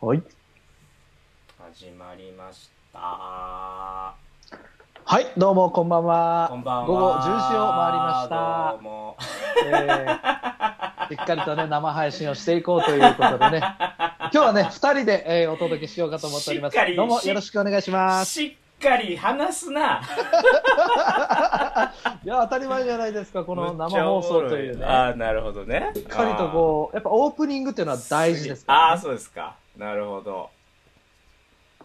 はい。始まりましたはい、どうも、こんばんこは。んばんは午後10時を回りましたどうもえーしっかりとね、生配信をしていこうということでね、今日はね、二人で、えーお届けしようかと思っておりますしっか。りどうもよろしくお願いします。しっかり話すないや、当たり前じゃないですか、このむっ生ちゃお放も送ろというね。ああなるほどねししっかりとこう、やっぱオープニングっていうのは大事ですからね、ああそうですかなるほど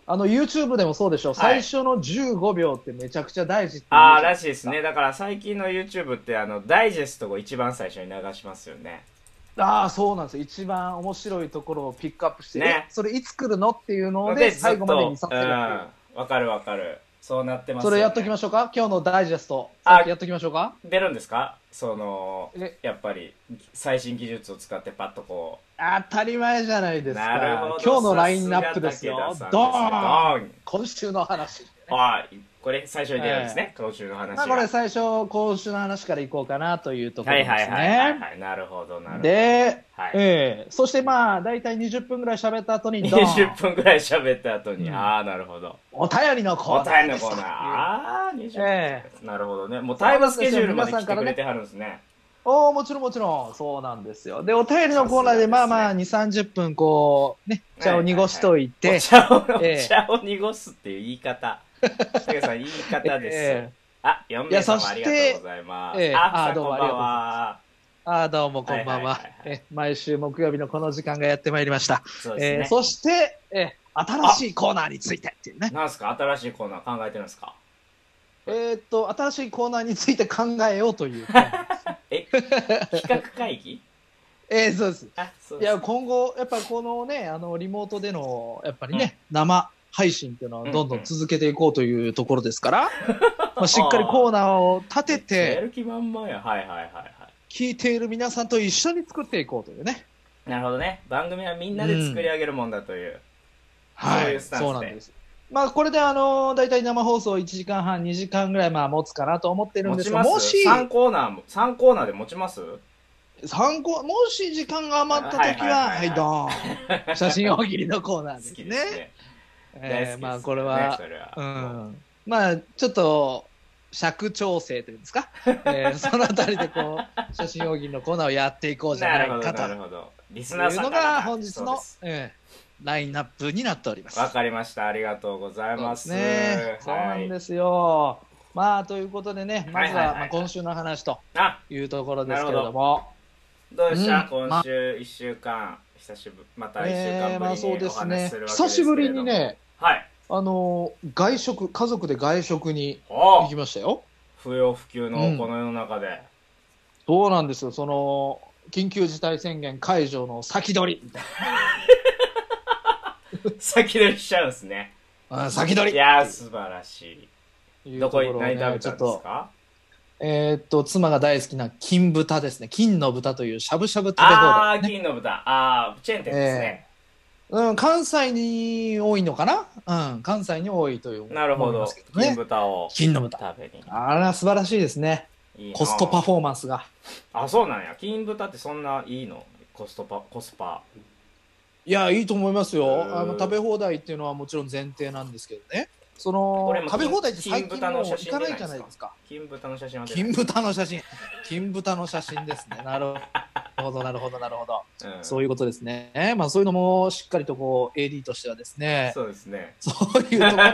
あの、YouTube でもそうでしょ、はい最初の15秒ってめちゃくちゃ大事っていうああらしいですねだから最近の YouTube ってあのダイジェストを一番最初に流しますよねああ、そうなんですよ。一番面白いところをピックアップして、ねえそれいつ来るのっていうのをね、最後まで見させるってういんう。わかるわかるそうなってますそれやっときまししょうか今日のダイジェスト。あさっきやっときましょうか出るんですかそのえやっぱり最新技術を使ってパッとこう当たり前じゃないですなるかほ。ど今日のラインナップですよさ。すが武田ドーンさんですね今週の話。ドーンはいこれ最初に出るんですね、今週の話まあこれ最初、今週の話からいこうかなというところではいすはいはいはい、ね。はい、なるほどなるほどで、はいええそしてまあ、だいたい20分ぐらい喋った後に、ドーン20分ぐらい喋った後に、うんああなるほどお便りのコーナ答えーのですコーナーああー20分、えなるほどねもうタイムスケジュールまで来てくれてはるんですねおおもちろんもちろんそうなんですよでお便りのコーナーでさすがですねまあまあ2 3 0分こうね茶を濁しといて、お茶を、ええお茶を濁すっていう言い方竹さん言い方です、ええあい4や名そ様してありがとうございます、ええああーあどどううももあありりがとうございまああどうもこんばんは,、がとうございまはいはいはいはえ毎週木曜日のこの時間がやってまいりましたすそそ,、うですえねー、そして、えー新しいコーナーについてっていうねなんすか新しいコーナー考えてるんです かえーっと新しいコーナーについて考えようと いうコーナーですえ企画会議えーそうですあそういですや今後やっぱりこのねあのリモートでのやっぱりね、生配信っていうのはどんどん続けていこうというところです から、まあ、しっかりコーナーを立てやてる気満々やはいはいはいは聞いている皆さんと一緒に作っていこうというねいなるほどね番組はみんなで作り上げるもんだという、はそういいうスタンスでそうなんですまあこれであの大体生放送1時間半2時間ぐらいまあ持つかなと思ってるん持ですちがますもし3コーナーも三コーナーで持ちます参考もし時間が余った時ははいははいはいいどーん写真大喜利のコーナー好ですきねですね大好きですえーまあこれはねそれはうんまあちょっと尺調整というんですか、 えーそのあたりでこう写真大喜利のコーナーをやっていこうじゃななるほいどかなとるほどリスナーいうさんのからが本日そうので、すえーラインナップになっております。わかりましたありがとうございますそうですね、そうなんですよ。まあということでね、まずはいはいははいまあ今週の話とはい、あいうところですけれなどるも、どうでした、うん今週一週間久しぶりまた1えー週ま間あそうぶりにでおす話しねするわけですけれど久も、、しぶりにね、はいあのー外食家族で外食にお行きましたよ。不要不急のうんこの世の中で、そうなんですよ、その緊急事態宣言解除の先取り、先取りしちゃうんですねあ先取いりやー素晴らしいいうどところにを何食べたんね、でちすょっと、かえーっと、妻が大好きな金豚ですね、金の豚というしゃぶしゃぶ食べあ放あー銀の豚ああチェーン店ですね、題、うん、関西に多いのかな、うん、関西に多いというなるほ思いどますけど銀ね、豚を金の豚、食べにあら、素晴らしいですね、いいなコストパフォーマンスが。あそうなんや金豚ってそんないいのコストパコスパいや、いいと思いますへよ、ーあの食べ放題っていうのはもちろん前提なんですけどね、そのこれも食べ放題って最近金豚もうの写行真出かなないいじゃないんですかですか。金豚の写真は出て金豚の写真、金豚の写真ですね。なるほど、なるほど、なるほど。うんそういうことですね。まあ、そういうのもしっかりとこう AD としてはですね、そうですねそういうところ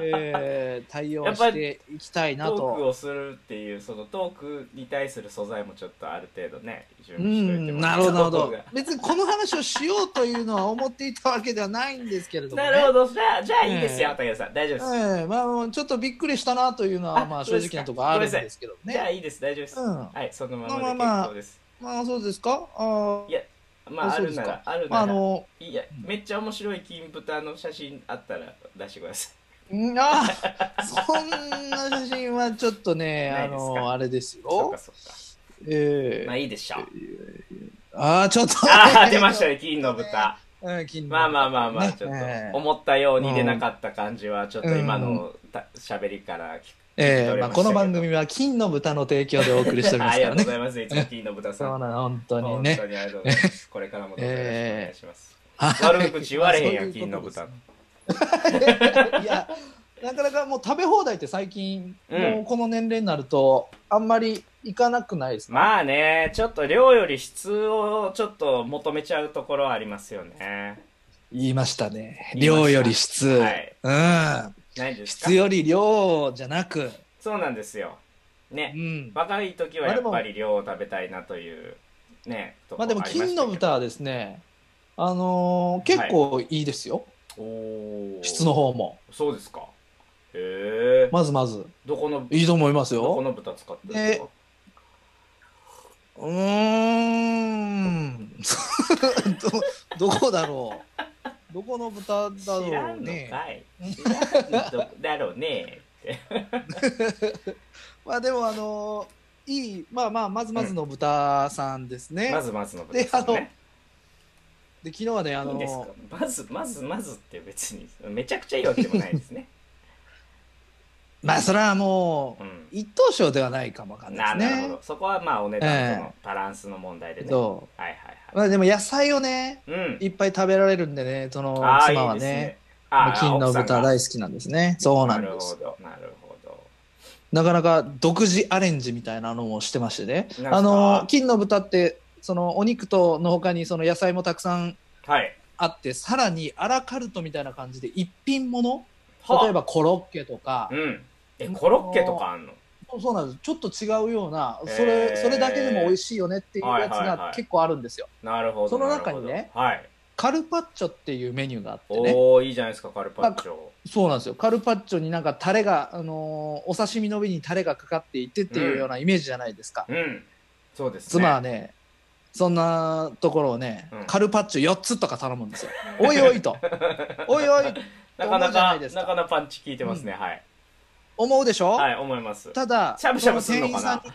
も、えー対応していきたいなトークと。をするっていうそのトークに対する素材もちょっとある程度ね準う備しといてん、もらなっるほど、なるたほ方どが。別にこの話をしようというのは思っていたわけではないんですけれども、ね。なるほど、じゃあ、じゃあいいですよ、ええ竹田さん。大丈夫です。ええまあ、ちょっとびっくりしたなというのは、あまあ、そう正です直かなところあるんですけどじゃあね。いいです、大丈夫です。うんはい、そのままあままあでまあ結構です。まあ、そうですか。あいやまあ、あそうでるすな、からあるあ、あなら。の、いや、めっちゃ面白い金豚の写真あったら出してくださんあーそんな写真はちょっとね、なあいですかの、あれですい。そっよか。そっか。えまあえいいでしょう。ああ、ちょっと、ああ、出ましたね、金の豚。うん、金のまあまあまあまあ、ねちょっえと、思ったように出なかった感じは、ちょっと今のた喋りから聞く。え聞き取えれまあ、ましたけこどの番組は金の豚の提供でお送りしておりまあすりかがらとうね。ございます、いつも金の豚さ。そうんなの、本当に本ね当。にありがとうございます。これからもどうぞよろしくお願いします。はい悪口言われへんやん、金の豚。いや、なかなかもう食べ放題って最近、うんもうこの年齢になると、あんまり行かなくないですか、まあね、ちょっと量より質をちょっと求めちゃうところはありますよね。言いましたね。言いました量より質。はいないうん。ですか質より量じゃなく、そうなんですよ。うね。ん。若い時はやっぱり量を食べたいなという、ね。とこまあでも、りしたけ金どの豚はですね、あのー結構いいですよ。おー質の方も。そうですか。へえ。まずまず。どこの、いいと思いますどこよ。の豚使ってるんですかうーん。 ど、どこだろう。どこの豚だ知らろうんのね。かい。知らんのだろうね。まあでもあのいいまあまあまずまずの豚さんですね、まずまずの豚さんでね。で昨日はねあいいんですかのまずまずまずって別にめちゃくちゃいいわけでもないですね。まあそれはもう。うん一等賞ではないかもわかんなないですなるほねど。そこはまあお値段とのバランスの問題でね。そはいはいうはまあでも野菜をねい。うん。いっぱい食べられるんでねそのああ、妻いはいねですね。ああ、金の奥さ豚んが大好きなんですねそうななんるでほすど、なるほど。なかなか独自アレンジみたいなのもしてましてねなんすかあの金の豚ってそのお肉との他にその野菜もたくさんはい。あってさらにアラカルトみたいな感じで一品ものはあ例えばコロッケとか、うん。え、コロッケとかあんのそうそうなんです。ちょっと違うような、そへれ、ーそれだけでも美味しいよねっていうやつはいはいはがい結構あるんですよ。なるほど。その中にねなるほどはい。カルパッチョっていうメニューがあってね。おおいいじゃないですか、カルパッチョ。そうなんですよ。カルパッチョになんかタレが、あのーお刺身の上にタレがかかっていてっていうようなイメージじゃないですか。うん。そうですね。妻はね、そんなところをね、うんカルパッチョ4つとか頼むんですよ。おいお いと。おいおい、なかと思なうじゃなか、いですかなかなかパンチ効いてますね。はい。思うでしょ、はい、思います。ただ、しゃぶしゃぶすんのかそのな店員さんに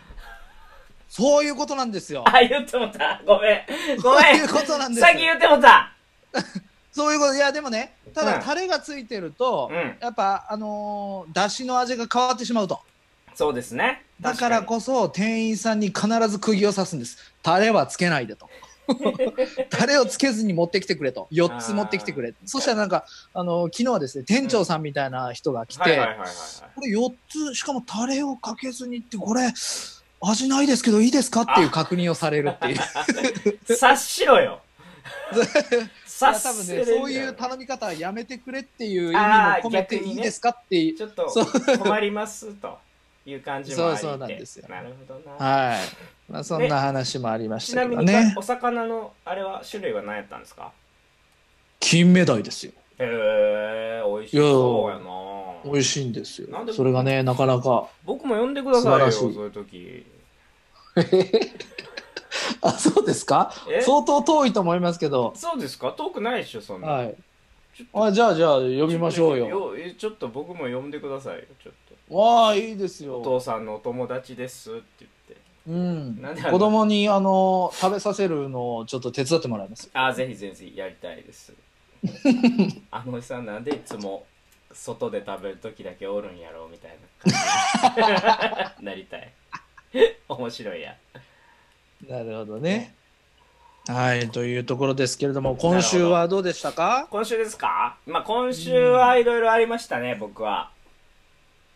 そういうことなんですよ。あ、言ってもた。ごめん。そごうめいうことなんん。ですよ先言ってもた。そういうこと、いや、でもね、たうだ、んタレがついてると、うんやっぱ、あのー、だしの味が変わってしまうと。そうですね。だから確にこそ、店員さんに必ず釘を刺すんです。タレはつけないで と。タレをつけずに持ってきてくれと。4つ持ってきてくれ。そしたらなんか、あのー昨日はですね、店長さんみたいな人が来て、はいはいはいはいはい。これ4つ、しかもタレをかけずにって、これ、味ないですけどいいですかっていう確認をされるっていう。察しろ よ。いや察多分しね、れそういう頼み方はやめてくれっていう意味も込めてあー逆にいねいですかっていう。ちょっとそう困りますという感じもありてそうそうなんですよなるほどな。はい。まあ、そんな話もありましちたなけみどに、ねお。魚のあれは種類は何やったんですか金目鯛ですよ。へえー、美味しそうやな美味しいんですよなんで。それがね、なかなか。僕も呼んでくださいよ素晴そらうしいいう時あ、そうですかえ相当遠いと思いますけど。そうですか遠くないでしょそんな、はい。ちょっとあじゃあ、じゃあ、呼びましょうよ。えちょっと僕も呼んでくださいよちょっとわあ、いいですおよ。父さんのお友達ですって言ってうんなんで。子供に、あの、食べさせるのをちょっと手伝ってもらいます。ああぜひぜひやりたいです あのおじさんなんでいつも外で食べる時だけおるんやろうみたいな感じに なりたい面白いやなるほどね。はい、というところですけれども、今週はどうでしたか今週ですかまあ今週はいろいろありましたね、僕は。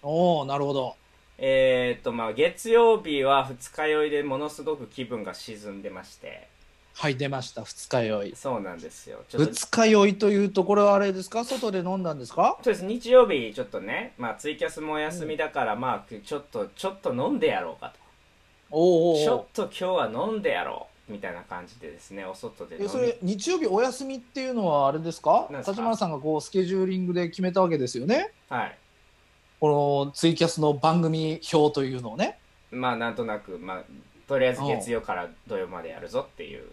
おおなるほど。えー、っと、まあ月曜日は二日酔いでものすごく気分が沈んでまして。はい、出ました。二日酔い。そうなんですよ。ちょっと、そ二日酔いというと、これはあれですか外で飲んだんですかうです。日曜日ちょっとね、まあツイキャスもお休みだから、まあちょっと、ちょっと飲んでやろうかおと。うおちうおょうっと今日は飲んでやろう。みたいな感じでですね、お外で飲えみそれ日曜日お休みっていうのはあれですかなんですか立花さんがこうスケジューリングで決めたわけですよねはい。このツイキャスの番組表というのをねまあなんとなく、まあ、とりあえず月曜から土曜までやるぞっていう。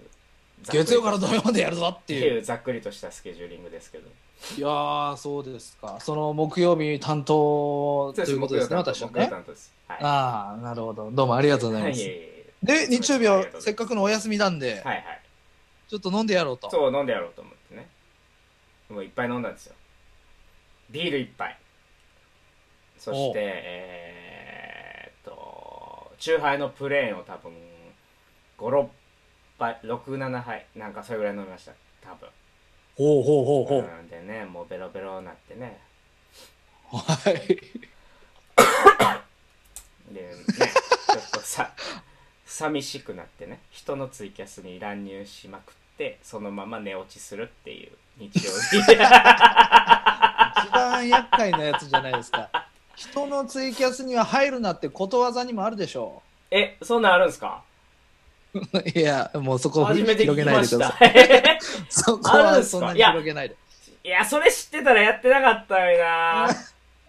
月曜からっ土曜までやるぞってていいううざっくりとしたスケジューリングですけど。いやーそうですかその木曜日担当ということですね私は僕がね担当です。はい。ああなるほどどうもありがとうございはまいす、いえいえで日曜日ありはがとうござせいっますかくのお休みなんで、はいはい。ちょっと飲んでやろうとそう、飲んでやろうと思ってね。もういっぱい飲んだんですよ。ビール一杯。そしおうて、えーっと、チューハイのプレーンを多分、5、6杯、6、7杯、なんかそれぐらい飲みました。多分。ほうほうほうほう。うんでねもうベロベロになってねはい。で ねちょっとさ寂しくなってね人のツイキャスに乱入しまくってそのまま寝落ちするっていう日曜日 一番厄介なやつじゃないですか。人のツイキャスには入るなってことわざにもあるでしょえそんなんあるんすかう。いや、もうそこ初めて聞広げきないまでくしだたさい。いそこあるんはすかそんないにや広げないで。やそれ知ってたらやってなかったよな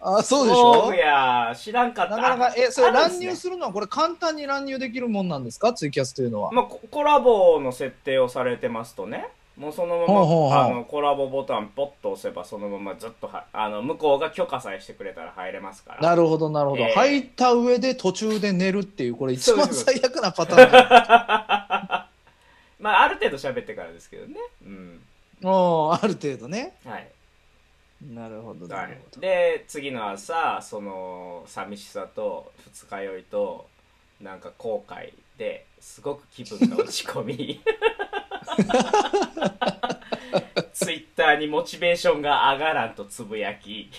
あ、そうでしそょうや知らんかっなたかなか、え、それある乱んすね入するのはこれ簡単に乱入できるもんなんですかツイキャスというのは。まあ、ココラボの設定をされてますとねもうそのままほうほうほうあのコラボボタンポッと押せばそのままずっとはあの向こうが許可さえしてくれたら入れますからなるほど、なるほど。ええ入った上で途中で寝るっていう、これ一そう番です最悪なパターンだ。まあある程度喋ってからですけどねうんもう、ある程度ね。はい、なるほど、なはるほい、ど。で次の朝その寂しさと二日酔いとなんか後悔ですごく気分が落ち込みツイッターにモチベーションが上がらんとつぶやき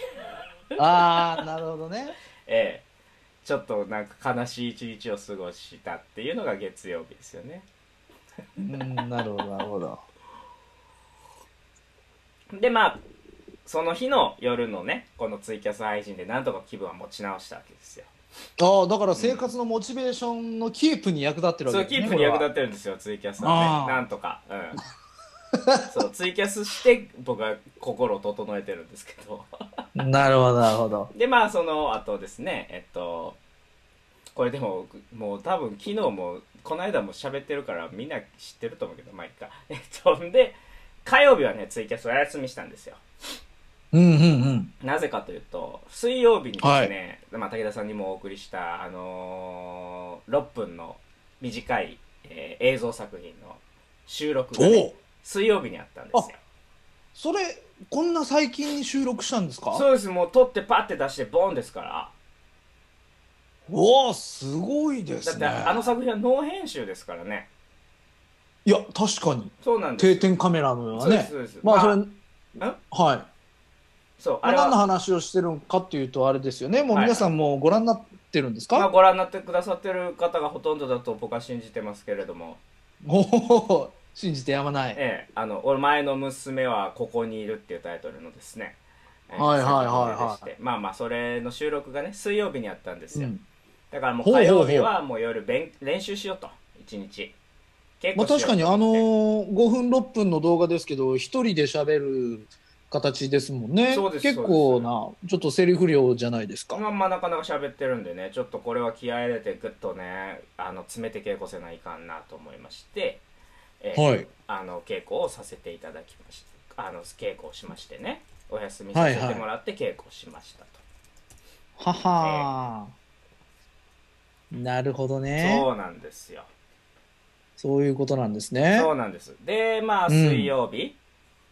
ああ、なるほどね。ええ、ちょっとなんか悲しい一日を過ごしたっていうのが月曜日ですよねうん、なるほど、なるほど。でまあその日の夜のねこのツイキャス配信でなんとか気分は持ち直したわけですよああ、だから生活のモチベーションのキープに役立ってるわそうけですね。キープに役立てってるんですよツイキャスあはあねなんとかうんそうツイキャスして僕は心を整えてるんですけどなるほど、なるほど。でまあその後ですねえっとこれでももう多分昨日もこの間も喋ってるからみんな知ってると思うけどまあいいかえっとんで火曜日はねツイキャスお休みしたんですようん、うん、うん。なぜかというと水曜日にですね、まあ、武田さんにもお送りした、あのー6分の短い、えー映像作品の収録がね、おお水曜日にあったんですよそれ、こんな最近に収録したんですかそうですもう撮ってパッて出してボンですからおお、すごいでだっすてね。あの作品はノー編集ですからねいや、確かに。そうなんですよ定点カメラのよそううなですねそ。うですまあ、それ、あはい。そうまああれ何のは、話をしてるのかっていうとあれですよねもうはい皆さんもうご覧になってるんですか、まあ、ご覧になってくださってる方がほとんどだと僕は信じてますけれども おお信じてやまない、ええ、あの「お前の娘はここにいる」っていうタイトルのですね、ええはいはいはいはい作品でしてまあまあそれの収録がね水曜日にあったんですうよ、ん、だからもうほうほ火うほう曜日はもう夜勉練習しようと一日結まあ、確かにあのーー、5分6分の動画ですけど一人で喋る形ですもんねそうです結構なちょっとセリフ量じゃないですか、まあまあなかなか喋ってるんでねちょっとこれは気合い入れてグッとねあの詰めて稽古せないかんなと思いまして、ええはいあの稽古をさせていただきましたあの稽古をしましてねお休みさせてもらって稽古をしましたと。ははー、なるほどねそうなんですよそういうことなんですねそうなんです。で、まあ、うん水曜日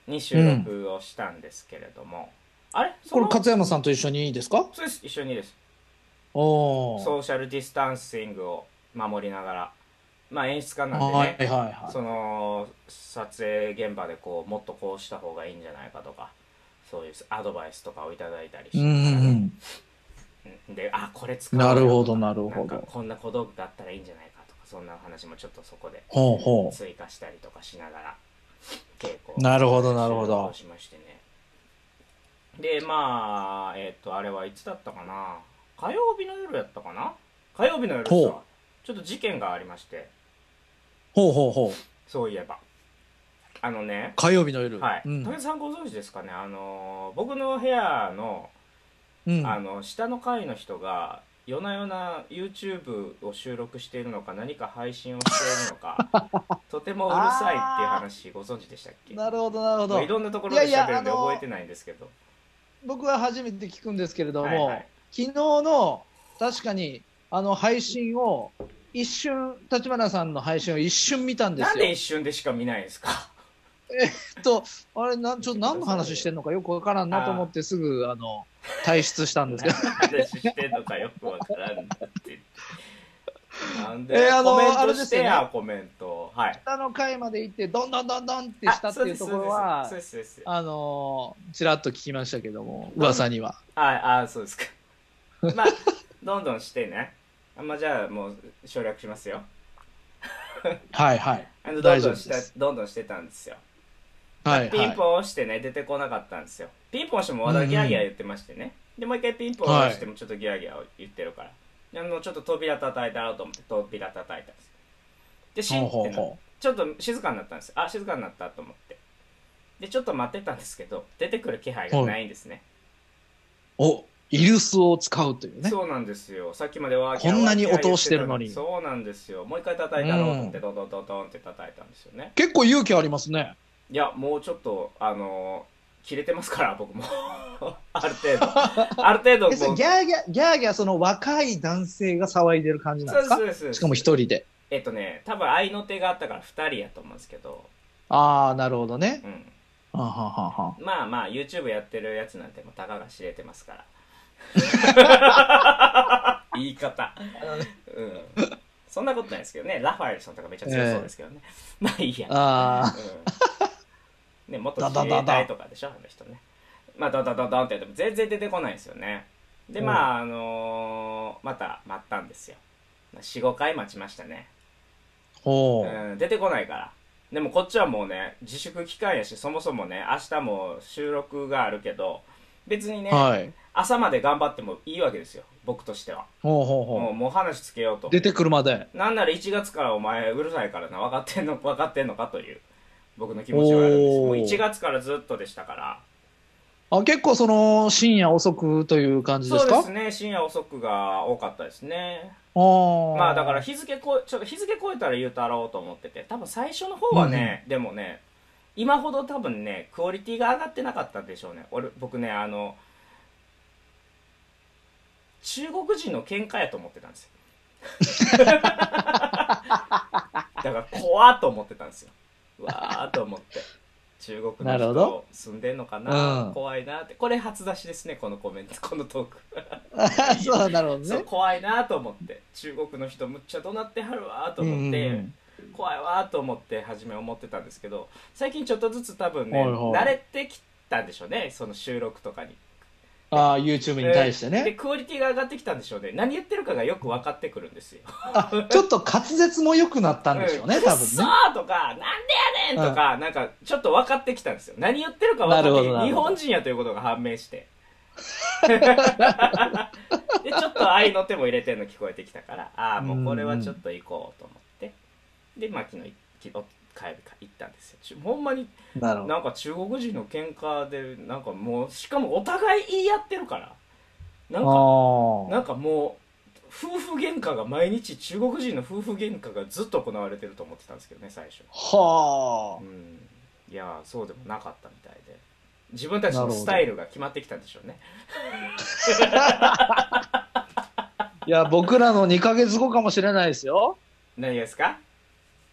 に収録をしたんですけれども、あれそこれの勝山さんと一緒にいいですかそうです。一緒にです。おおソーシャルディスタンシングを守りながら、まあ、演出家なんでね、はいはいはいその、撮影現場でこう、もっとこうした方がいいんじゃないかとか、そういうアドバイスとかをいただいたりして、うんうんうんうんで、あ、これ使うよなるほとどかなるほどんかこんな小道具だったらいいんじゃないかとか、そんなお話もちょっとそこでほうほ追加したりとかしながら、稽古をうなるほどなるほ収録をどしましてねでまあえっ、とあれはいつだったかな火曜日の夜やったかな火曜日の夜さちほょっと事件がありましてほうほうほうそういえばあのね火曜日の夜。はい、うん武井さんご存知ですかねあのー僕の部屋の,、うんあの下の階の人が夜な夜な YouTube を収録しているのか何か配信をしているの かとてもうるさいっていう話ご存知でしたっけなるほど、なるほまあいど。ろんなところでいやいや喋るんであのー覚えてないんですけど僕は初めて聞くんですけれども、はいはい昨日の確かにあの配信を一瞬、立花さんの配信を一瞬見たんでなんすでよ。一瞬でしか見ないんですかと、あれなん、ちょっと何の話してんのかよくわからんなと思って、すぐあの退出したんですけど、話してんのかよくわからんなって言ってなんで、えーあのコメンあれトでしすてよねや、コメント。はい。下の階まで行って、どんどんどんどんってしたっていうところはそう、です、そうですそうです。あのー、ちらっと聞きましたけども、噂には。ああ、そ うですか。まあ、どんどんしてね。あまあ、じゃあ、もう省略しますよ。はいはい。あのど大ん丈夫どんでしすたどんどんしてたんですよ。はいピンポはン押してね、出てこなかったんですよ。ピンポン押してもまだギャーギャー言ってましてね。で、もう一回ピンポン押してもちょっとギャーギャー言ってるから。であのちょっと扉叩いたろうと思って扉叩いたんですよ。で、い。シンほうってほうなほちょっと静かになったんです。あ、静かになったと思って。で、ちょっと待ってたんですけど、出てくる気配がないんですね。う。お、イルスを使うというね。そうなんですよ。さっきまではこんなに音をしてるのにそうなんですよ。もう一回叩いたろうと思って、ドンドンドンドンって叩いたんですよね。結構勇気ありますね。いや、もうちょっと、あのー切れてますから、僕 も。ある程度。ある程度、えそれもう。ギャーギャー、ギャーギャー、その若い男性が騒いでる感じなんそでうすですかそうです。しかも一人で。えっとね、多分、愛の手があったから二人やと思うんですけど、ああ、なるほどね。うん。はんはんはんはんまあまあ、YouTube やってるやつなんて、もうたかが知れてますから。 言い方。うん。そんなことないですけどね、ラファエルさんとかめっちゃ強そうですけどね。まあいいや。あうん、ね、元自衛隊とかでしょ、あの人ね。まあ、ドンドンドンドンってやっても全然出てこないんですよね。で、まあ、あのーまた待ったんですよ。4、5回待ちましたね。ほう。うん、出てこないから。でもこっちはもうね、自粛期間やし、そもそもね、明日も収録があるけど、別にね、はい。朝まで頑張ってもいいわけですよ、僕としては。ほうほうもほうもう話つけようとう。。出てくるまで。なんなら1月からお前うるさいからな分かってんの分かってんのかという僕の気持ちはあるんですおーもう1月からずっとでしたからあ結構その深夜遅くという感じでそすうでかすね深夜遅くが多かったですねままあだから日付こえちょっと日付超えたら言うたろうと思ってて多分最初の方はね、でもね今ほど多分ねクオリティが上がってなかったんでしょうね俺僕ねあの中国人の喧嘩やと思ってたんですよ だから怖っと思ってたんですよわーっと思って中国のなるほ人ど住んでんのかなうん怖いなってこれ初出しですねこのコメントこのトー クそうなるほどそうね。怖いなと思って中国の人むっちゃ怒鳴ってはるわと思って、うんうんうん怖いわと思って初め思ってたんですけど最近ちょっとずつ多分ね、はいはい慣れてきたんでしょうねその収録とかにああ、YouTube に対してえーでね。クオリティが上がってきたんでしょうね何言ってるかがよく分かってくるんですよあ、ちょっと滑舌も良くなったんでしょうね、ん多く分っそね。ーとかなんでやねんとか、なんかちょっと分かってきたんですよ何言ってるか分なかるっほてどな日るほど本人やということが判明して でちょっと愛の手も入れてるの聞こえてきたからああもうこれはちょっと行こうと思ってでまあ昨日昨日火曜日か行ったんですよちゅほんまになるほど。なんか中国人の喧嘩でなんかもうしかもお互い言い合ってるからなんかあなんかもう夫婦喧嘩が毎日中国人の夫婦喧嘩がずっと行われてると思ってたんですけどね最初あ。はうんいやーそうでもなかったみたいで自分たちのスタイルが決まってきたんでしょうねあ。いや、僕らの2ヶ月後かもしれないですよ。何がですか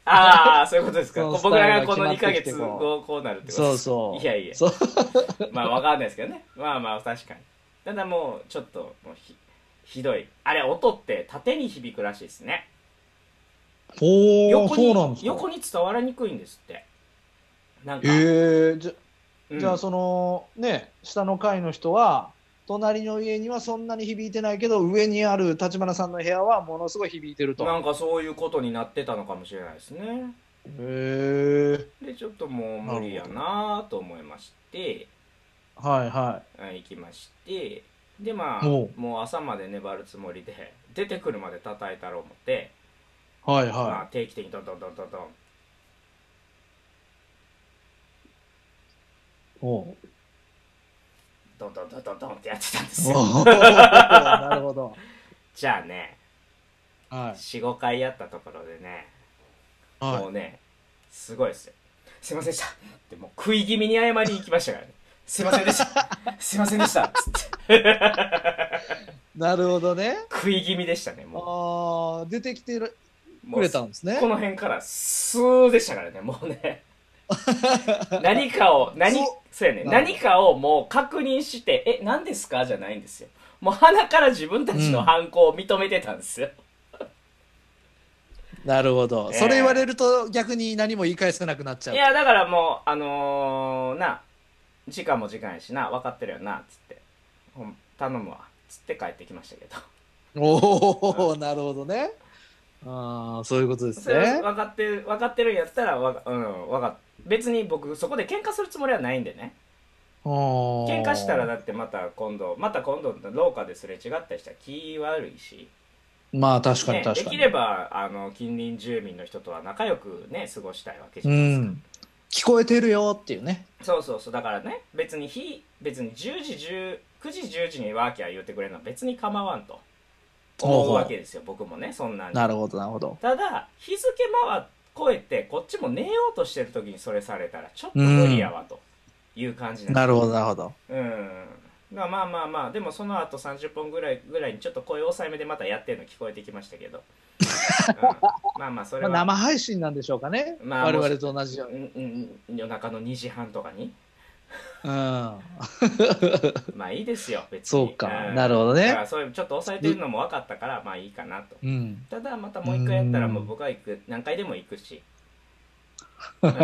ああそういうことですか そう僕らがこスタイのルが決ま2ヶってきて月後こうなるってことそうそう。いやいやそうまあわかんないですけどねまあまあ確かにただもうちょっともうひひどいあれ音って縦に響くらしいですねおー、横そにうなんですか横。に伝わりにくいんですってなんか、へえ、じゃうんじゃあそのね下の階の人は隣の家にはそんなに響いてないけど上にある立花さんの部屋はものすごい響いてるとなへんかそういうことになってたのかもしれないですねえでちょっともう無理やなと思いましてはいはうん行きましてでまあおうもう朝まで粘るつもりで出てくるまで叩いたろう思って、いはいまあは、定期的にドンドンドンドンドンいおうドンドンドンドンドンってやってたんですよおうなるほどじゃあねはい45回やったところでね、もはうねすごいですよすいませんでしたってもう食い気味に謝りに行きましたからねすいませんでした すいませんでしたつっていなるほどね食い気味でしたねもああ出てきてるうもくうれたんですねこの辺からスーでしたからね、もうね。 何かを、何そう、そうやね、なるほど何かをもう確認して、え、何ですかじゃないんですよ。もう鼻から自分たちの犯行を認めてたんですよ。なるほど。ええそれ言われると逆に何も言い返せなくなっちゃ。いうや、だからもう、あのーな、時間も時間やしな、分かってるよな、つって。ほん頼むわ、つって帰ってきましたけど。おお、なるほどね。ああ、そういうことですそれね。分かってる、分かってるんやったら、わか、うん、分かっ別に僕、そこで喧嘩するつもりはないんでね。喧喧嘩したらだってまた今度、また今度、廊下ですれ違ったりしたら気悪いし。まあ確かにね、で確かきに。れば、あの、近隣住民の人とは仲良くね、過ごしたいわけじうゃないですか。ん。聞こえてるよっていうね。そうそうそうだからね別に日別に10時10 9時10時にワーキャー言ってくれるのは別に構わんと思うわけですよ僕もねそんなになるほどなるほど。ただ日付回っ越えてこっちも寝ようとしてる時にそれされたらちょっと無理やわという感じなんですなるほどなるほど。うんまあまあまあまあでもその後30分ぐらいぐらいにちょっと声抑えめでまたやってるの聞こえてきましたけど、うんまあまあそれまあ、は、生配信なんでしょうかね。まあ我々と同じよううに。んうんうん夜中の2時半とかにうん。まあいいですよ別にそうか。なるるほどだかね。らそういうちょっと抑えてるのも分かったからまあいいかなとうん。ただまたもう一回やったらもう僕は行く何回でも行 くし、うんま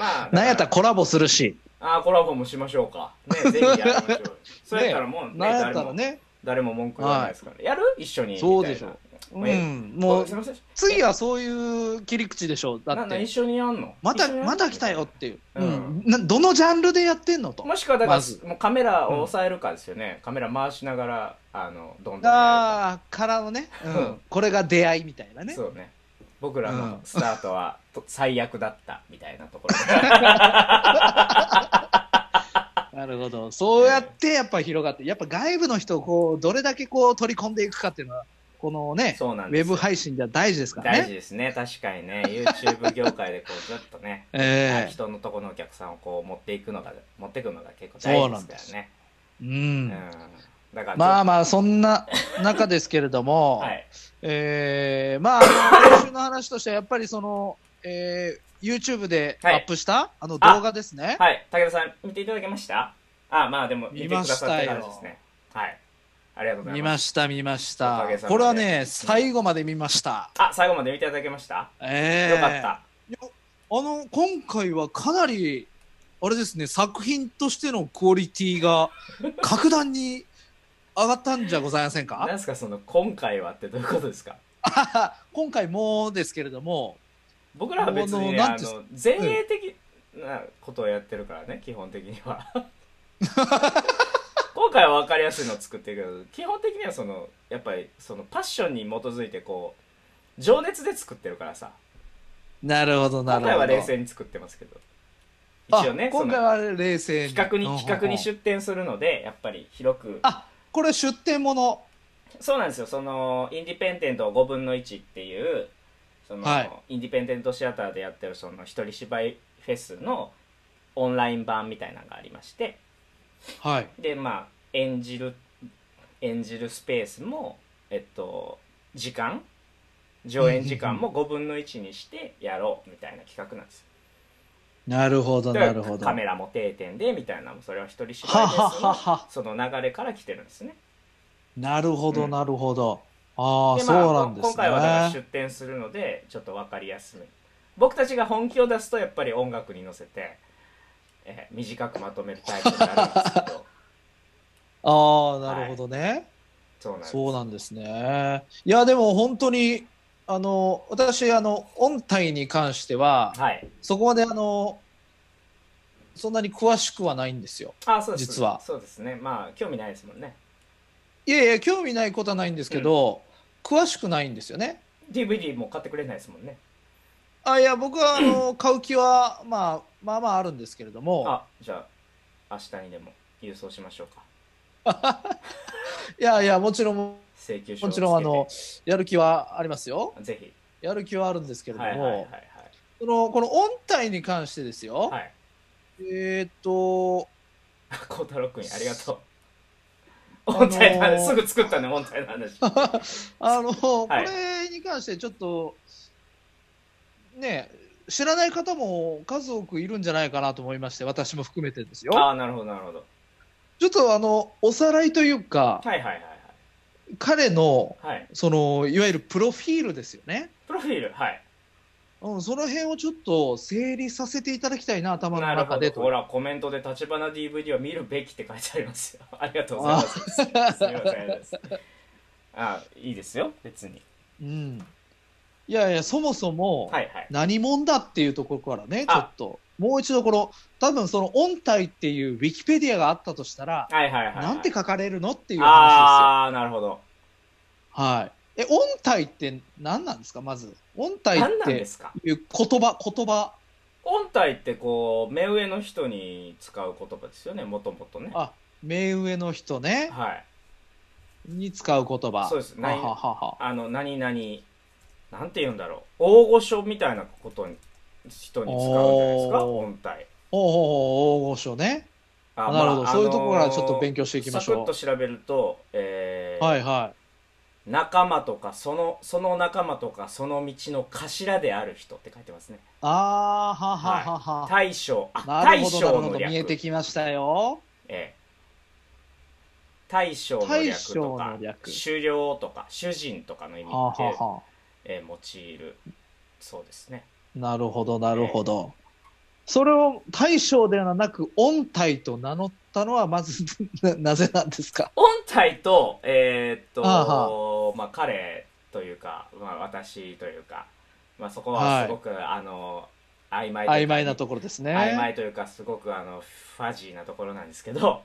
あなんやったららコラボするし。ああコラボもしましょうか ねぜひやりましょうよそうやったらもうねなんやっ誰たもらね。誰も文句言わないですから、やる一緒にそうでしょみうたいな、ん。ももううすいません次はそういう切り口でしょう。だなっなて一。緒にやんのまた、一緒にやんのまた来たよっていう。ううんん。などのジャンルでやってんのと。もしくはだから、まずもうカメラを抑えるかですよね、カメラ回しながらあのどんどんやるかああ、からのね。ううんん。これが出会いみたいなね。そうね僕らうのんスタートはと最悪だったみたいなとこ ろなるほど。そうやって、やっぱ広がって、やっぱ外部の人をこう、どれだけこう取り込んでいくかっていうのは、このね、そうなウんでェすブ配信では大事ですから大事ね。ですね確かにね YouTube 業界でこうずっとね、ええ人のとこのお客さんをこう持っていくのが持ってくのが結構大事ですからねう。うんだからまあままあ、そんな中ですけれども、 はいええまあ、あの今週の話としては、やっぱりその、ええ YouTube でアップした、あの動画ですね。はい武田さん見ていただけましたあまあでも見てくださって感じですねはいありがとうござい見まますした、見ましおかたげさま。でこれはね、最後まで見ました。あ最後まで見ていただけました、ええよかったあの今回はかなりあれですね作品としてのクオリティが格段に上がったんじゃございませんなんか ですかその今回はってどういうことですか今回もですけれども僕らは別に、ね、あのなあんていうんの前衛的なことをやってるからね、基本的には 今回は分かりやすいのを作ってるけど基本的にはそのやっぱりそのパッションに基づいてこう情熱で作ってるからさなるほどな今るほど回は冷静に作ってますけどあ一応ねそ今回のは冷静に企画に企画にうんうんうん出展するのでやっぱり広くあこれ出店ものそうなんですよそのインディペンデント5分の1っていうその、はいインディペンデントシアターでやってるその一人芝居フェスのオンライン版みたいなのがありましてはいでまあ演じる演じるスペースもえっと時間上演時間も5分の1にしてやろうみたいな企画なんですよなるほどだかならるほどカメラも定点でみたいなのもそれは一人芝居フェスははのははその流れから来てるんですねなるほうどんなるほど、ああでそうまあなんですね今回はだから出展するのでちょっと分かりやすい僕たちが本気を出すとやっぱり音楽に乗せて、えー短くまとめるタイプになるんですけ どああなるほどね、そうなんですそうなんですね。いや、でも本当に、あの、私、あの、音体に関しては、はいそこまで、あの、そんなに詳しくはないんですよ。あそうです実はそうですねまあ興味ないですもんねいやいや、興味ないことはないんですけど、詳しくないんですよね。 DVD も買ってくれないですもんねあ、いや、僕は、あの、買う気は、まあ、まあまああるんですけれども、あじゃあ明日にでも郵送しましょうかいやいや、もちろん、も請求書をちつけてろん、あの、やる気はありますよ。ぜひやる気はあるんですけれどはいはいはいも、その、この音体に関してですよ、はいはいえーっと、孝太郎君ありがとうのー音体の話すぐ作ったね音体の話 あの、こはいれに関してちょっと、ねえ、知らない方も数多くいるんじゃないかなと思いまして、私も含めてですよ。ああなるほどなるほどちょっとあの、おさらいというか、はいはいはいはい彼の、はい。その、いわゆるプロフィールですよね。プロフィル、はい。うん、その辺をちょっと整理させていただきたいな、頭のなるほ中でど。ほと。ら、コメントで、立花 DVD は見るべきって書いてありますよ。 ありがとうござい ます。すみませんありがとうございます。あ、いいですよ、別に。うん。いやいや、そもそも、はいはい。何者だっていうところからね、ちょあっと、もう一度この、多分その、音体っていうウィキペディアがあったとしたら、はいはいはいはい。なんて書かれるのっていう話ああー、なるほど。ですよ。はい。え、音体って何なんですか、まず。音体っ何なんでてすかいう言葉、言葉。音体ってこう、目上の人に使う言葉ですよね、もともとね。あ目上の人ね、はい。に使う言葉。そうですはないははは。あの、何々、なんて言うんだろう。大御所みたいなことに、人に使うんじゃないですか、おー音体。ほうほうほう、大御所ね。あなるほど、まあそういうところからちょっと勉強強していきましょサクッとう。調べると、えーはいは仲間とかそのその仲間とかその道の頭である人って書いてますねい。あーはははは。大将あなる大ほど、な将るのほど。略見えてきましたよ。ええ大将の大略と将かの略狩猟とか主人とかの意味はあで、はあはあええ用いるそうですねなるほど、なるほど。それを大将ではなく、音体と名乗ったのは、まず な、なぜなんですか音体とえーっとあまあ彼というか、まあ、私というか、まあ、そこはすごく、あの曖昧という曖か昧なところですね。曖昧というかすごくあのファジーなところなんですけど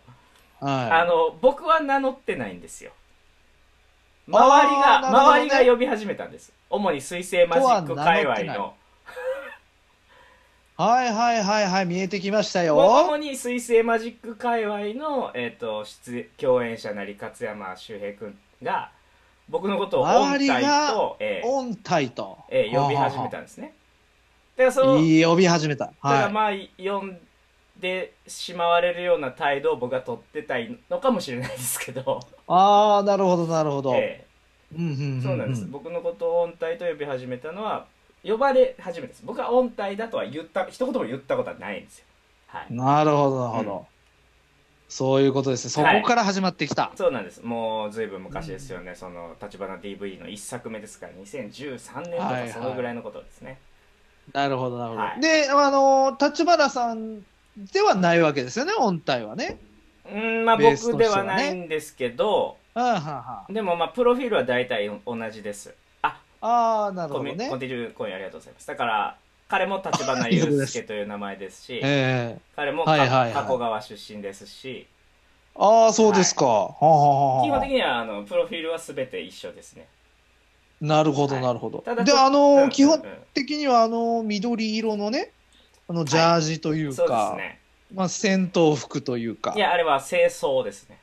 あはの僕は名乗ってないんですよ周りあが、ーなるほどね周りが呼び始めたんです主に水星マジック界隈とは名乗のい。はいはいはいはい、見えてきましたよ。主に水星マジック界隈の、えー、と出共演者なり勝山周平君が僕のことを周音り体がと、えー音体と。えー呼び始めたんですねだからそはあはあ。のいい呼び始めた。ただはまあ読んでしまわれるような態度を僕が取ってたいのかもしれないですけど、い。ああ、なるほど、なるほど。えうんうんうんえうんそうなんです、僕のことを音体と呼び始めたのは呼ばれ始めです僕は音体だとは言った一言も言ったことはないんですよはいなるほど、なるほど。そういうことですね。そこから始まってきた。そうなんですもうずいぶん昔ですよね、その「立花 DV」の一作目ですから2013年とはいはかいそのぐらいのことですね、なるほど、なるほど。はいで、あの、立花さんではないわけですよね、音体はね。うーんまあベースと僕してではねはないんですけど、うんはんはんでもまあプロフィールは大体同じですあああ、なるコほメどねコン。ティニューコインありがとうございますだから彼も立花そう祐です介という名前ですし ええ彼もかはいはいはい加古川出身ですしああ、そうですか。はあはあはあ基本的にはあのプロフィールは全て一緒ですねなるほど、はいなるほど。ただで、ちょあうんうんうの、ん基本的には、あの、緑色のね、あの、ジャージというそうですか、ねまあ、戦闘服というかい、やあれは清掃ですね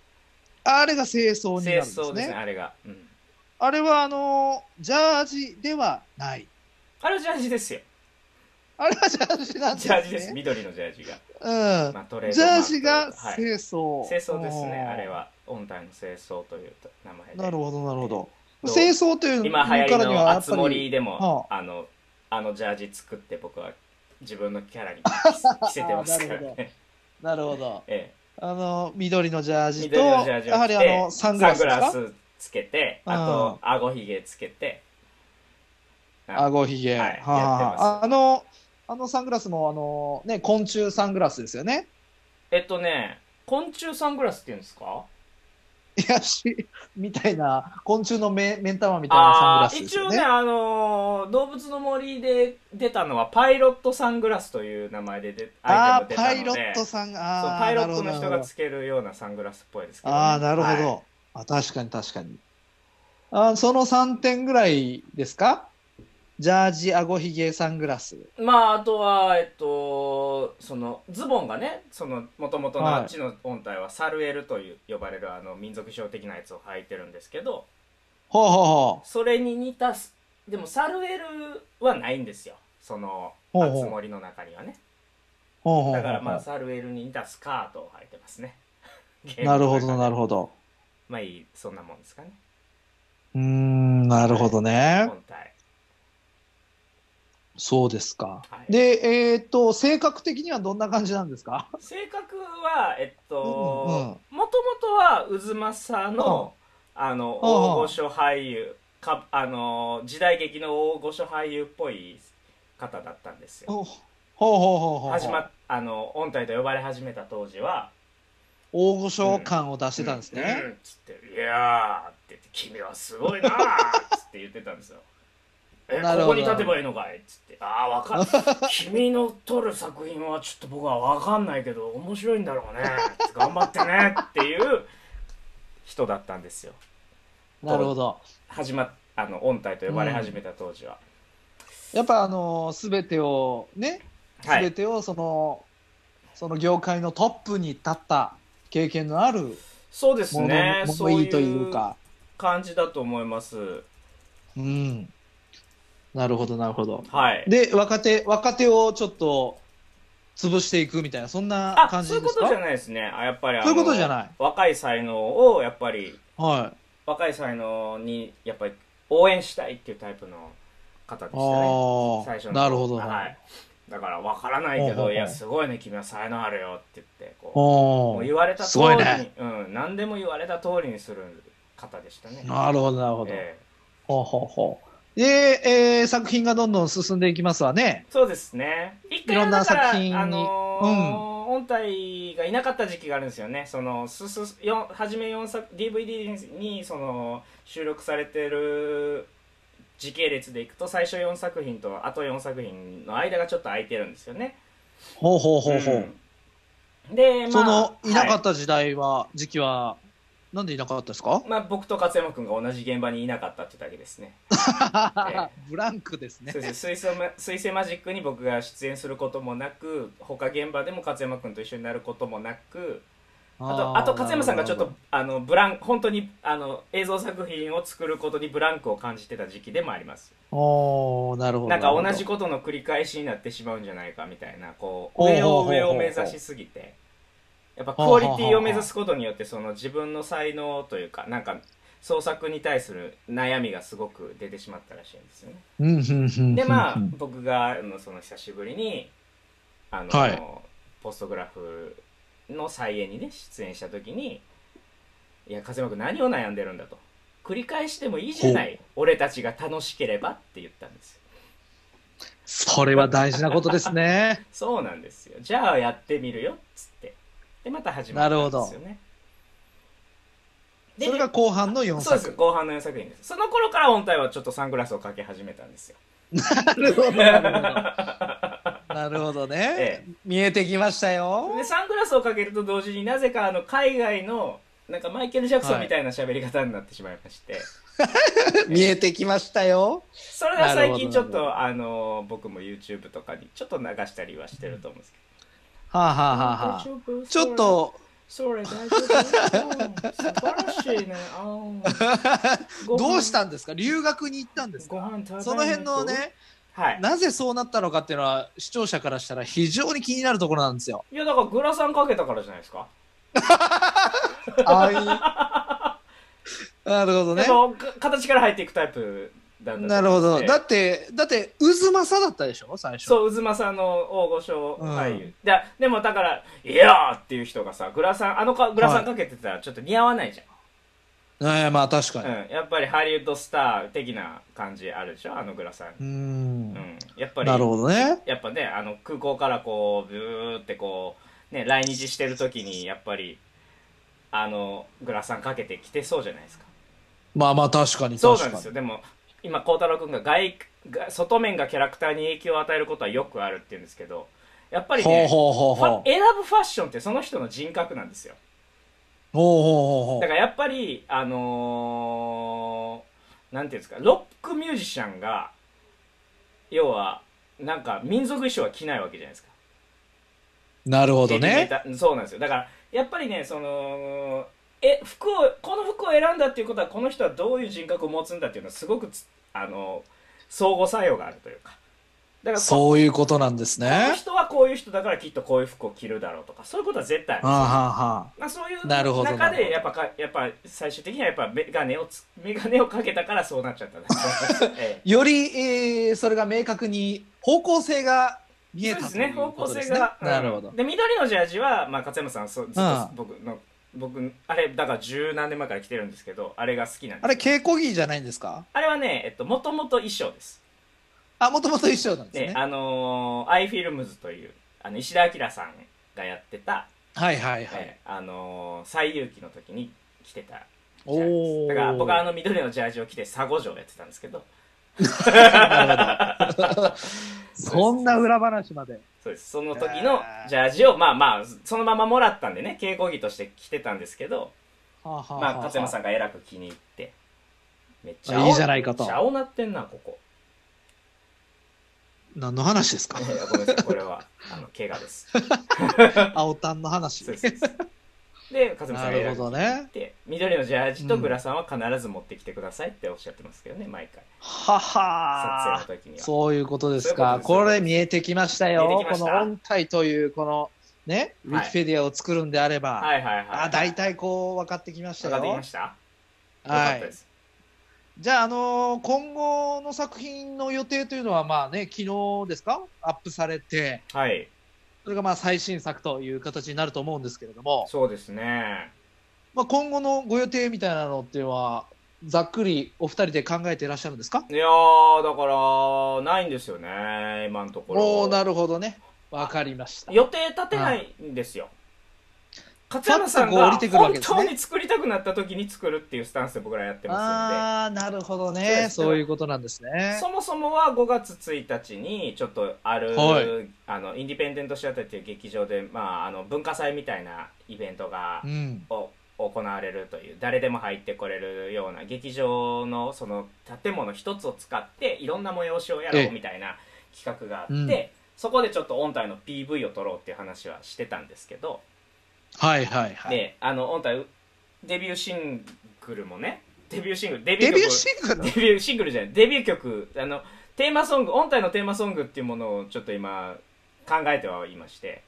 あれが清掃になるん清です掃ですねね。あれが、うん、あれは、あの、ジャージではない。あれはジャージですよあれはジャージなんですね。ジャージです緑のジャージが、うん。まあ、トレードジマャーークといジうかがはい清掃。清掃ですねうんあれ。は音体の清掃という名前でなるほど、なるほど。どう清掃というの今流行りのあつ森ではもあのあのジャージ作って僕は自分のキャラに 着せてますかならるほね、なるほど。えあの、緑のジャーえ、ジと、緑のジャージを着てやはりあの、サングラスですかつけてあと顎ひげつけてあ顎ひげ。ははいいやってますああの、あのサングラスも、あの、ね、昆虫サングラスですよね。 えっとね昆虫サングラスっていうんですかいやし、みたいな、昆虫の目、目ん玉みたいなサングあラあスです一よ応ね。ね、あのー動物の森で出たのはパイロットサングラスという名前ででアあイあ、テムパが出イたのロでットさん、そうああ、パイロットの人がなるほどつけるようなサングラスっぽいですけどね、ああ、なるほど。はいあ確かに確かに。あその3点ぐらいですかジャージ、あごひげ、サングラス。まああとはえっとそのズボンがねそのもともとのはいあっちの音体はサルエルという呼ばれるあの民族衣装的なやつを履いてるんですけどほうほうほそれに似たすでもサルエルはないんですよそのほうほう熱森の中にはねう。ほうほうほうほうだからまあサルエルに似たスカートを履いてますね なるほど、なるほどほど。まあいいそんなもんですかねうーん、なるほどね。音体そうですか。はいで、えっと、性格的にはどんな感じなんですか性格はえっうんうんともともとは渦政のあのうんうん大御所俳優かあのー時代劇の大御所俳優っぽい方だったんですよほうほうほうほうほう。始まあの音体と呼ばれ始めた当時は大御所感を出してたんですね。うんうんつって「いやー」って言って「君はすごいなー」つって言ってたんで すよ。えなるほどここに立てばいいのかいっつって「ああ分か る君の撮る作品はちょっと僕は分かんないけど面白いんだろうね頑張ってね」っていう人だったんですよなるほど。始まっあの音体と呼ばれ始めた当時は、やっぱあのー、すべてをね、すはいべてをその、その業界のトップに立った経験のあるそうですもの、ねもそのういいいといううか。感じだと思いますうん。なるほど、なるほど。はいで、若手、若手をちょっと潰していくみたいな、そんなあ感じそういでうこすとかじゃないですねあやっぱりあのそういうことじゃない若い才能をやっぱりはい。若い才能にやっぱり応援したいっていうタイプの方でしたね最初ああ、のなるほど。はい、だから分からないほけうほうほどう「いやすごいね君は才能あるよ」って言ってこうおもうー言われたす通ごりいに、ねうん、何でも言われた通りにする方でしたねなるほど、なるほど。ええほうほうほう。で、えー作品がどんどん進んでいきますわね。そうですね一回いろんなだから作品にあのー音体がいなかった時期があるんですよねそのすすよん初め4作 DVD にその収録されてる時系列でいくと最初4作品とあと4作品の間がちょっと空いてるんですよねほうほうほうほう。うんで、まあ、その、いなかはった時代は、時期は、なんでいなかったですかいまあ、僕と勝山君が同じ現場にいなかったってだけですねえ ブランクですねそう。です水星マ水星マジックに僕が出演することもなく他現場でも勝山君と一緒になることもなくあとーあと勝山さんがちょっなとるあのブラン本当にあの映像作品を作ることにブランクを感じてた時期でもありますほどおーなるほど。なんか同じなることの繰り返しになってしまうんじゃないかみたいなこうほう上ほうほうをほう上を目指しすぎてやっぱクオリティを目指すことによってその自分の才能というかなんか創作に対する悩みがすごく出てしまったらしいんですよねほどうん、うん、うんうん。でまあうん僕があのその久しぶりにあの、はいポストグラフの再演にね出演した時に「いや風間君何を悩んでるんだ」と「繰り返してもいいじゃない俺たちが楽しければ」って言ったんですよそれは大事なことですね。そうなんですよじゃあやってみるよっつってでまた始まったんですよねそれが後半の4そうです作。後半の4作品ですその頃から本体はちょっとサングラスをかけ始めたんですよ なるほ ど、なるほど。なるほどね。え見えてきましたよで。サングラスをかけると同時になぜかあの海外のなんかマイケル・ジャクソンみたいな喋り方になってしまいまして、見えてきましたよ。それが最近ちょっなるほとあの僕も YouTube とかにちょっと流したりはしてると思うんですけはあ、はあど、はあはあ、 YouTube ちょっと、それ大丈夫うん素晴らしいねう んどうしたんですか留学に行ったんですごか飯食べに行こうその辺のね、はいなぜそうなったのかっていうのは視聴者からしたら非常に気になるところなんですよ。いやだからグラサンかけたからじゃないですかなるほどやねっ。ぱか形から入っていくタイプだったなるほど。だだって、だって、渦政だったでしょ最初。そう、渦政の大御所うん俳優。だでもだから、いやーっていう人がさ、グラサン、あのかグラサンかけてたらちょっと似合わないじええまあ確かゃん。に。うん。やっぱりハリウッドスター的な感じあるでしょあのグラサン。うー。うんん。やっぱり、なるほどね。やっぱね、あの空港からこう、ブーってこう、ね、来日してる時に、やっぱり、あの、グラサンかけてきてそうじゃないですか。まあまあ確かにそう確なんかですよ。に。でも、今、孝太郎君が外、が外面がキャラクターに影響を与えることはよくあるって言うんですけど、やっぱりほねう、ほうほうファほう。選ぶファッションってその人の人格なんですよほうほうほうほだからやっぱりあのー、なんていうんですかロックミュージシャンが要はなんか民族衣装は着ないわけじゃないですかう。なるほどね。エレベーターそうなんですよだからやっぱりねそのえ服をこの服を選んだっていうことはこの人はどういう人格を持つんだっていうのはすごくつあの相互作用があるというかだからこそういうことなんですこの ね。人はこういう人だからきっとこういう服を着るだろうとかそういうことは絶対あるはあはあはあ。まあ、そういうなるほど中でなやるっぱかやっぱ最終的にはやっぱメガネをつメガネをかけたからそうなっ ちゃったんだええより、えーそれが明確に方向性が見えそうたですといねう方こ向と性が、うんなるほど。で緑のジャージは、まあ、勝山さんはそうずっとうん僕の僕あれだから十何年前から着てるんですけどあれが好きなんですあれ、稽古着じゃないんですかあれはねえっともともと衣装ですあ、もともと衣装なんですねね。あのー、アイフィルムズというあの石田明さんがやってた、はいはいはい。えーあのー、最遊記の時に着てたジャージおですお。だから僕はあの緑のジャージを着て佐護城やってたんですけど そんな裏話まで。そうですその時のあージャージをまあまあそのままもらったんでね稽古着として着てたんですけどはあはあまあ勝山さん。んがえらく気に入ってめっちゃあいいじゃないかとめっちゃ青なってんなここ何の話です かいやごめんなさいこれはあの怪我 です青タンの話そう。ですそうですで勝山さんがえならるく気ほどにね入って、緑のジャージとグラさんは必ず持ってきてくださいっておっしゃってますけどね毎回は撮は影の時にはそういうことですか。そういうことでこすれ見えてきましたよ。見えてきまこしたの音体という、このね、ウはいィキペディアを作るんであれば、はいはいはいあ大体こう分かってきました上がってきよま。したよかはったでい。すじゃあ、あのー今後の作品の予定というのは、まあね、昨日ですかアップされて、はいそれがまあ最新作という形になると思うんですけれども、そうですねまあ、今後のご予定みたいなのっていうのは、ざっくりお二人で考えていらっしゃるんですかいやーだからないんですよね今のところおおなるほどね。わかりました。予定立てないんですよ勝山さんパッとこう降がりてくるわ本けですね当に作りたくなった時に作るっていうスタンスで僕らやってまああ、なるほどそうでね。すよそういうことなんですすんでね。そもそもは5月1日にちょっとある、はいあのインディペンデントシアターっていう劇場で、まあ、あの文化祭みたいなイベントがうん。を行われるという誰でも入ってこれるような劇場のその建物一つを使っていろんな催しをやろええうみたいな企画があって、うんそこでちょっと音体の PV を撮ろうっていう話はしてたんですけど、はいはいはい。であの音体デビューシングルもねデビューシングルデビュデー曲ビューシングルデビューシングルじゃないデビュー曲あのテーマソング音体のテーマソングっていうものをちょっと今考えてはいまして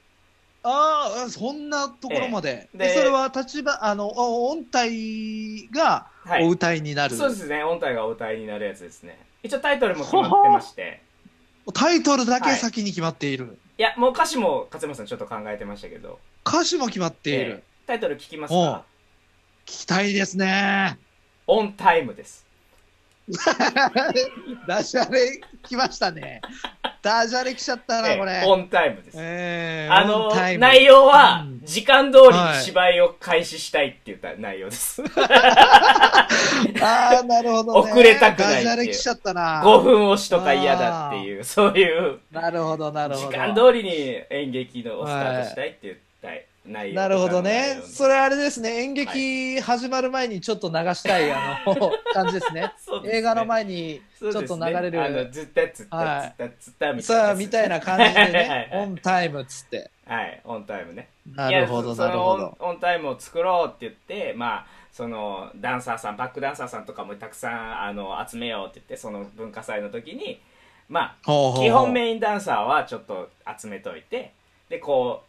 ああ、そんなところまで。えででそれは立場、あの、お音体がはいお歌いになる。そうですね音体がお歌いになるやつですね一応タイトルも決まってましてタイトルだけ先に決まっている。いやもう歌詞も勝山さんちょっと考えてましたけど歌詞も決まっている。ええタイトル聞きますおうか聞きたいですね。オンタイムですダジャレ来ました ね。ダジャレ来ちゃったえな、えこれ。オンタイムです、ええあのオンタイム内容はうん時間通りに芝居を開始したいって言った内容です、 ああ、なるほど、ね。遅れたくないっていうダジャレ来ちゃったな。 5分押しとか嫌だっていうそういうなるほど、なる時ほど。間通りに演劇のをスタートしたいって言った内容なるほどね。それあれですね。演は劇始まる前にちょっと流したい、あ の、感じですね。そうですね映画の前にちそうょっですとね流れあのる。ずったつっはたいつったつったみたいなさあ、やつみたいな感じでね。 はいオンタイムっつって。はいオンタイムねなるほど、いやなるほそのど。オンオンタイムを作ろうって言ってまあそのダンサーさんバックダンサーさんとかもたくさんあの集めようって言ってその文化祭の時にまほうほうあほう基本メインダンサーはちょっと集めといてでこう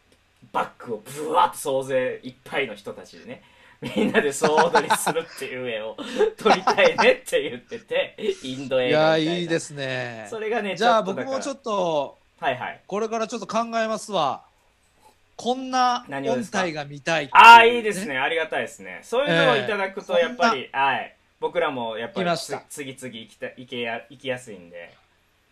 バックをブワッと総勢いっぱいの人たちでねみんなで総踊りするっていう絵を 撮りたいねって言っててインドい映や、画みたいないいですねそ。れがねじゃあ、ちょっと僕だからもちょっと、はいはいこれからちょっと考えますわ。こんな何をで音すか体が見たいってうああ、いいです。ね。ありがたいですね。そういうのをええいただくと、やっぱり、はい。僕らも、やっぱ来まりしたつ、次々行きた、行けや、行きやすいんで。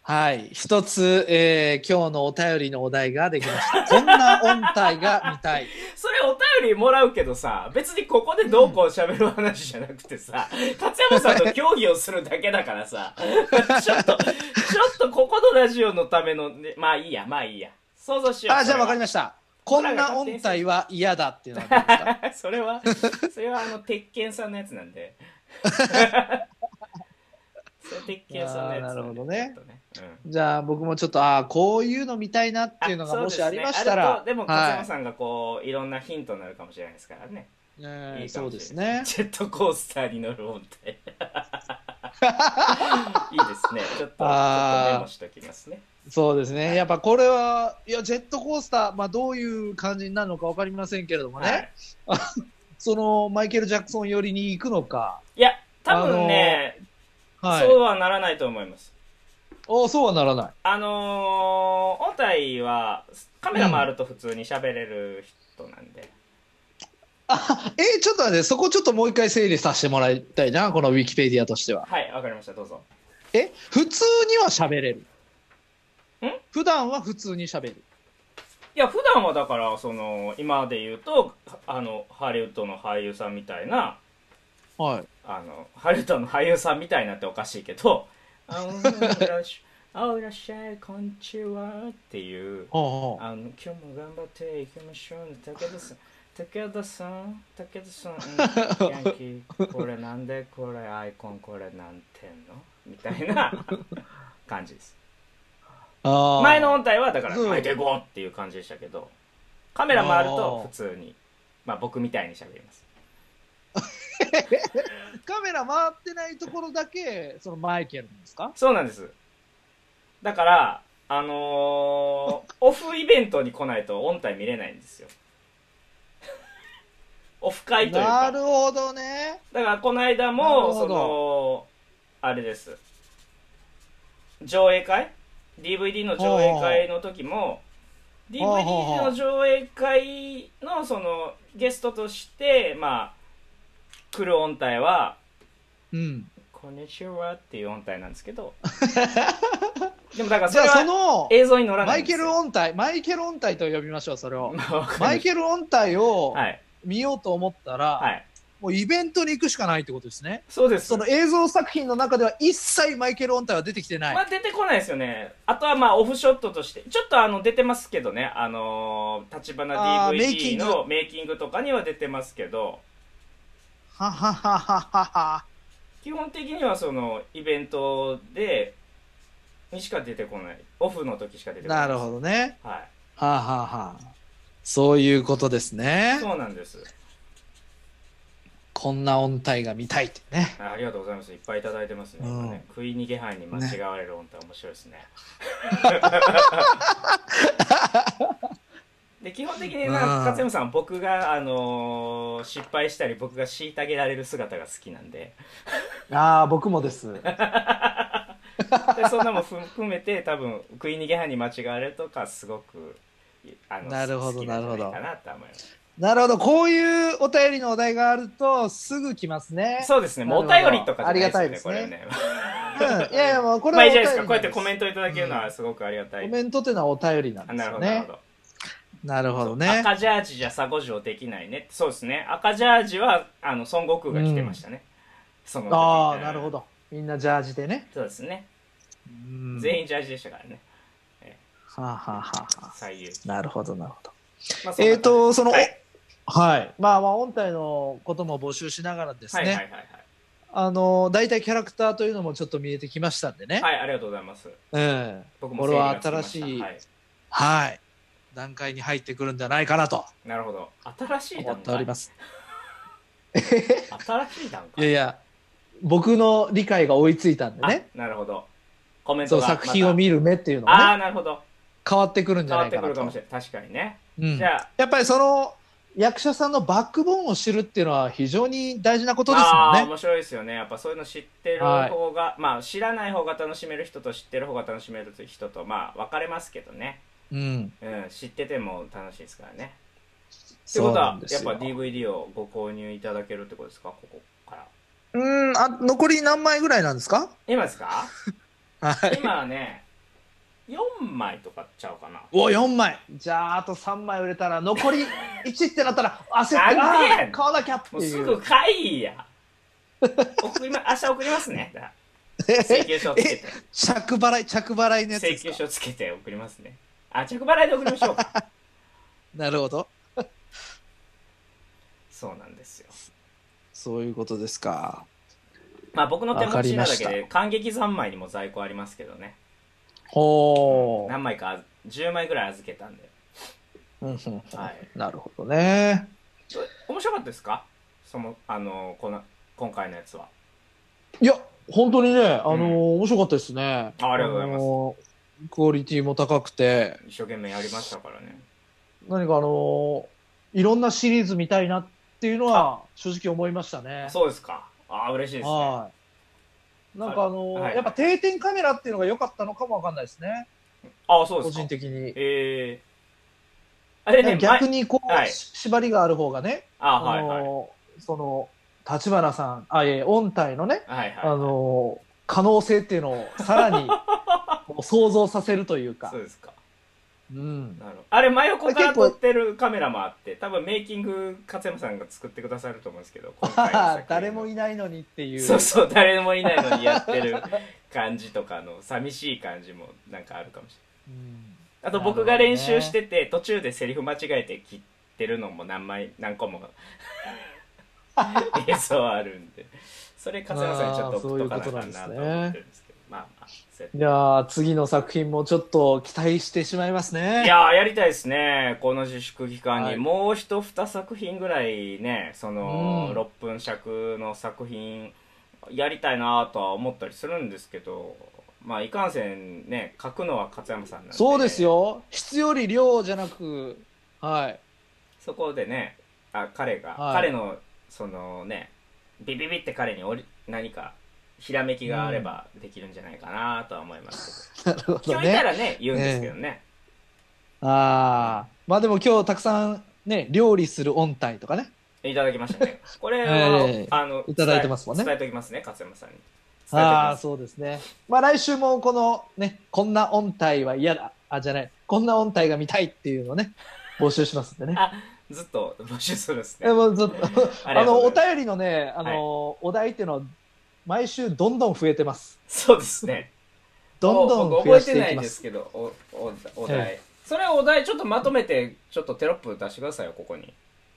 はい。一つ、えー、今日のお便りのお題ができま した。こんな音体が見たい。それお便りもらうけどさ、別にここでどうこう喋る話じゃなくて さ、勝山さんと協議をするだけだからさ、 ちょっと、ちょっとここのラジオのためのね、まあいいや、まあいいや。想像しよう。あ、じゃあわかりまました。こんな音体は嫌だっていうのはどうですかそれは、 それはあの、鉄拳さんのやつなんで。 それ鉄拳さんのやつんであーなるほどねちょっとねうんじゃあ僕もちょっと、ああ、こういうの見たいなっていうのがもしありましたあら。そうですねあるとでも勝山はさんがこう、い、ろんなヒントになるかもしれないですからね、い。ねいいかそもうしれないですね。ジェットコースターに乗る音程 いいですねちょっとちょっあーとメモしときますね そうですね。やっぱこれは、いや、ジェットコースター、まあどういう感じになるのかわかりませんけれどもね。はい、その、マイケル・ジャクソン寄りに行くのか。いや多分ね、はい。そうはならないと思いますおそうはならない。 あのー、音体はカメラ回ると普通に喋れる人なんで、あえ、ちょっと待って、そこちょっともう一回整理させてもらいたいな、このウィキペディアとしては。はいわかりましたどうぞえ、普通には喋れるん。普段は普通に喋る。いや普段はだからその今で言うとあのハリウッドの俳優さんみたいなはい。あのハリウッドの俳優さんみたいなっておかしいけ ど「あのいらっしゃいあいらっしゃいこんにちは」っていうおうおうあの今日も頑張っていきましょうね武田さん武田さん武田さ ん、うん、ヤンキーこれなんでこれアイコンこれなんてんのみたい な感じですあー前の音体はだから「うんはいでゴー!」っていう感じでしたけどカメラ回るあとー普通にまあ僕みたいに喋りますカメラ回ってないところだけ、そのマイケルなんですかそうなんですだから あのーオフイベントに来ないと音体見れないんですよ オフ会というなかるほどね。だからこの間なるもほどそのあれです上映会 DVD の上映会の時もほうほう DVD の上映会のそのゲストとしてまあ来る音体はうん。 「こんにちは」っていう音体なんです けどでもだからじそゃれあそはの、映像に乗らなマいイんですケルよ音体、マイケル音体と呼びましょう、それを。まあわかりまマイしたケル音体をはい見ようと思ったら、はいもうイベントに行くしかないってことですね。そうですその映像作品の中では一切マイケル音体は出てきてない。まあ出てこないですよね。あとはまあオフショットとして、ちょっとあの出てますけどね、あのー、立花あーメイキ DVD ングのメイキングとかには出てますけど、ははははは は。基本的にはそのイベントで、にしか出てこない。オフの時しか出てこな。ないるほ。どね。ははあ、はあはあ、そういうことですい。ね。そうなんです。こんな音体が見たいってね。あありがとうございます。いっぱいいただいてますね。うん今ね食い逃げ犯に間違われる音って面白い ですね。で基本的にうな、ん勝山さんは僕が、あのー失敗したり僕が虐げられる姿が好きなんでああ、僕もです。でそんなもんふ含めて多分食い逃げ犯に間違われるとかすごくあのなるほど好きんじゃいなるほどかなと思いますなるほど。こういうお便りのお題があると、すぐ来ますね。そうですねもうおなるほ便どりとかじゃないですあよりねがこたいですれねうんいやいや、もうこれまあはいおいじ便ゃりななんでいですかすこうやってコメントいただけるのはすごくありがたい、コメントってのはお便りなんあですなるよほどなねるほ。どなるほどね。赤ジャージじゃ佐護城できないねそうですね赤ジャージはあの孫悟空が着てましたね、その時ああ、なるほど。みんなジャージでね。そうですね、うん全員ジャージでしたからねはあ、はあはあは最優、あ、なるほど、なるほど。まあそんな感じえっ、と、その、はいはい。まあまあ、音体のことも募集しながらですね、はいはいはいはいあの、大体キャラクターというのもちょっと見えてきましたんでね。はいありがとうございますうん。僕もこれは整理がつきま新しいたはいはい。段階に入ってくるんじゃないかなとなるほど新しい思段っており階ます。新しい段いや階いや、僕の理解が追いついたんでね。あなるほどコメンそトう、が作品を見る目っていうのまたあがあね、なるほど変わってくるんじ変ゃわなっいてかくなるかともし。れない確かにね、うんじゃあやっぱりその役者さんのバックボーンを知るっていうのは非常に大事なことですもんああーね。面白いですよねやっぱそういうの知ってる方が、まあ知らない方が楽しめる人と知ってる方が楽しめる人とまあ分かれますけどね、うん。うん、知ってても楽しいですからねってそこうとなはんですやっよぱ DVD をご購入いただけるってことですかここからうん、あ、残り何枚ぐらいなんですか今ですかはい。今はね4枚とかちゃうかなお、4枚。じゃあ、あと3枚売れたら、残り1ってなった ら、焦って、なんでやねんあー買わなきゃってもうすいぐう。買いや 送り、ま、明日送りますねだから請求書をつけて着払い、着払いのやつで請す求か。書をつけて送りますねあ着払いで送りましょう かなるほど。そうなんですよそういうことですか。まあ僕の手わか持りちまなだしけたで感激3枚にも在庫ありますけどねほー何枚か10枚ぐらい預けたんで、うん うんうんはい、なるほどね。面白かったですかそのあのこの今回のやつはいや、本当にね、あのーうん面白かったですね。あありがとうございますます。クオリティも高くて、一生懸命やりましたからね何かあのーいろんなシリーズ見たいなっていうのは、正直思いましたね。そうですかああ嬉しいですねはい。なんかあのーはいやっぱ定点カメラっていうのが良かったのかもわかんないですね。ああそうで個すか人的に。えあれね、逆前。にこう、はいし縛りがある方がね、あ、あのはいはい。その、立花さん、あ、え、音体のね、はいはい。あの可能性っていうのをさら にこう想像させるというかそう、ですか。うん、なるほどあれ、真横から結構撮ってるカメラもあって、多分メイキング、勝山さんが作ってくださると思うんですけど、今回の作 品誰もいないのにっていうそうそう、誰もいないのにやってる感じとかの、寂しい感じもなんかあるかもしれない。うんあと僕が練習してて、途中でセリフ間違えて切ってるのも何枚、何個も映像あるんで、それ勝山さんにちょっと送っとかなあかんなと思ってるんですけど、まあまあ、そうやっていやー次の作品もちょっと期待してしまいますねいやーやりたいですね、この自粛期間に、はいもう一2作品ぐらいね、その、うん6分尺の作品、やりたいなとは思ったりするんですけど、まあ、いかんせんね、書くのは勝山さんなんで、そうです。よ質より量じゃなくはいそこでね、あ彼が、はい彼の、そのね、ビビビって彼におり何か、ひらめきがあればできるんじゃないかなとは思いますなるほけど、ど聞いたねらね、言うんですけどね。ああまあでも今日たくさんね料理する音体とかねいただきました ね。これは、ええあの、いただいてますもんね伝え伝えときますね、勝山さんに。伝えときああまーす。そうですねまあ来週もこのねこんな音体は嫌だあじゃないこんな音体が見たいっていうのをね募集しますんでねあずっと募集するんですねえ。もうずっと あありがとのうごおざ便りのねあの、はいお題っていうのは毎週どんどん増えてますそうですね。どんどおん僕増やし覚えてなていきいまですすけど、お、お、お題。えそれお題ちょっとまとめて、ちょっとテロップ出してくださいよ、ここに。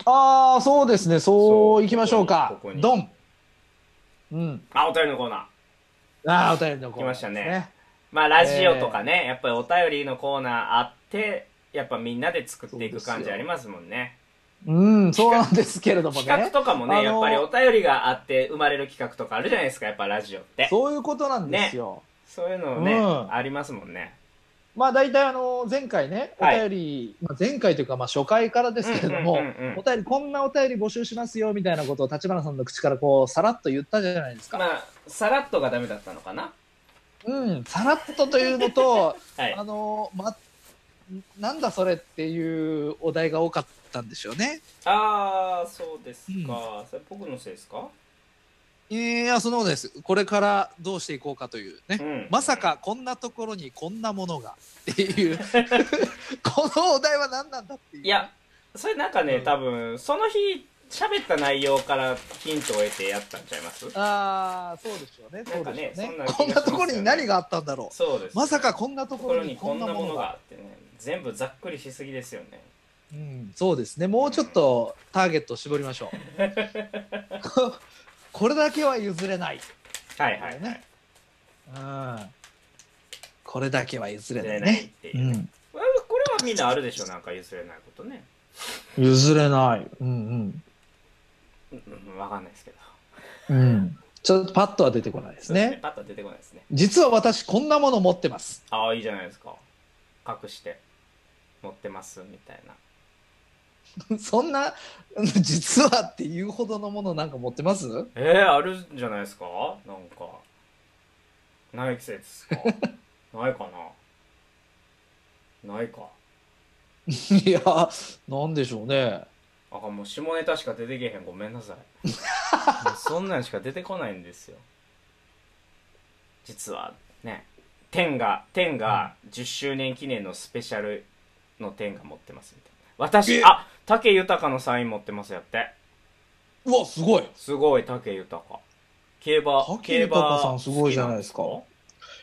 ああそうですねそそうういきましょうかここにドンうんあ、お便りのコーナー。ああお便りのコーナー来ましたねまあ、ラジオとかね、やっぱりお便りのコーナーあって、やっぱみんなで作っていく感じありますもんね。うんそうなんですけれども企画ねとかもね、あのーやっぱりお便りがあって生まれる企画とかあるじゃないですか、やっぱラジオって。そういうことなんですよ、そういうのね、うんありますもんね。まあ大体あの前回ねおはい便り、まあ、前回というかまあ初回からですけれども、うんうんうんうんお便りこんなお便り募集しますよみたいなことを立花さんの口からこうさらっと言ったじゃないですか、まあ、さらっとがダメだったのかな。うんさらっとというのと はいあ。のま、なんだそれっていうお題が多かったんでしょうね。ああ、そうですか。それ僕のせいですかいや、そのです。これからどうしていこうかというね。んまさ。かこんなところにこんなものがっていう このお題は何なんだっていういや、それなんかね、うん多分、その日、喋った内容からヒントを得てやったんちゃいますああそうでしょうねなそんうかでしょねうねそこんんな気がしますよねなところに何があったんだろそうです。うまさかとこんなとこころろににここんんななももののがあが、ってね、全部ざっくりしすぎですよね。うん、そうですねもうちょっとターゲットを絞りましょう ここれだけは譲れないはいはい、はい。ねうんこれだけは譲れ譲なれいないっね。ていうう。ん、これはこれはみんなあるでしょ、なんか譲れないことね。譲れない。うんうんうん、わかんないですけど。うん。うん。ちょっとパッとは出てこないですそうですね。パッと出てこないですね。実は私こんなもの持ってます。 ああ、いいじゃないですか。隠して、持ってます、みたいな。そんな、うん実はっていうほどのものなんか持ってますえー、あるんじゃないですかなんかない季節です かないかなないかいや、なんでしょうね。あかんもう下ネタしか出てけへんごめんなさ いもうそんなんしか出てこないんですよ実はね天が天が10周年記念のスペシャルの天が持ってますみたいな私えあ武豊のサイン持ってますやってうわ、すごい。すごい武豊競馬武競馬豊さんすごいじゃないですか好きなん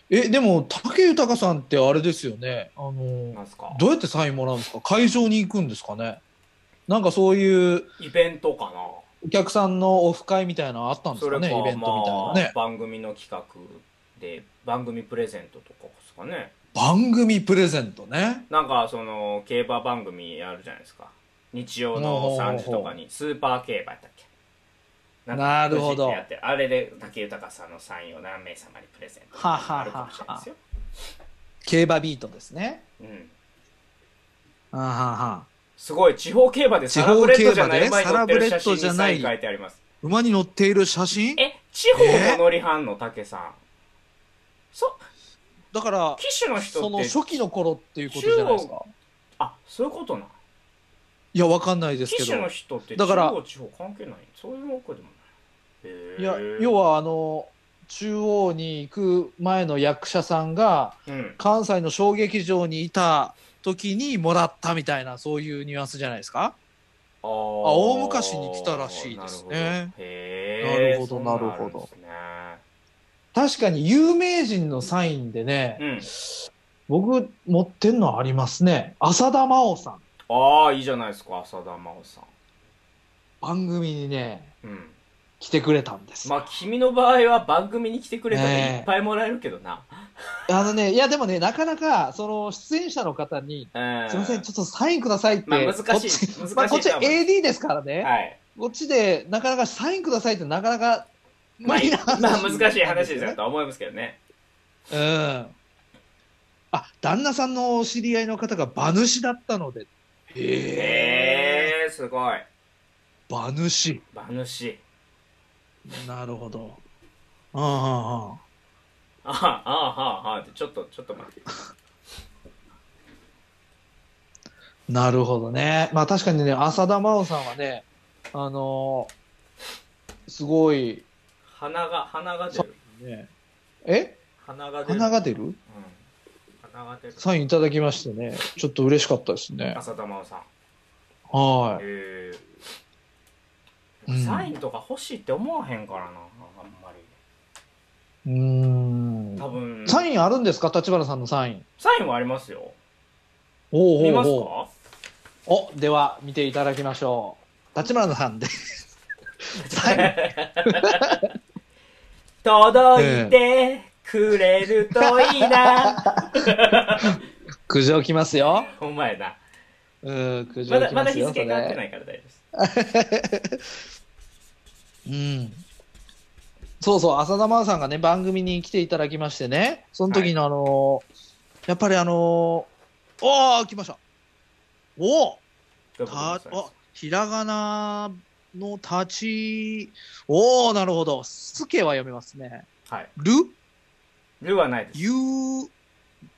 え、でも、武豊さんってあれですよね。あのなんですかどうやってサインもらうんですか会場に行くんですかねなんかそういうイベントかなお客さんのオフ会みたいなのあったんですそかれねかイベントみたいなね。まあ、番組の企画で番組プレゼントとかですかね番組プレゼントね。なんかその競馬番組あるじゃないですか日曜のおー3時とかにスーパー競馬やったっけんかなるほどフジってやってるあれで武豊さんのサインを何名様にプレゼントははははあるかもしれないですよ、競馬ビートですね。うん、あーはーはーすごい地方競馬でサラブレッドじゃな地い方馬に競乗馬ってでるねサラブレ写真にサイッドンじゃ書ないいてあります馬に乗っている写真え地方の乗り班の武さん、そだから騎手の人そのって初期の頃っていうことじゃないですかあそういうことないや、わかんないですけ記者のど。人ってだ地から方地方関係ないそういうわけでもないへーいや、要は、あの、中央に行く前の役者さんが、うん関西の小劇場にいた時にもらったみたいな、そういうニュアンスじゃないですか。あ大大昔に来たらしいですねへえなるほどなるほどな確かに有名人のサインでね、るほど僕持ってんのありますね。浅田真央さん。うんああいいじゃないですか浅田真央さん番組にね、うん来てくれたんです。まあ君の場合は番組に来てくれたらねえいっぱいもらえるけどな、あのね、いやでもね、なかなか、その、出演者の方に、うんすいません、ちょっとサインくださいって。まあ難しいこっち難しいまあこっち多分 AD ですからね。はいこっちで、なかなかサインくださいって、なかなか、まあ無理な話まあ難しい話ですよとは思いますけどねうん。あ、旦那さんのお知り合いの方が馬主だったので。え。へえすごい馬主。馬主なるほど。うんうんうん。ああああああってちょっとちょっと待ってなるほどね。まあ確かにね、浅田真央さんはね、あのーすごい、鼻が鼻が出るね、え鼻が出る鼻が出るうん、鼻が出るサインいただきましてね、ちょっと嬉しかったですね。浅田真央さんはうえーんサインとか欲しいって思わへんからなあんまりい。うー多ん。分サンインあるんですか立花さんのサイン。サインはありますよおう見おうますおうかお、では見ていただきましょう。立花さん で。サイン。届いてくれるといいな。苦情きますよ。お前な。うん、苦ま情だ、きままだす日よ。付変わってそなれいから大丈夫です。うん。そうそう、浅田真央さんがね、番組に来ていただきましてね、その時のあのーやっぱりあのー、おー、来ました。おーどうぞたどうおぞひらがなの立ち、おー、なるほど。すけは読めますね。はい。る、ルはないです。ゆう、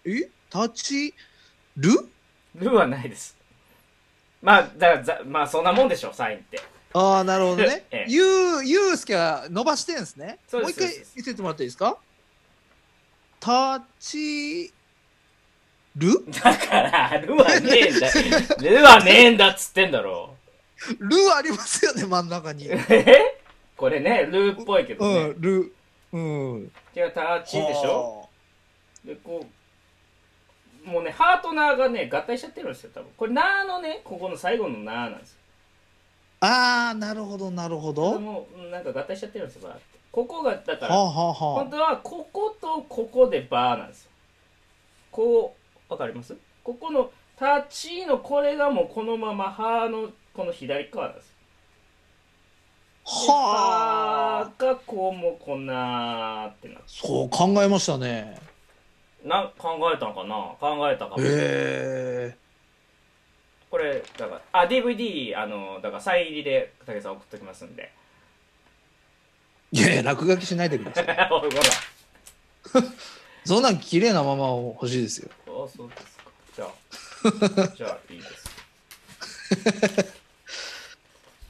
え立ち、るルはないです。まあ、だからざ、まあ、そんなもんでしょう、サインって。あー、なるほどね ええ。ゆう、ゆうすけは伸ばしてんですね。そうですもう一そう回です見せてもらっていいですか立ち、 るだから、ルはねえ んだ。ルはねえんだっつってんだろるありますよね、真ん中に。う。え これね、ルっぽいけどうね。ん、る。うん。違う、タッチでしょで、こう、もうね、ハートナーがね、合体しちゃってるんですよ、多分。これ、ナーのね、ここの最後のナーなんですよ。あー、なるほど、なるほど。はもうなんか合体しちゃってるんですよバーってここがだかあ、らはあ、は本当はこことここでバーなんですよこうわかりますここのタッチのこれがもうこのままハーのこの左側なんですよあ。ではあ。ハーがこうもうこんなーってなってそう考えましたね。な考えたんかな考えたかもへえ。これだからあ DVD あのだから再入りで武さん送っときますんでいやいや、落書きしないでください。お いほらそんなん綺麗なままを欲しいですよ。あそうですかじゃ あじゃあいいです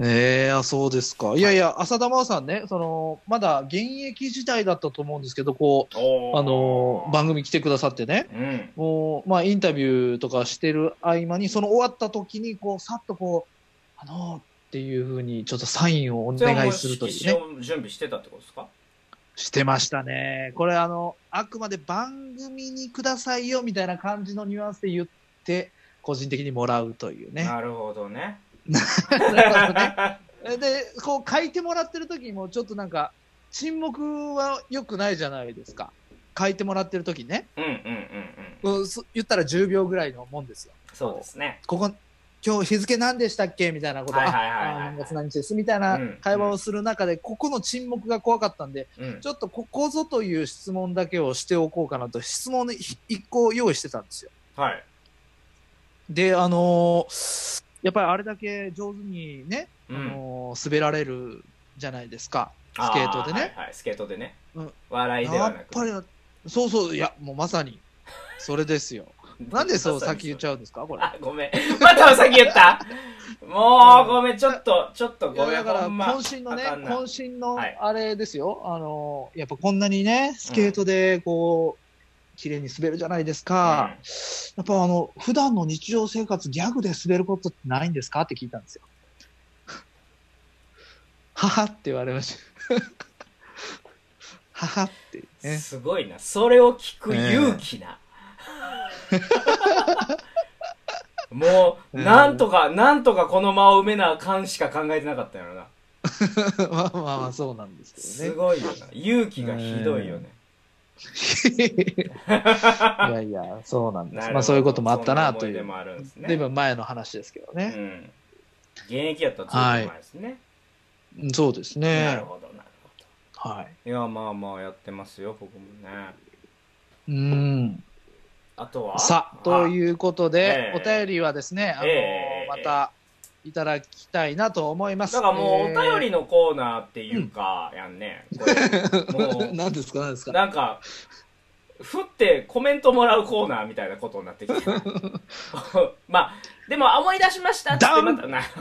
ええあ、そうですか。いやいや、浅田真央さんね、その、まだ現役時代だったと思うんですけど、こう、ああのー番組来てくださってね、うんもう、まあ、インタビューとかしてる合間に、その終わった時に、こう、さっとこう、あのーっていうふうに、ちょっとサインをおそれはも願いするというね。色紙を準備してたってことですかしてましたね。これ、あの、あくまで番組にくださいよ、みたいな感じのニュアンスで言って、個人的にもらうというね。なるほどね。なるほどねえで、こう書いてもらってる時にも、ちょっとなんか、沈黙は良くないじゃないですか。書いてもらってる時ね。 うんうんうんうん。うん、そ言ったら10秒ぐらいのもんですよ。そうですね。ここ、今日日付何でしたっけみたいなこと、はいあはいはいはいあ何月何日ですみたいなうん会話をする中で、ここの沈黙が怖かったんで、うんち。ょっとここぞという質問だけをしておこうかなと、質問を1個用意してたんですよ。はい。で、あのーやっぱりあれだけ上手にね、うあん。のー滑られるじゃないですか、スケートでねあ。はいはい、スケートでねうん。笑いでやはっなく。ぱりな、そうそう、いや、もうまさに、 それですよ。なんでそう先言っちゃうゃうんですか、これ。あ、ごめん。またお先言ったもう、ごめん、ちょっと、ちょっといごやめだん、からほんま。渾身のね、あかんな渾身のはいあれですよ、あのやっぱこんなにね、スケートでこう、綺麗に滑るじゃないですか、やっぱあの普段の日常生活、ギャグで滑ることってないんですかって聞いたんですよ。 ははって言われました。 ははって、うんね、すごいな。それを聞く勇気な。もう、ええなんとか、なんとかこの間を埋めなあかんしか考えてなかったんやろな。 まあまあまあ、そうなんですけどすね。ごいよな。勇気がひどいよね。 いやいや、そうなんでなす。るほどまあそういうこともあったなといそんな思い出う。もあるんですね。ずいぶん前の話ですけどうね。ん。現役やったらずっと前ですね。うんそうですなるね。ほど、なるほど。はいや、まあまあやってますよ、僕もね。い。うん。あとはさあ、ということで、ええお便りはですね、あのええまたいただきたいなと思います。だからもうおえ便りのコーナーっていうか、やんね。これもー 何ですか、何ですう、か。なんか、振ってコメントもらうコーナーみたいなことになっ てきて。まあ、でも思い出しましたっつってまたな。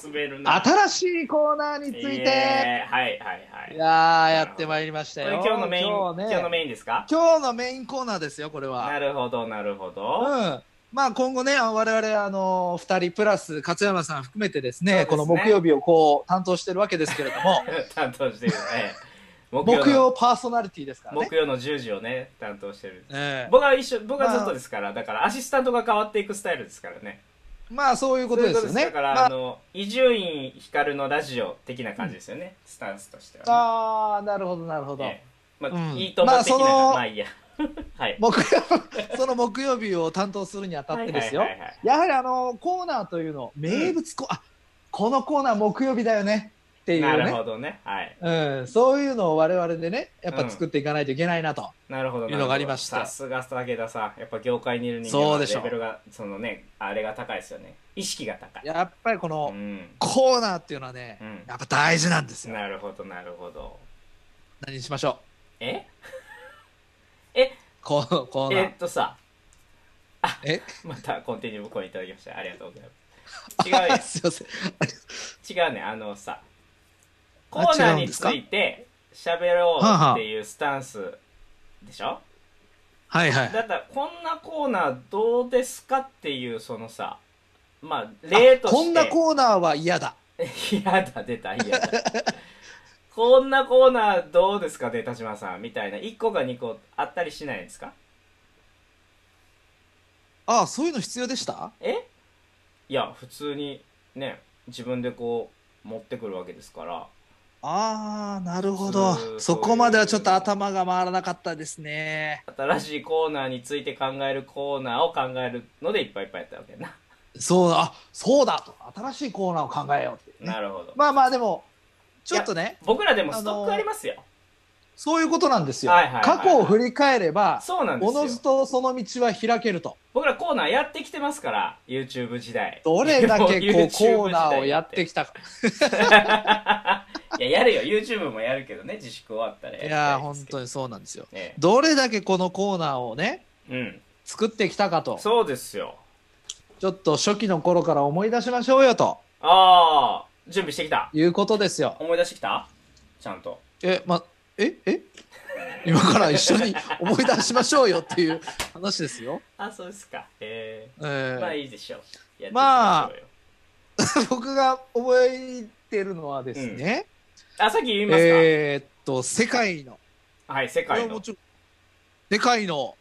進めるな。新しいコーナーについえて、ーはいはいはいい。やー、やってまいりましこたれよ。今日のメイン、今今日,、日のメインですか今日のメインコーナーですよ、これは。なるほど、なるほど。うん。まあ今後ね、あ我々、あの、二人プラス勝山さん含めてですね、そうですねこの木曜日をこう担当してるわけですけれども、 担当してるね。 木木曜曜パーソナリティですからの、ね木。曜の10時をね、担当してる。ええ僕は一緒僕はずっとですから、だからアシスタントが変わっていくスタイルですからねまあそういうことですよそういうねこ。とだから、まああの伊集院光のラジオ的な感じですよね、スタンスとしては、ね、あー、なるほど、なるほど。ええまあ、うんいいと思う的まな、あそのまあいいや はい木曜、 その木曜日を担当するにあたってですよはい。はいはいやはりあの、コーナーというの、名物コ、あ、このコーナー木曜日だよねっていうはいなるね。ほどねはいうん、そういうのを我々でね、やっぱ作っていかないといけないなと。なるほどいうのがありましたなるほどさすが武田さんやっぱ業界にいる人そ間うはでしょレベルがそのねあれが高いですよね意識が高いやっぱりこのうん、コーナーっていうのはね、うん、やっぱ大事なんですよ。なるほどなるほど何にしましょえう。コーコーナえーーっ。とさあえまたコンティニュー向こういただきましたありがとうございます違うやん すいません。違うねあのさコあーナー違うんにですつかいて喋ろはあはあうっていうスタンスでしょはいはだい。ったらこんなコーナーどうですかっていうそのさまあ例としてこんなコーナーは嫌だ。 いやだ出たいやだこんなコーナーどうですかね田島さんみたいな1個か2個あったりしないですかああ、そういうの必要でしたえいや普通にね自分でこう持ってくるわけですからああ、なるほそうそういど。うそこまではちょっと頭が回らなかったですね。新しいコーナーについて考えるコーナーを考えるのでいっぱいいっぱいやったわけやなそうだ、あそうだと。新しいコーナーを考えようって、ね。なるほどまあまあ、でも、ちょっとね、僕らでもストックありますよ、そういうことなんですよ。はいはいはい過去を振り返れば、そうなんでおのすずよとその道は開けると。僕らコーナーやってきてますから YouTube 時代どれだけこ YouTube うコーナーをやって時きたか。代っていややるよ YouTube もやるけどね自粛終わったらいやー、りた本ですけど当にそうなんですよ。えどれだけこのコーナーをね、えうん作ってきたかと、そうですよちょっと初期の頃から思い出しましょうよとああ準備してきたいうことですよ。思い出してきたちゃんとえ、ま、え、え 今から一緒に思い出しましょうよっていう話ですよ。あそうですかえええーまあいいでしょうやっていきまあましょうよ、僕が覚えてるのはですね、あさっき言いますか、えーっと、世界の、はい世界これはものちろん世界の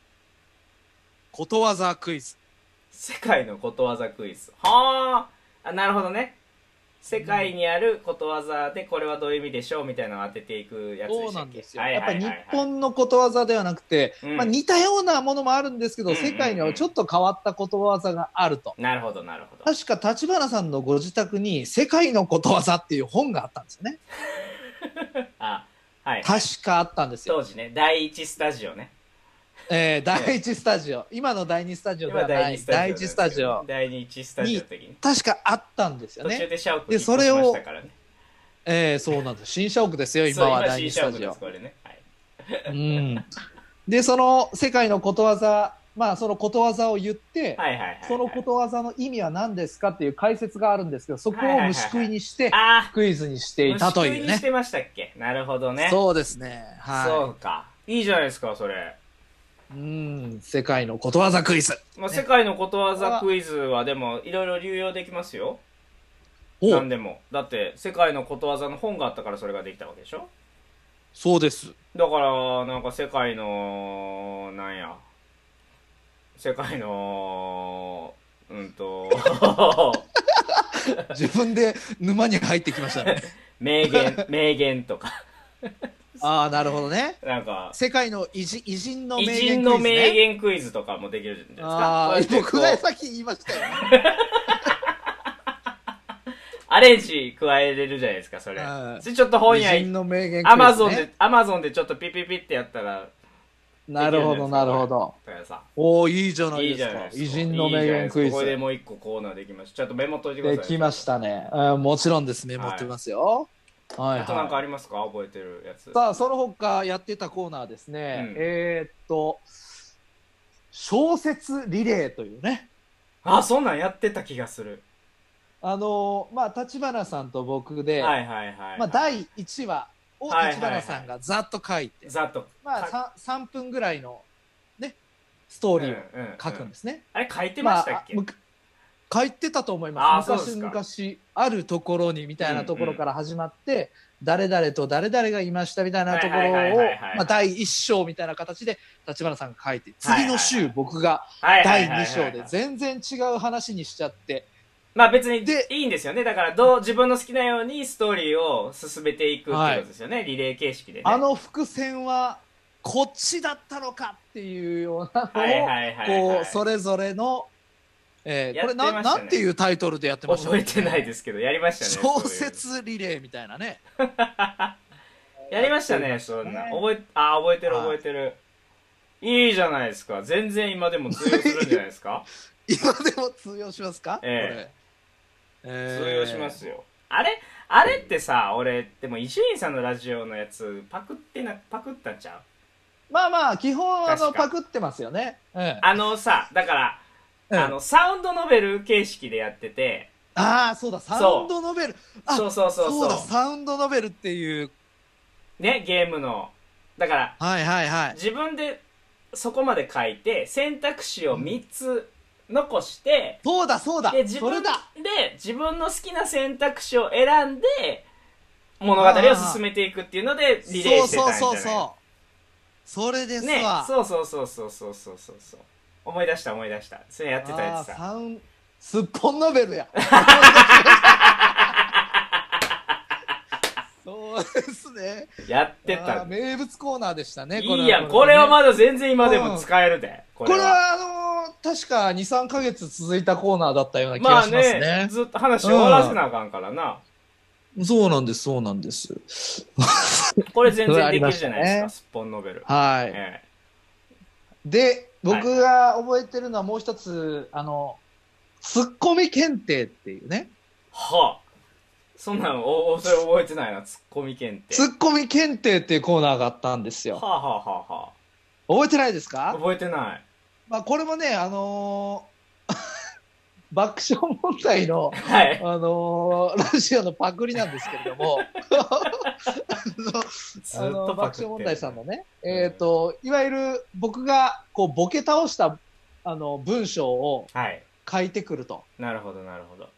ことわざクイズ。世界のことわざクイズはーあなるほどね世界にあることわざでこれはどういう意味でしょうみたいなのを当てていくやつそうしたなっんけですよ。はいやっはぱいはい日はい本のことわざではなくて、うんまあ似たようなものもあるんですけど、うんうんうん世界にはちょっと変わったことわざがあると。なるほどなるほど確か立花さんのご自宅に「世界のことわざ」っていう本があったんですよね。あはい確かあったんですよ。当時ね第一スタジオねえー第一スタジオ。今の第二スタジオでは今な第二い。スタジオ第一スタジオ。第二スタジオの時に確かあったんですよ途中ね。で社屋でにしましたからねえーそうなんです。新社屋ですよ、そ今うは今第新二ス社タ屋ジでオす。これねはいうん。で、その世界のことわざまあそのことわざを言って、はいはいはいはい。そのことわざの意味は何ですかっていう解説があるんですけど、そこを虫食いにして、ああ、クイズにしていた虫と食いいうにしね。てましたっけなるほどね。そうですね。はそうか。いいじゃないですか、それ。い。うん、世界のことわざクイズ。まあ、ね世界のことわざクイズはでも、いろいろ流用できますよ。お何でも。だって、世界のことわざの本があったからそれができたわけでしょそうです。だから、なんか世界の、なんや。世界の、うんと、 自分で沼に入ってきました ね。名言、名言とか。ああ、なるほどね。なんか、世界の偉人偉人の名偉言クイズ、ね。人の名言クイズとかもできるじあゃないあですか。こうや僕がってこうさっき言いましたよ、ね。アレンジ加えれるじゃないですか、それう。んそれちょっと本屋偉人行のっ名言クイズ、ね。アマゾンで、アマゾンでちょっとピピピってやったら、なるほど、なるほど。だからさ、おおいいじゃないいいでじすゃないかで。すか。偉人の名言クイいいじゃないですかこズ。こでもう一個コーナーできました。ちょっとメモ取ってくだでさい。きましたね。あーもちろんですね。持ってますよ。はい、あとなんかはありますか覚えてるやつ。い。さあ、その他やってたコーナーですね。うんえーっと、小説リレーというね。あ、そんなんやってた気がする。あのーまあ、立花さんと僕で、はいはいはい。まあ、第1話をはいはいはい立花さんがざっと書いて、ざっと。まあ、さん 3, 分ぐらいの、ね、ストーリーをうんうんうん書くんですね。あれ書いてましたっけまああむか書いてたと思いあーます。そう昔ですか昔あるところにみたいなところから始まって、誰々と誰々がいましたみたいなとこはいはいろをはいはいはい、まあ、第一章みたいな形で立花さんが書いて、はいはい次の週僕がはいはい第はいはい二章で全然違う話にしちゃって、まあ別にでいいんですよね。だからどう自分の好きなようにストーリーを進めていくっていうことですよね。リレー形式でね。あの伏線はこっちだったのかっていうようなはいはいのはいはい、を、こう、それぞれの、えーこれやってな、ましたねなんていうタイトルでやってました覚えてないですけど、やりましたね。小そういう説リレーみたいなね。やりましたね、そんな。ね覚え、あー、覚えてるはい覚えてる。いいじゃないですか。全然今でも通用するんじゃないで すか。今でも通用しますか、えこれ、えー通用しますよ。あれあれってさ、俺、でも伊集院さんのラジオのやつ、パクってな、パクったんちゃうまあまあ基本あの確かパクってますよね、うんあのさ、だから、うんあの、サウンドノベル形式でやってて、ああそうだサウンドノベルあそうそうそうそうそだう。サウンドノベルっていうね、ゲームの。だから、はいはいはい自分でそこまで書いて、選択肢を3つ残して、そうだそうだで自そ分れでだ自分の好きな選択肢を選んで物語を進めていくっていうのでリレーしてたんじゃないそうそうそうそうそれですねわ、そうそうそうそうそうそうそうそう思い出した思い出したそれやってたやあーつさサウンすっぽんノベル やそうですねやってあーた名物コーナーでしたねいいやんこれはまだ全然今でも使えるでここれはあのー確か23か月続いたコーナーだったような気まがあしますね,、ねずっと話終わらせなあかんからなそうなんですそうなんですこれ全然できるじゃないですそれありかますっぽんノベルはい、えで僕が覚えてるのはもう一つあのツッコミ検定っていうねえはあそんなんおおそれ覚えてないなツッコミ検定ツッコミ検定っていうコーナーがあったんですはよあはあはあは覚えてないですか、あ覚えてないまあ、これもねあのー 爆笑問題のはい。あのーラジオのパクリなんですけれどもあのずっあのと爆パクって笑問題さんのね、んえっ、と、いわゆる僕がこうボケ倒したあの文章をはい。書いてくると、なるほど、なるほど。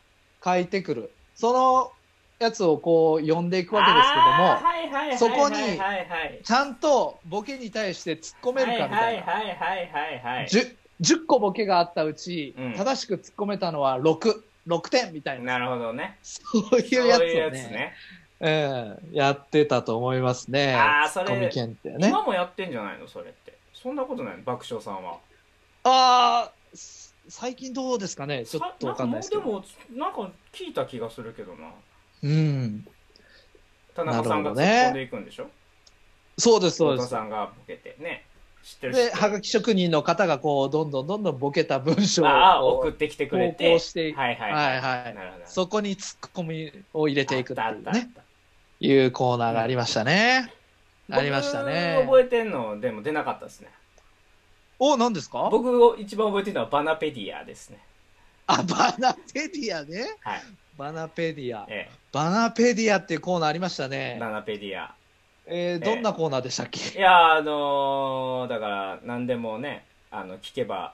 書いてくる、そのやつをこう読んでいくわけですけあーども、はいはいはいはいはいはいそこにはいはいちゃんとボケに対して突っ込めるかみたいな。はいはいはいはいはい。じゅ 10, 個ボケがあったうち、うん正しく突っ込めたのは6、6点みたいな、なるほどね。そういそううやつをいうやねつね。うんやってたと思いますね。あーそれツッコミ検定ね。今もやってんじゃないのそれって。そんなことないの爆笑さんは。ああ、す最近どうですかねちょっとわかんないですけど。あもうでも、なんか聞いた気がするけどな。うん。田中さんなるほが突どっね込んでいくんでしょそうです、そうで太田す。さんがボケて。ね。知ってる知っで、てはる。がき職人の方がこう、どんどんどんどんボケた文章をああ、こ送うってきてくれて。投稿してはいはいはいはいなるほど。そこにツッコミを入れていくってあいっうたあったあねっ、たいうコーナーがありましたね。ありましたね僕覚えてんの、でも出なかったですね。お、何ですか僕を一番覚えてるのはバナペディアですね。あ、バナペディアね。はい。バナペディア。えバナペディアっていうコーナーありましたえ、ね。ナナペディア。えー、どんなコーナーでしたっけ、いやー、あのー、だから、何でもね、あの、聞けば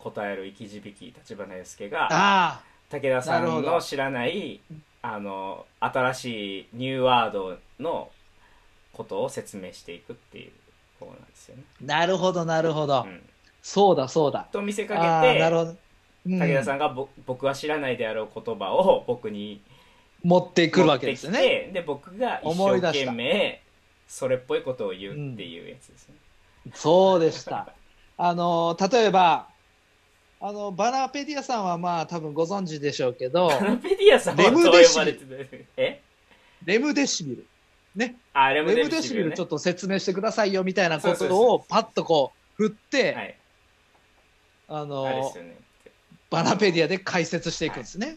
答える生き字引き、立花祐介が、ああ、武田さなるほんどの知らない、あの、新しいニューワードのことを説明していくっていう方なんですよね。なるほど、なるほど。うん。そうだ、そうだ。と見せかあけーて、なるほど。うん武田さんがぼ僕は知らないであろう言葉を僕に持ってくる持わっけてできすて、よね。で僕が一思い生出した懸命それっぽいことを言うっていうやつですね、そうでした。あの、例えば、あの、バナペディアさんはまあ多分ご存知でしょうけ ど、カナペディアさんはレどうム呼デシばビれルてるえレムデシビル。ね。あレレムムデデシシビビル、ルね、ちょっと説明してくださいよみたいなこそうそうとそうをパッとこう振って、はいああれでのす、よねバナペディアで解説していくんですね。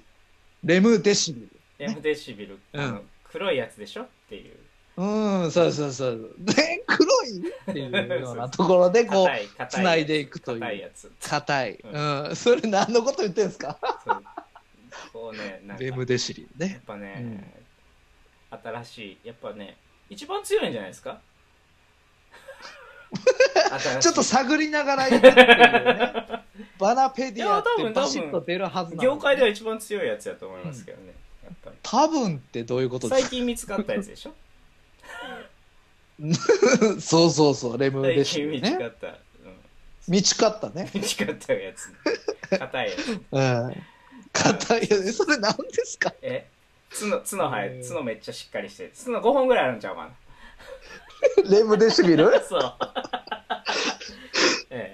レムデシビル。レムデシビル、うんあの黒いやつでしょっていううん、そうそうそう。で、黒いっていうようなところで、こう、硬い硬い繋いでいくという硬いやつ硬い。うん。それ何のこと言ってんですかそうこうねなんかレやムデシビルねっ。ぱね、新しいやっぱね一番強いんじゃないです か新しいちょっと探りながら言ってっていうね。バナペディアっいや多て分多分バシッと出るはずなの。業界では一番強いやつやと思いますけどね、やっぱり多分ってどういうことで最すか近見つかったやつでしょそうそう そう、レム最デシ近ビル見つね。かった、うん、見つかったね。見つかったやつ硬いやつうん。硬いよ ね。それ何ですかえ角角生うえん角めっちゃしっかりしてる角5本ぐらいあるんちゃうかレムデシビルなそう ええ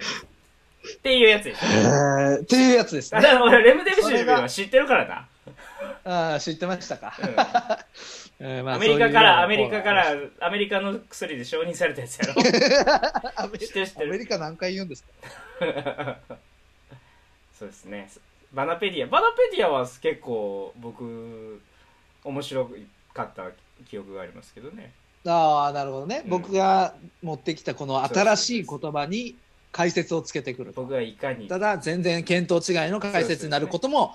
っていうやつでしょえーっていうやつですたね。だ俺レムデビシルは知ってるからな、ああ、知ってましたか。うんえーまあアメリカからアそうメいうよリうなカコかーナーらアメリカの薬で承認されたや つやろアメ知ってる知ってアメるリカ何回言うんですか そうですねバナペディアバナペディアは結構僕面白かった記憶がありますけどねああ、なるほどね、うん僕が持ってきたこの新しい言葉に解説をつけてくると。僕はいかにただ、全然見当違いの解説になることも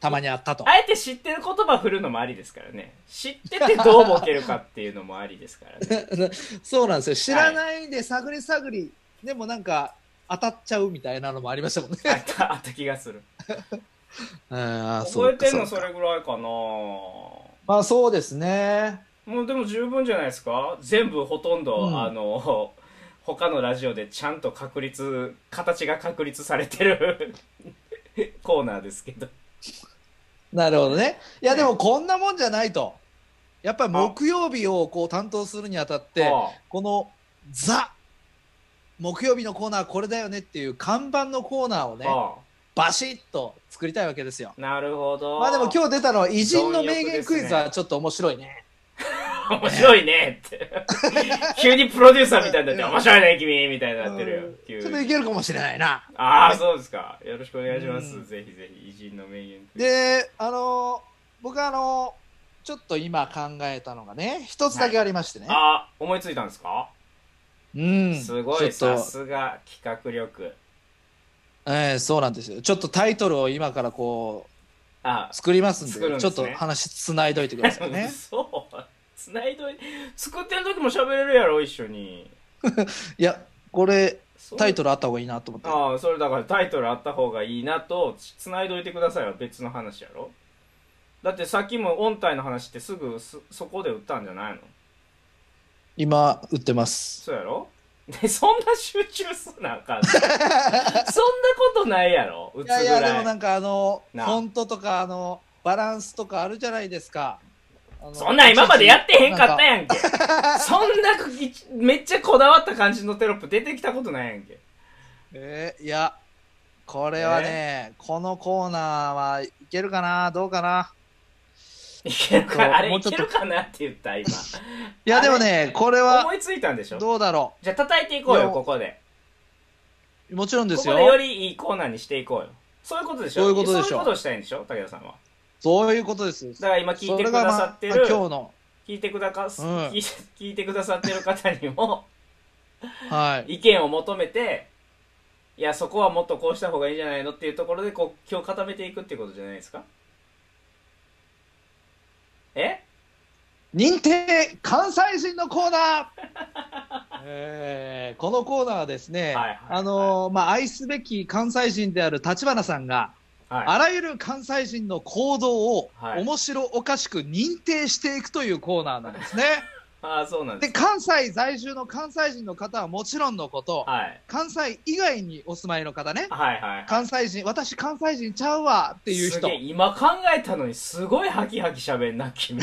たまにあったと。あえて知ってる言葉振るのもありですからね知っててどうボケるかっていうのもありですから ねそうなんですよ。知らないで探り探り、でもなんか当たっちゃうみたいなのもありましたもんね。あったあった気がするああ、そ覚 えうかてんのそそうかれぐらいかなまあそうですね。もうでも十分じゃないですか全部ほとんど、うんあの他のラジオでちゃんと確立形が確立されてる コーナーですけどなるほどね。いや、でもこんなもんじゃないと。やっぱり木曜日をこう担当するにあたって、ああこのザ木曜日のコーナーこれだよねっていう看板のコーナーをねあバシッと作りたいわけですよあなるほどまあでも今日出たのは偉人の名貪欲で言すねクイズはちょっと面白いね日面白いねって 急にプロデューサーみたいになって面白いね君みたいになってるようん急にちょっといけるかもしれないなああそうですかよろしくお願いします、うんぜひぜひ偉人の名言であのー僕はあのーちょっと今考えたのがね一つだけありましてね、ああ思いついたんですか、うんすごいちょさっと、すが企画力えーそうなんですよちょっとタイトルを今からこあう作りますんで作るんですちょねっと話つないどいてくださいね そうつないどい作ってる時も喋れるやろ一緒にいやこれそうタイトルあった方がいいなと思ってああそれだからタイトルあった方がいいなとつないどいてくださいは別の話やろだってさっきも音体の話ってすぐそそこで打ったんじゃないの今売ってますそうやろ でそんな集中すなあか んそんなことないやろ打いつぐらやいいやでもなんかあのフなあォントとかあのバランスとかあるじゃないですかあのそんなん今までやってへんかったなやんけそんなくいちめっちゃこだわった感じのテロップ出てきたことないやんけえーいやこれはね、このコーナーはいけるかなどうかないけるかなあれもいうちょっけとるかなって言った今いやでもあねれこれ思はいついたんでしょどうだろじゃあ叩いていこういよやここでうもちろんでこすこよでよりいいコーナーにしていこうよそういうことでしょそういうことでしょそういうことをしたいんでしょ武田さんはそういうことですよだから今聞いてくださってる、それがまあ今日の聞いてくだか、ん聞い 聞いてくださってる方にもはい意見を求めていやそこはもっとこうした方がいいんじゃないのっていうところでこう今日固めていくっていうことじゃないですかえ認定関西人のコーナ ー えーこのコーナーはですね、はいはいはいあのーまあ、愛すべき関西人である立花さんが、はあらゆる関西人の行動をはい面白おかしく認定していくというコーナーなんですね。いああそうなんでです関西在住の関西人の方はもちろんのこと、はい関西以外にお住まいの方ねはいはい関西人私関西人ちゃうわっていうす人げえ今考えたのにすごいハキハキしゃべんな君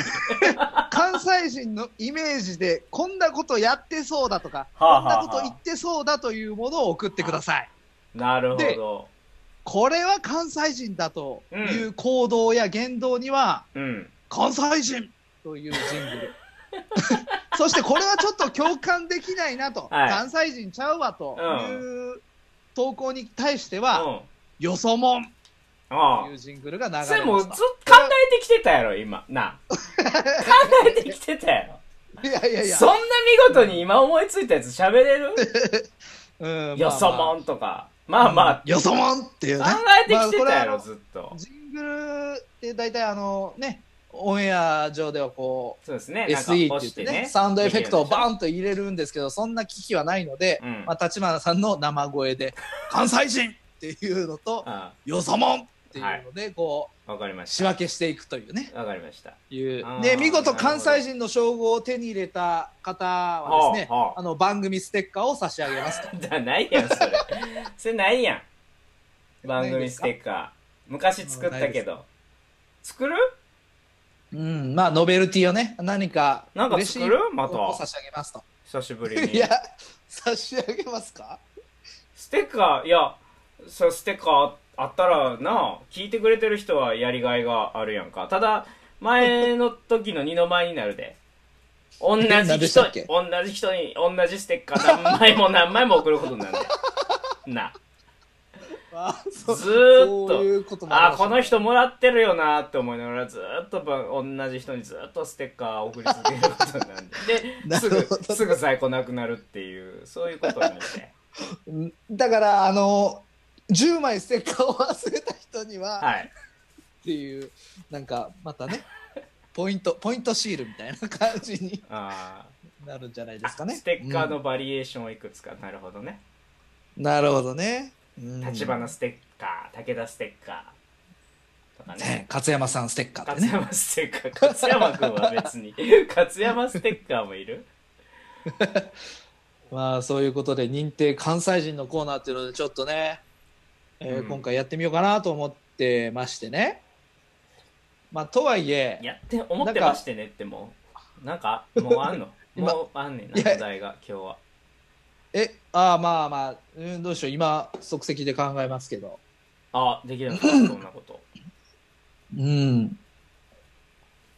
関西人のイメージでこんなことやってそうだとかはこあんはあはなあこと言ってそうだというものを送ってくださいなるほどこれは関西人だという行動や言動には、うん関西人というジングル そしてこれはちょっと共感できないなと、はい関西人ちゃうわという投稿に対してうは、んよそもんあというジングルが流れまそれしもうずっとた考えてきてたやろ今な あ考えてきてたやろいやいやいやそんな見事に今思いついたやつ喋れるうんよそもんとかまあまあよそもんっていうね考えてきてたやまあろこずっとジングルって大体あのねオンエア上ではこそうですうねなんか SE って押言っしててねねサウンドエフェクトをバンーンと入れるんですけどそんな機器はないので、うんまあ、立花さんの生声で「関西人!」っていうのとあ「よそもん!」っていうのでこうわかりまし仕分けしていくというね。たわかりましたいうあーで見事関西人の称号を手に入れた方はですね、はあはああの番組ステッカーを差し上げますと。 じゃあないやんそれそれないやん番組ステッカー昔作ったけど作るうん、まあノベルティをね何かなんか嬉しい作るまものを差たし上げますと。久しぶり いにや差し上げますか ステッカーいやそうステッカーあったらな聞いてくれてる人はやりがいがあるやんかただ前の時の二の舞になるで同じ何でし人たっにけ同じ人に同じステッカー何枚も何枚も送ることになるでなあ そずうーっそうということもりまあーしたこの人もらってるよなーって思いながらずーっとば同じ人にずーっとステッカーを送り続けることに なるんでなでるすほどぐすぐ在庫なくなるっていうそういうこと にしてうんだからあの10枚ステッカーを忘れた人には、はいっていうなんかまたねポイントポイントシールみたいな感じにあーなるんじゃないですかねステッカーのバリエーションをいくつか、なるほどねうんなるほどね立立花、ステッカー武田ステッカーとかねね勝山さんステッカーって勝ね山ステッカー勝山君は 別に勝山ステッカーもいるまあそういうことで認定関西人のコーナーっていうのでちょっとね、えーうん今回やってみようかなと思ってましてねまあとはいえやって思ってましてねってもうなんかもうあんの 今もうあんねんないやお題が今日はえああまあまあ、うん、どうしよう今即席で考えますけどあできるの かそんなことうん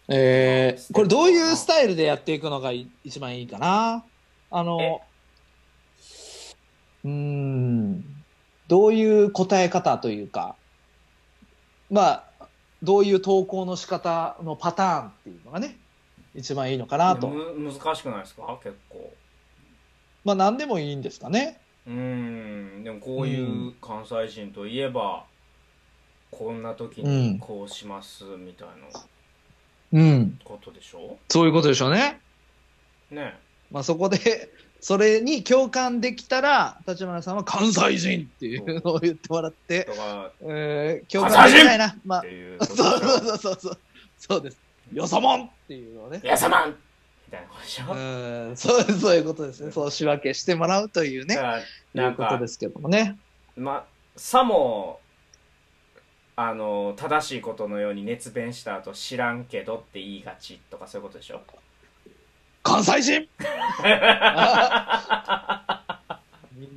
えー、これどういうスタイルでやっていくのがい一番いいかなあのうんどういう答え方というかまあどういう投稿の仕方のパターンっていうのがね一番いいのかなとむ難しくないですか結構まあ何でもいいんですかねうーんでもこういうう関西人といえば、こんな時うんにこうしますみたいなうんことでしょ、そういうことでしょうねねまあ、そこで、それに共感できたら、立花さんは関西人っていうのを言ってもらっえて、とかえー、共感できないな。まっあて、いう こそうとそうそうそう。そうです。よそもんっていうのをね。やさまんみたいなことでしうょ、んそうそういうことですね。そう仕分けしてもらうというだかね、らいなうんことかですけどもね。まさもあの正しいことのように熱弁した後知らんけどって言いがちとかそういうことでしょ関西人 認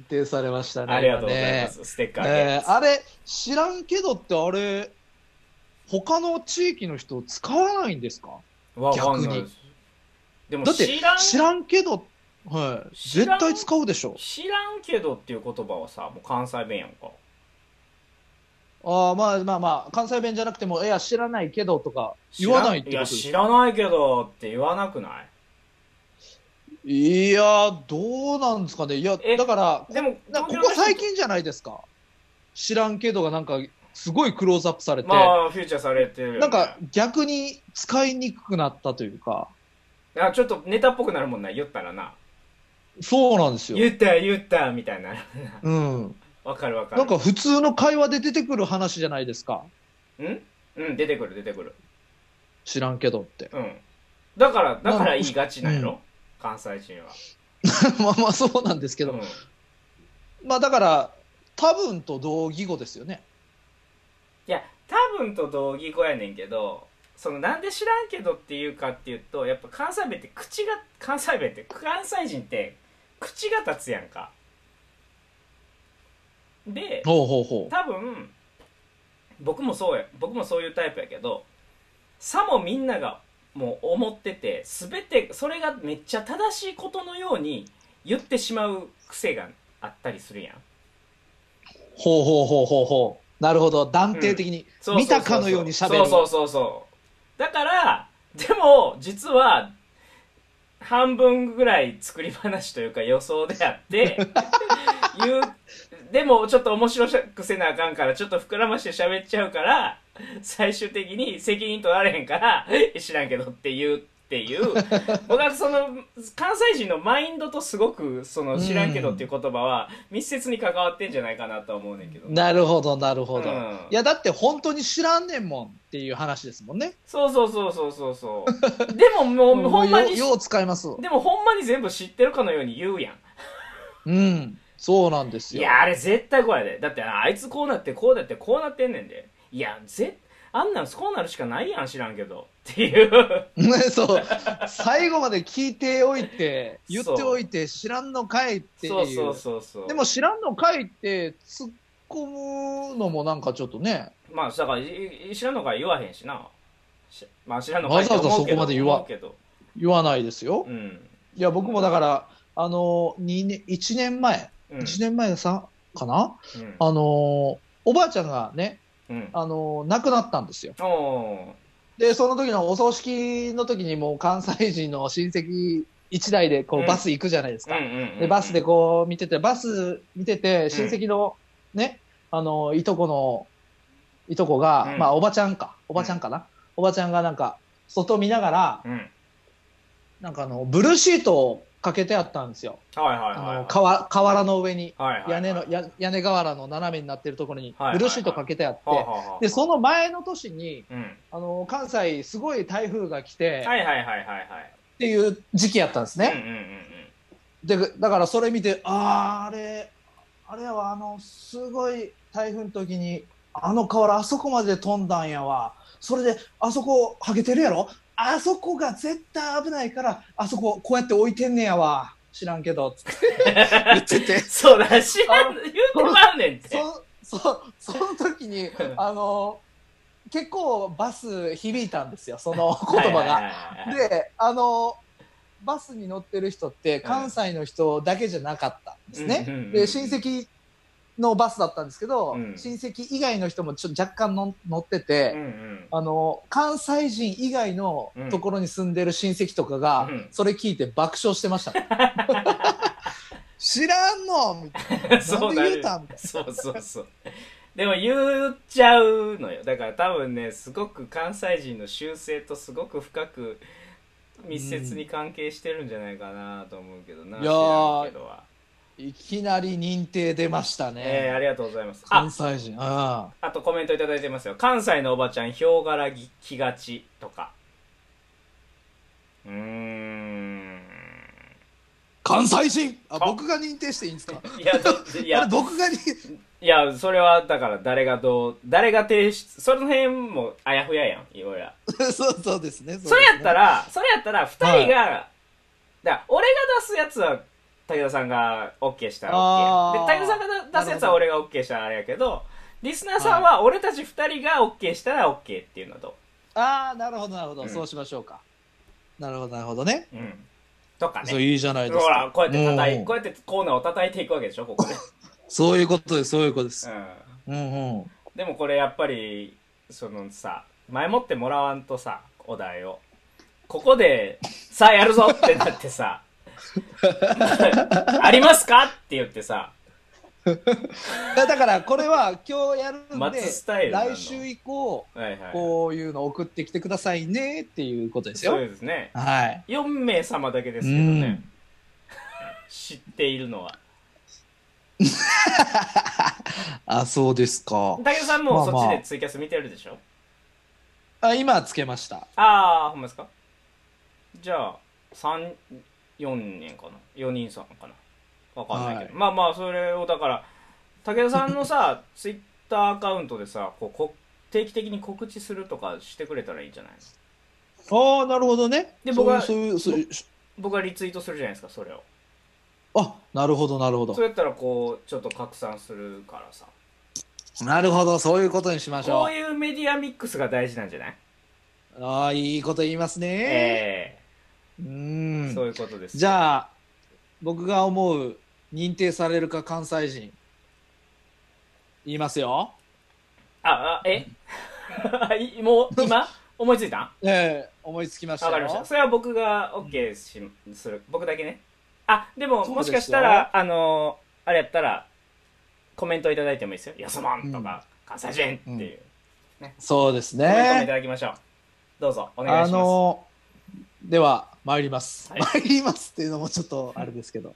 定されましたね。ありがとうございま今ねす、ステッカーえゲーあれ、知らんけどってあれ、他の地域の人使わないんですかわかんないですでもだって知らん知らんけど、はい、知ら絶対ん使うでしょ知らんけどっていう言葉はさもう関西弁やんかああまあまあまあ関西弁じゃなくてもいや知らないけどとか言わないっていこやとです知らないけどって言わなくないいやー、どうなんですかね。いや、えだから、でもなここ最近じゃないですか。知らんけどがなんか、すごいクローズアップされて、まあフューチャーされてるよねなんか逆に使いにくくなったというか、あちょっとネタっぽくなるもんな言ったらなそうなんですよ。言った言ったみたいなうん。わかるわかるなんか普通の会話で出てくる話じゃないですか。うんうん出てくる出てくる知らんけどって。 うんだからだから言いがちなんやろ、関西人はまあまあそうなんですけど、うんまあだから、多分と同義語ですよね。いや多分と同義語やねんけどそのなんで知らんけどっていうかっていうとやっぱ関西弁って口が関西弁って関西人って口が立つやんかでほうほうほ多分僕もそうや僕もそういうタイプやけどさもみんながもう思ってて全てそれがめっちゃ正しいことのように言ってしまう癖があったりするやんう。ほうほうほうほうほう。なるほど。断定的に。そうそうそうそう見たかのように喋るそうそうそうそうだからでも実は半分ぐらい作り話というか予想であって 言うでもちょっと面白くせなあかんからちょっと膨らまして喋っちゃうから最終的に責任取られへんから知らんけどって言うっていう僕はその関西人のマインドとすごくその知らんけどっていう言葉は密接に関わってんじゃないかなとは思うねんけどなるほど、なるほど。うんいや、だって本当に知らんねんもんっていう話ですもんね。そうそうそうそうそうそうでももうほんまによよう使います。でもほんまに全部知ってるかのように言うやんうん。そうなんですいよ。やあれ絶対こうやでだってああいつこうなってこうだってこうなってんねんでいやぜあんなんこうなるしかないやん知らんけどっていうね、 そう。最後まで聞いておいて、言っておいて、知らんのかいっていう。そうそうそうそうでも知らんのかいって、突っ込むのもなんかちょっとね。まあだからいい知らんのか言わへんしなしまあ知らんのかわざわざって思うけどそこまで言わ思うけど言わないですよ。うん、いや、僕もだから、あの、二年、1年前、うん1年前さ、かなうんあの、おばあちゃんがね、うんあの、亡くなったんですよ。おおで、その時のお葬式の時にもう関西人の親戚一台でこうんうバス行くじゃないですーか。うんうんうんで、バスでこう見てて、バス見てて、親戚のね、あの、いとこの、いとこが、うんまあおばちゃんか、おばちゃんかな。おばちゃんがなんか、外見ながら、うんなんかあの、ブルーシートをかけてあったんですよ。はいはいはいあはいの、瓦、瓦の上に、はいはいはい屋根の、や屋根瓦の斜めになってるところにはいはいは、いブルーシートかけてあっはあて、はあはあで、その前の年に、うんあの、関西すごい台風が来て、はいはいはいはいはいっていう時期やったんですうんね。うんうんうんで、だからそれ見て、ああ、あれ、あれはあの、すごい台風の時に、あの瓦あそこまで飛んだんやわ。それで、あそこ、はげてるやろあそこが絶対危ないから、あそこ、こうやって置いてんねやわ。知らんけど、つって 言ってて。そうだ、知らん、言うてまうねんって。そ、そ、その時に、あの、結構バス響いたんですよ、その言葉が。が、で、あの、バスに乗ってる人って関西の人だけじゃなかったんですうんうんうんうねん。で、親戚のバスだったんですけど、うん親戚以外の人もちょっと若干の乗ってうんて、うん。あの、関西人以外のところに住んでる親戚とかが、うんそれ聞いて爆笑してま した。知らんのみたいな。なそんうでな言うるたんみたいそうそうそう。でも言っちゃうのよ。だから多分ね、すごく関西人の習性とすごく深く密接に関係してるんじゃないかなと思うけどな。いや知ーらんけどは。な。いきなり認定出ましたえー、あね。りがとうございます。関、あ西人。ああとコメントいただいてますよ。関西のおばちゃん、ヒョウ柄着がちとか。うーん。関西人ああ僕が認定していいんですかいや、どいやあれ、僕がに、いや、それは、だから、誰がどう、誰が提出、その辺も、あやふややん、いろいろ。 そうそうですね。それやっら、たら、それやったら、二人が、だから俺が出すやつは、武田さんが OK したら OK やん。あーで、武田さんが出すやつは俺が OK したらあれやけど、リスナーさんはは、俺たち二人が OK したら OK っていうのと、ああ、なるほど、なるほど、うんそうしましょうか。なるほど、なるほどね。うん。とかそう、ね。いいじゃないですほら、か。こうやって叩うんい、こうやってコーナーを叩いていくわけでしょ、ここで。そういうことです、そういうことでうす。ん。うんうん。でもこれやっぱりそのさ前もってもらわんとさお題をここでさあやるぞってなってさ ありますかって言ってさ、だだからこれは今日やるん待つスタイでルなの来週以降はいはい。こういうの送ってきてくださいねっていうことですそうよ。ですね。はい。 4名様だけですうけどねん。。知っているのは。あそうですか。武田さんもまあまそあっちでツイキャス見てるでしょあ今つけました。ああ、ほんまですかじゃあ、三4人かな ?4 人さんかなわかんないはいけど。まあまあ、それをだから、武田さんのさ、ツイッターアカウントでさこうこ、定期的に告知するとかしてくれたらいいんじゃないああなるほどね。でそう僕はそういうそういう僕がリツイートするじゃないですか、それを。あなるほどなるほそうど。やったら、こう、ちょっと拡散するからさ。なるほどそういうことにしましょこうう。いうメディアミックスが大事なんじゃないああいいこと言いますね。えうえそん。ういうことです。じゃあ僕が思う認定されるか関西人言いますよ。あ、あ、え いもう、今思いついたええ思いつきましたわよ。かりました。それは僕が OK し、する。僕だけね。あ、でも、そうもでしすよかしたら、あのーあれやったら、コメントいただいてもいいですよ。やそまんとか、関西人っていう、コそうですメントもいねた。だきましょう。どうぞ、お願いしまあす。のでは参ります、はい参りますっていうのもちょっとあれですけど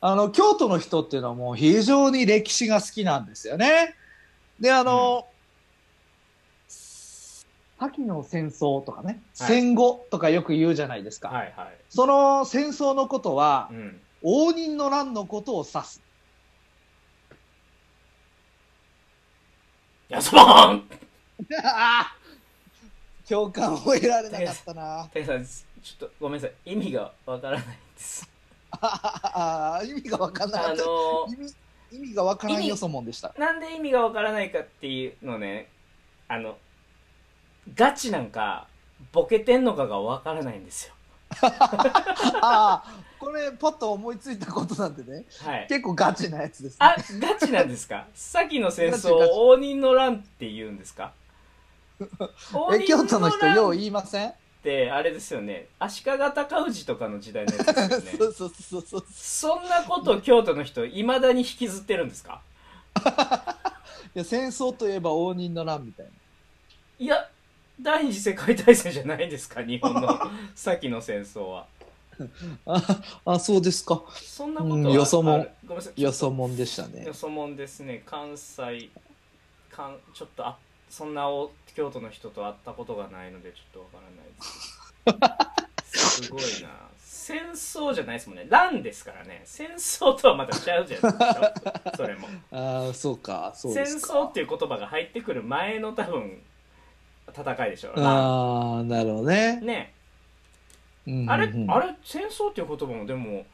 あの京都の人っていうのはもう非常に歴史が好きなんですよねであの、先の戦争とかね、はい戦後とかよく言うじゃないですか、はいはい。その戦争のことはうん。応仁の乱のことを 指すやそまんあー共感を得られなかったなてさん、ちょっとごめんなさい。意味がわからないです。あー意味が分かんなかあったの意味意味が分からんよそもんでしたーなんで意味がわからないかっていうのね、あの、ガチなんか、ボケてんのかがわからないんですよ。 ああ、これ、パッと思いついたことなんでね、はい。結構ガチなやつです、ね。あ、ガチなんですか先の戦ガチ争ガチを応仁の乱って言うんですか 応え、仁京都の人、よう乱っ言いません、 て、あれですよね。足利尊氏とかの時代のやつですそうよね。そうそうそう。そんなこと京都の人、いまだに引きずってるんですかいや、戦争といえば応仁の乱みたいな。いや、第二次世界大戦じゃないですか日 本の先の戦争は。あ、あそうですか。そんなことうはあんる。よそもんごめんなさい。よそもんでしたねよ。そもんですね関西関ちょっとあそんなお京都の人と会ったことがないのでちょっとわからないですすごいな戦争じゃないですもんね乱ですからね戦争とはまた違うじゃないですかそれもああ、そうか、そう戦ですか。争っていう言葉が入ってくる前の多分戦いでしょう乱ああ、なるほどね。ねうんうんうんあれ、あれ戦争っていう言葉もでも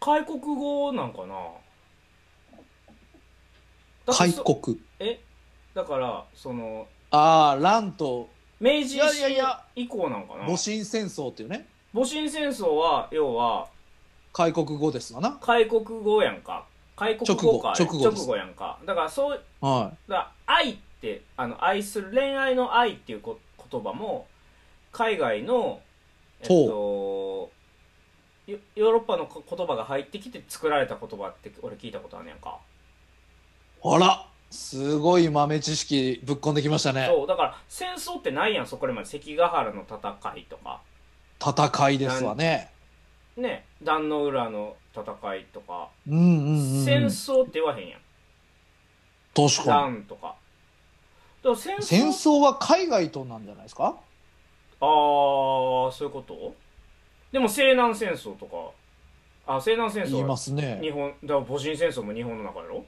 開国語なんかなだって開そ国。えだからそのああ、乱と明治いやい維やい新や以降なんかな戊辰戦争っていうね、戊辰戦争は要は開国語ですわな。開国語やんか開国語か直後直後あれです直後やんかだからそうはだから愛ってあの愛する恋愛の愛っていうこ言葉も海外のえっとヨヨーロッパのこ言葉が入ってきて作られた言葉って俺聞いたことあんねやんい。かあら、すごい豆知識ぶっこんできましたね。そうだから戦争ってないやんそこらまで関ヶ原の戦いとか戦いですわね。ね壇の浦の戦いとかうんうんうん。戦争って言わへんやん確かに。乱とかだから戦争戦争は海外となんじゃないですかああそういうことでも西南戦争とかあ西南戦言い争まはすね日。本だから戊辰戦争も日本の中やろ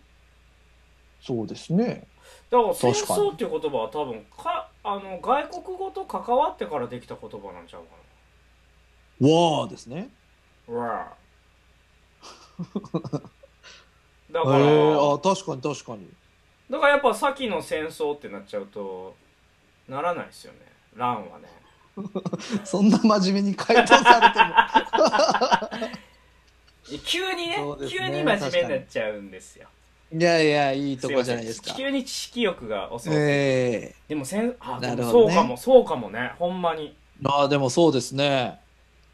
そうですね。だから戦確か争っていう言葉は多分かあの外国語と関わってからできた言葉なんちゃうかわあですね。なわあ へえだから、あ確かに確かに。だからやっぱ先の戦争ってなっちゃうとならないですよね乱はねそんな真面目に回答さ急にねそうですね急に真面目になっちゃうんですよ れても。いやいや、いいとこじゃないですかす。いません急に知識欲が襲う、ええでもせんあでなもるほそどうねかも、そうかもねほんまにまあでもそうですね。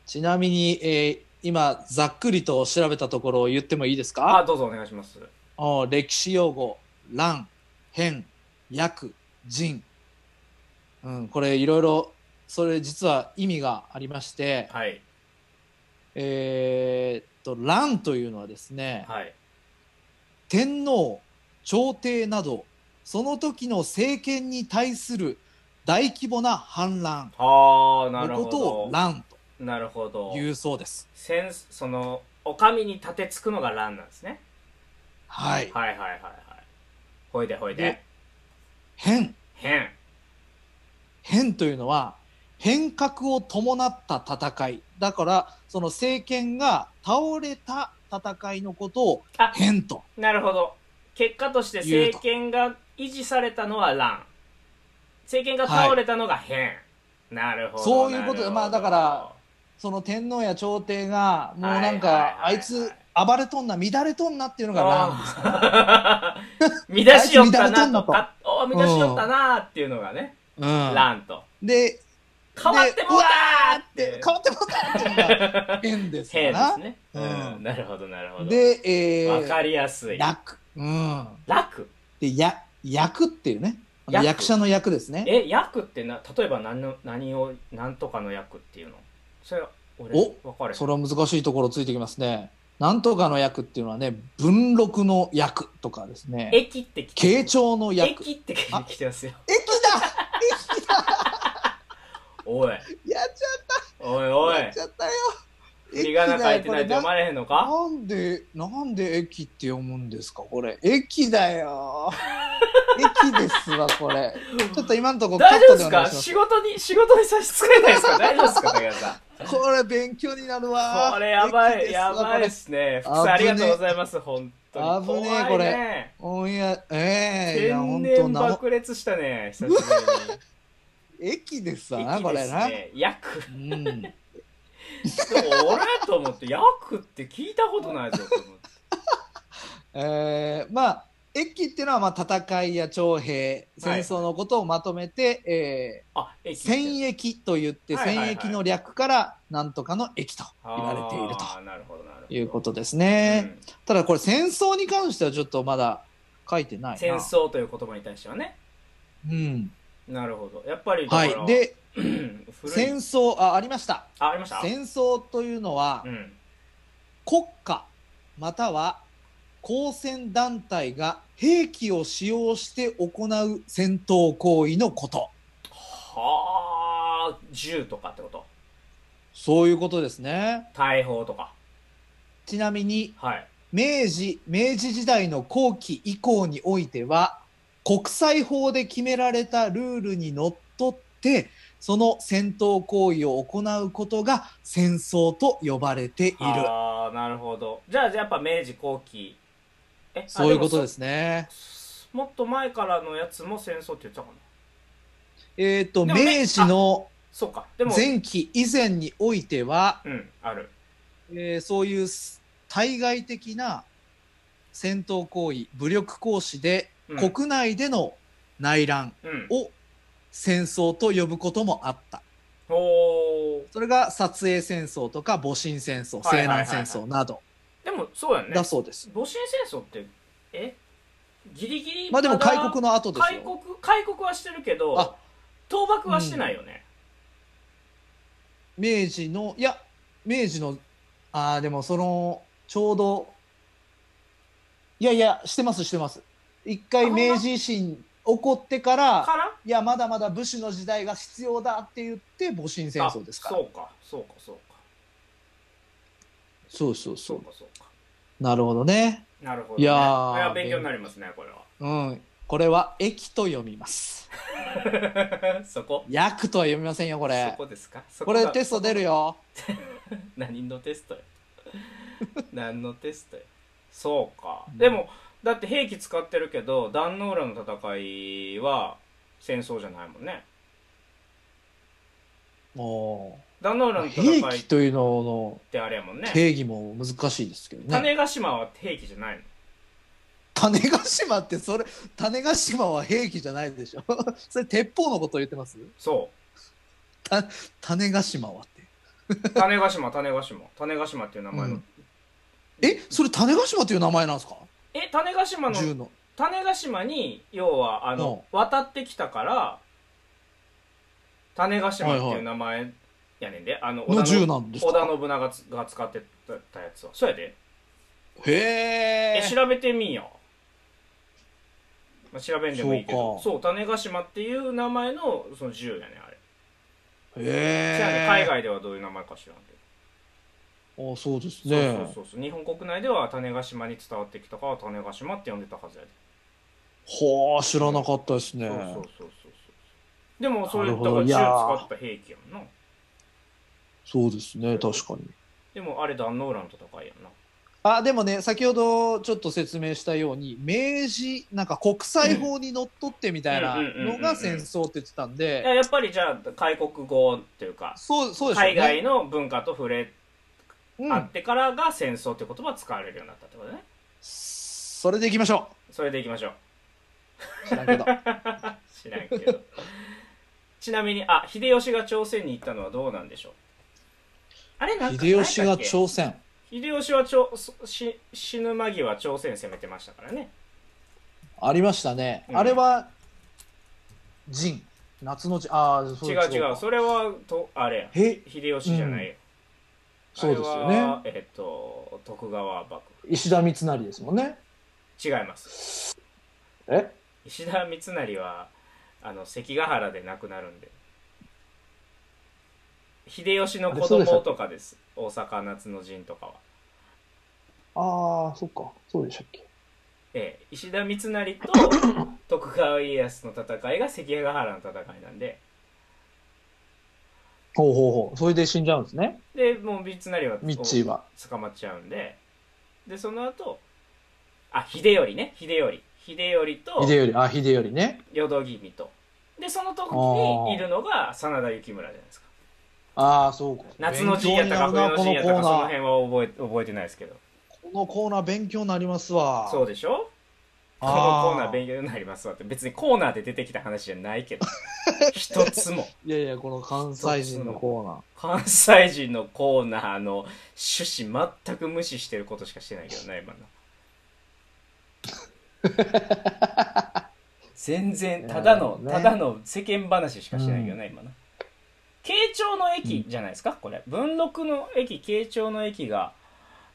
ちなみに、えー今、ざっくりと調べたところを言ってもいいですかあ、どうぞお願いします。お歴史用語、乱、変、訳、人。うん、これいろいろ、それ実は意味がありまして、はい。えーっと、乱というのはですね、はい。天皇、朝廷など、その時の政権に対する大規模な反乱ああ、なるのほことをど。乱なるほどと。いうそうです。センス、その、お上に立てつくのが乱なんですね。はい。はいはいはいはい。ほいでほいでで。変、変。変というのは変革を伴った戦いだからその政権が倒れた戦いのことをあ変となるほど。結果として言うと政権が維持されたのは乱。政権が倒れたのが変。なるほど。そういうことなるほどまあだから、その天皇や朝廷がもうなんはいはいはいかはいあいつ暴れとんな乱れとんなっていうのが乱あー 見出しよったなとあか、お見出しよったなーっていうのがね、うん、乱と。で変わってもうたーっでて。変わってもらったっていうのが変ですか 変でらすね。ううんん。なるほど、なるほど。で、えわー、かりやすい。役、うん、楽でや役っていうねあの役役者の役ですねえ、役ってな、例えば何の、何を、何とかの役っていうのそれ、俺、おわかる。それは難しいところついてきますね。なんとかの役っていうのはね、文禄の役とかですね、駅って来て慶長の役。駅って来てますよ。駅だおい、やっちおいおゃいやっ。ちゃったよ振り仮名書いてないと読まれへんのかこれななんで、なんで駅って読むんですかこれ。駅だよ駅ですわ、これ。ちょっと今のところ大丈夫ですお願いかします。仕事に、仕事に差し支えないですか大丈夫ですか高橋さん。これ勉強になるわ。これやば駅でい、すわやばいで。すね。こ福れさんありがとうございます、本当に。危ねえ怖いこね。これオンエア、ええいや、天本当然なも、爆裂したね、久しぶりに。駅ですわな、駅これですな。ね。役。うん。でも俺と思って、役って聞いたことないぞ、と思って。えーまあ駅っていうのはまあ戦いや徴兵戦争のことをまとめて、えあ、ー駅。戦役と言ってはいはいはい戦役の略からなんとかの駅と言われているとあーなるほど、なるほど。いうことですね、ただこれ戦争に関してはちょっとまだ書いてなういなん戦争という言葉に対してはね。うんなるほど。やっぱりだかはら、いでうん、古戦い。争あありましたあ、ありました戦争というのはうん。国家または交戦団体が兵器を使用して行う戦闘行為のことはあ、銃とかってことそういうことですね大砲とか。ちなみにはい。明治明治時代の後期以降においては国際法で決められたルールにのっとってその戦闘行為を行うことが戦争と呼ばれているああ、なるほど。じゃあ、じゃあやっぱ明治後期。え。そういうことですすねそもっと前からのやつも戦争って言ってたかな。えっ、とでもね明治のそうか。でも、前期以前においては、うん、ある。えーそういう対外的な戦闘行為武力行使でうん、国内での内乱うん。を戦争と呼ぶこともあったおーそれが撮影戦争とか戊辰戦争、は西いはいはいはい南戦争などでも、そうやんね。だそうです。戊辰戦争って、えギリギリまあでもだ開国の後です開よ。国、開国はしてるけどあ、倒幕はしてないよね。明治の、いや、明治の、ああ、でもその、ちょうど、いやいや、してます、してます。一あ回ほんま明治維新起こってから、からいや、まだまだ武士の時代が必要だって言って、戊辰戦争ですかあら。そうか、そうか、そうか。そうそうそそうう。か、そうか。なるほどね。なるほど、ね。いやーいや勉強になりますね、これうん。これは、駅と読みます。は。 そこ役とは読みませんよ、こそれ。こですかそこがれテスト出るよ。何のテ ストよ何のテストよそうか、でもだって兵器使ってるけど壇ノ浦の戦いは戦争じゃないもんねお壇ノ浦の戦兵いっ器というのてあれやもんのね定義も難しいですけどね。種子島は兵器じゃないの種子島ってそれ、種子島は兵器じゃないでしょ。 それ鉄砲のことを言ってますそ種子島はって。種子島、種子島。種子島っていう名前の。うんえ、それ種子島という名前なんですかえ、種子島の、銃の。種子島に、要は、あの、渡ってきたから、種子島っていう名前やねんで、あの、の織田信銃なんです織田か信長がつが使ってたやつは。そうやで。へえ、え。調べてみんよ。まあ、調べんでもいいけど。そそう種子島っていう名前の、その銃やねん、あれ。へせやねえ。海外ではどういう名前か知らんけど。あ、そうですそうね。そうそうそう日本国内では種子島に伝わってきたから種子島って呼んでたはずやで、はあ、知らなかったですね。そうそうそうそうそうでもそういなうるとほこど銃いや使ーった兵器やんなそうですね、確かに。でもあれ壇ノ浦の戦いやんなあ、でもね、先ほどちょっと説明したように、明治、なんか国際法にのっとってみたいなのが戦争って言ってたんいやで、やっぱりじゃあ開国語っていうかそう、そうですよ海ね。外の文化と触れう合んっ。てからが戦争っていう言葉使われるようになったってことねそれでいきましょそれでいきましょうう。知らんけ ど。知らんけど ちなみにあ秀吉が朝鮮に行ったのはどうなんでしょうあれなんか秀吉何やがったっけ朝鮮。秀吉はちょそし死ぬ間際朝鮮攻めてましたからねありましたね。うんあれは、陣。夏の陣。ああ、そ違う違うそれはとあれやえ、秀吉じゃないよ、そうですよあれはね。えっ、と徳川幕府石田三成ですもんね。違いますえ石田三成はあの関ヶ原で亡くなるんで秀吉の子あれそうでした供っけとかです大阪夏の陣とかはああ、そっか。そうでしたっけ。ええ石田三成 と徳川家康の戦いが関ヶ原の戦いなんでほうほうほう。それで死んじゃうんですね。でもう三成はミッチーは。捕まっちゃうんででその後あ秀頼ね秀頼秀頼と秀頼、あ、秀頼ね。淀君とでその時あーにいるのが真田幸村じゃないですかああ、そうか。夏の陣やったか勉強冬になるなのこの陣やコっーたかそのナー。辺は覚え覚えてないですけどこのコーナー勉強になりますわ。そうでしょこのあコーナー勉強になりますわって別にコーナーで出てきた話じゃないけど一つもいやいや、この関西人のコーナー。関西人のコーナーの趣旨全く無視してることしかしてないけどね今の 全然ただの、いやーねただの世間話しかしてないけどね、今の慶長の駅じゃないですか、これ文禄の駅慶長の駅が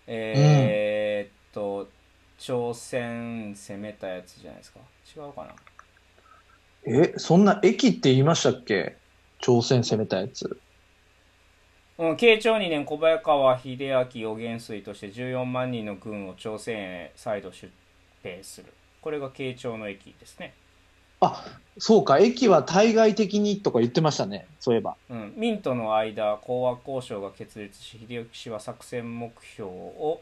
えー、っと朝鮮攻めたやつじゃないですか違うかなえ、そんな駅って言いましたっけ朝鮮攻めたやつ。うん、慶長2年小早川秀秋を元帥として14万人の軍を朝鮮へ再度出兵するこれが慶長の駅ですね、あ、そうか、駅は対外的にとか言ってましたね、そういえば。うん、民との間講和交渉が決裂し秀吉は作戦目標を、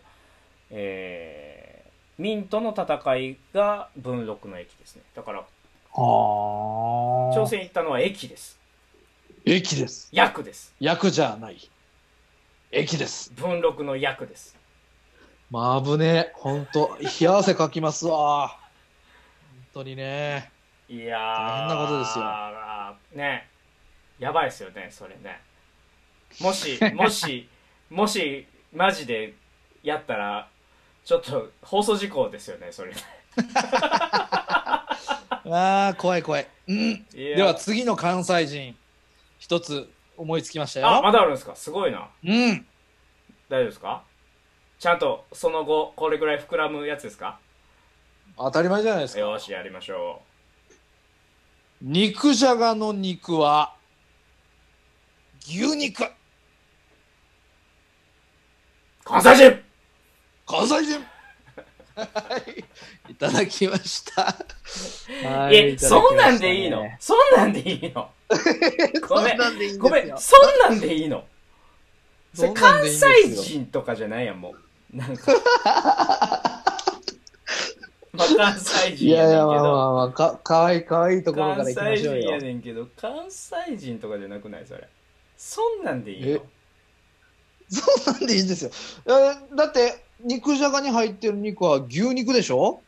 えー、民との戦いが文禄の駅ですねだからあ朝鮮行ったのは駅です駅です。役です役じゃない。駅です。文禄の役ですまあ、危ねえ。ほんと、冷や汗かきますわ。本当にね。いやー大変なことですよねやばいですよねそれね もしもしもしマジでやったらちょっと放送事項ですよねそれああ、怖い怖い。うん。いやでは次の関西人、一つ思いつきましたよ。あまだあるんですかすごいなうん。大丈夫ですかちゃんとその後これぐらい膨らむやつですか当たり前じゃないですか。よしやりましょ肉じゃがの肉は牛肉う関西人関西人はいいただきましたはいえいただきましたねそんなんでいいのそんなんでい いのごめそんなんでいいんですよごめんそんなんでいいのそれそんなん関でいいんですよ西人とかじゃないやんもうなんか まあ関西い人ややいやねんけまあまどあまあかかわいいかわいいところか関らいきま西しょう人やよねんけど関西人とかじゃなくないそれそんなんでいいのそんなんでいいんですよえーだって肉じゃがに入ってる肉は牛肉でしょ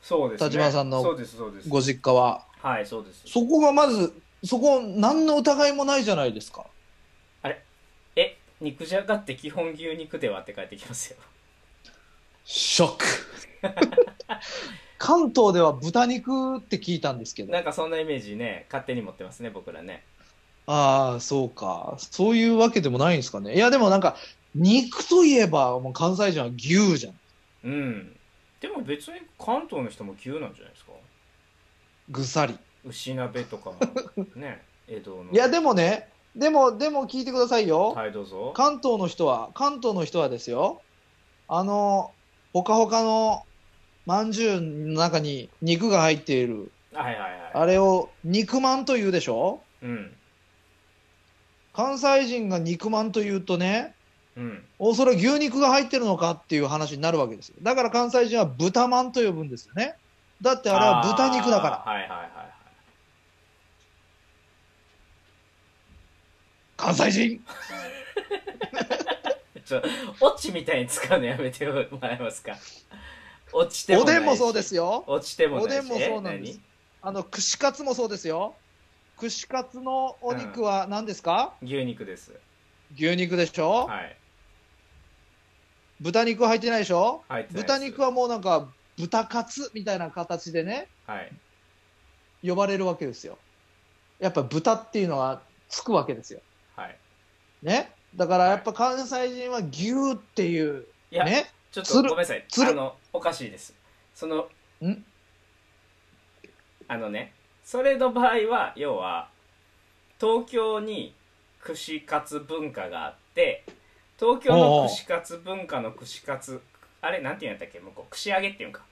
そうです、ね、田島さんのそうですそうですご実家ははいそうですそこがまずそこ何の疑いもないじゃないですかえ肉じゃがって基本牛肉ではって帰ってきますよショック関東では豚肉って聞いたんですけどなんかそんなイメージね勝手に持ってますね僕らねああそうかそういうわけでもないんですかねいやでもなんか肉といえばもう関西人は牛じゃんうんでも別に関東の人も牛なんじゃないですかぐさり牛鍋 とかね江戸のいやでもねでもでも聞いてくださいよ、はいどうぞ関東の人は関東の人はですよあのほかほかのまんじゅうの中に肉が入っているはいはいはいあれを肉まんというでしょうん関西人が肉まんというとねうんおそれは牛肉が入ってるのかっていう話になるわけですよだから関西人は豚まんと呼ぶんですよねだってあれは豚肉だからあーはいはいはいはい関西人ちょ、オチみたいに使うのやめてもらえますか。落ちても おないでし。んもそうですよ落ちてもないし。おでんもそうなんですあの串カツもそうですよ串カツのお肉は何ですか、え何牛肉です。牛肉でしょ、はい。豚肉入ってないでしょ入ってないです豚肉はもうなんか豚カツみたいな形でねはい。呼ばれるわけですよやっぱ豚っていうのはつくわけですよはい。ねだからやっぱ関西人は牛っていういや、ねちょっとつごるめんなさい。つるあの、おかしいです。その、んあのね、それの場合は、要は、東京に串カツ文化があって、東京の串カツ文化の串カツ、あれ、なんて言うんやったっけ向こう、串揚げっていうんか。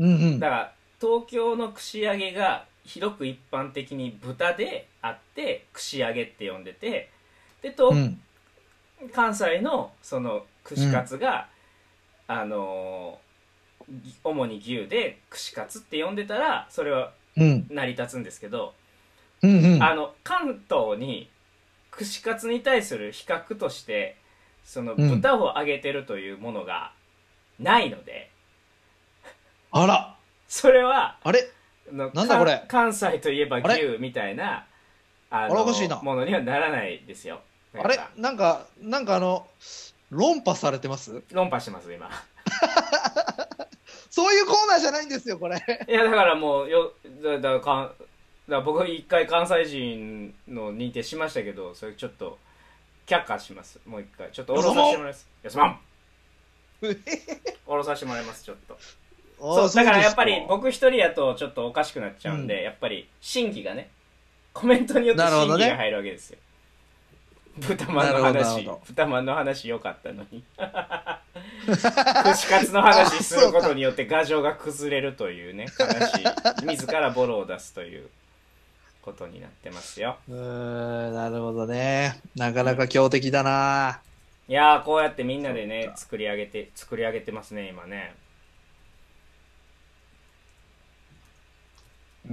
うんうんだから東京の串揚げが広く一般的に豚であって串揚げって呼んでてでと、うん関西のその串カツが、あのーぎ主に牛で串カツって呼んでたらそれはうん成り立つんですけど、うんうんあの関東に串カツに対する比較としてそのうん豚を揚げてるというものがないので、あらそれはあれのなんだこれか関西といえばあれ牛みたいなああれおかしいなものにはならないですよあれななんんかかなんかあの論破されてます論破してます今そういうコーナーじゃないんですよこれいやだからもうよだだかんだから僕一回関西人の認定しましたけどそれちょっと却下しますもう一回ちょっとおろさせてもらいますよすまんおろさせてもらいますちょっと そうだからやっぱり僕一人やとちょっとおかしくなっちゃうんで、やっぱり審議がねコメントによってなるほ審どね議が入るわけですよ、豚まんなのるほどなる話ほど豚まんの話良かったのに串カツの話することによって牙城が崩れるというね悲しい自らボロを出すということになってますようーんなるほどねなかなか強敵だないやーこうやってみんなでそねっか作り上げて作り上げてますね今ねうー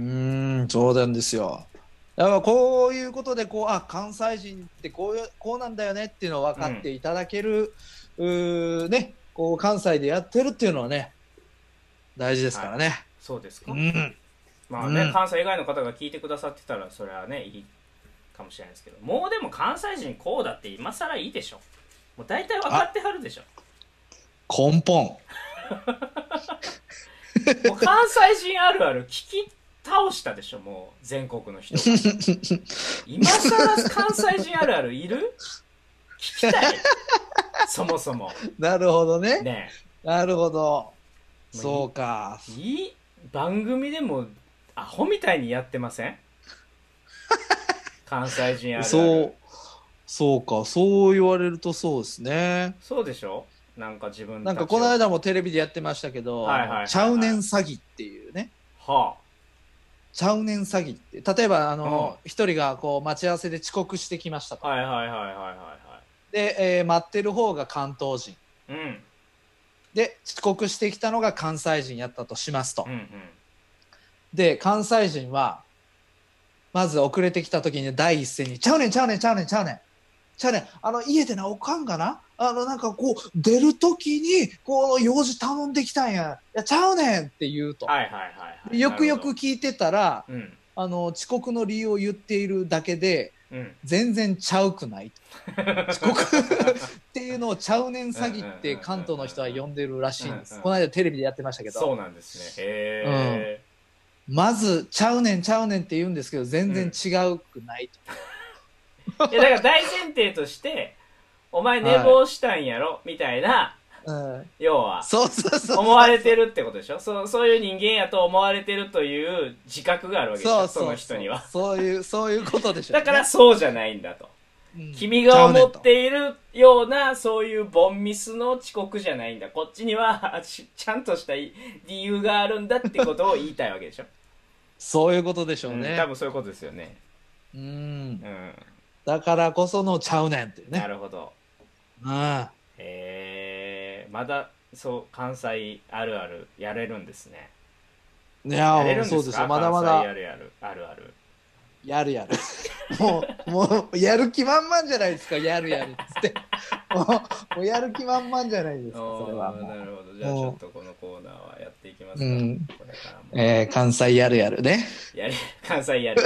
んそうなんですよやっぱこういうことでこうあ関西人ってこういうこうなんだよねっていうのを分かっていただける、うーねこう関西でやってるっていうのはね大事ですからね、そうですか、うんまあね、うん関西以外の方が聞いてくださってたらそれはねいいかもしれないですけどもうでも関西人こうだって今更いいでしょもう大体分かってはるで しょ根本もう関西人あるある聞き倒したでしょもう全国 の人が今更関西人あるあるいる聞きたいそもそもなるほどねねなるほどいいそうかえいい番組でもアホみたいにやってま せん関西人あるあるそうそうかそう言われるとそうですねそうでしょなんか自分なんかたちをこの間もテレビでやってましたけど、はいはいはいはいちゃうねん詐欺っていうねはちゃうねん詐欺って例えばあの一、人がこう待ち合わせで遅刻してきましたとあ、はいはいはいはいはで、えー待ってる方が関東人いはい。うん。で遅刻してきたのが関西人やったとしますと、うんうん。で関西人はまず遅れてきた時に第一声に「ちゃうねんちゃうねんちゃうねんちゃうねん」ちゃうねんあの家でなおかんがなあのなんかこう出る時にこう用事頼んできたんやいやちゃうねんって言うと、はいはいはいはい。よくよくなる聞いてたらほど。うん。あの遅刻の理由を言っているだけで、うん全然ちゃうくない遅刻っていうのをちゃうねん詐欺って関東の人は呼んでるらしいんでうんうすんこの間テレビでやってましたけそどうなんですねへまずちゃうねんちゃうねんって言うんですけど全然違うくないとえ、いやだから大前提としてお前寝坊したんやろ、みたいなうん要はそうそうそう思われてるってことでしょそうそういう人間やと思われてるという自覚があるわけでしそょうそそのう人にはそういうそういうことでしょうだねからそうじゃないんだとうん君が思っているようなそういうボンミスの遅刻じゃないんだこっちにはしちゃんとしたい理由があるんだってことを言いたいわけでしょ、そういうことでしょううんね多分そういうことですよね、うんうん、だからこそのちゃうねんっていうなねるほどうんえー、まだそう関西あるあるやれるんですねいやれやるんですかそうですよまだまだ関西あるあるあるあるやるやる。 もう、もう、やる気満々じゃないですか、やるやるっつって。もう、もうやる気満々じゃないですか、それはおーもう。なるほどじゃあちょっとこのコーナーはやっていきますか、うんこれからも、えー、関西やるやるね。やれ 関西やる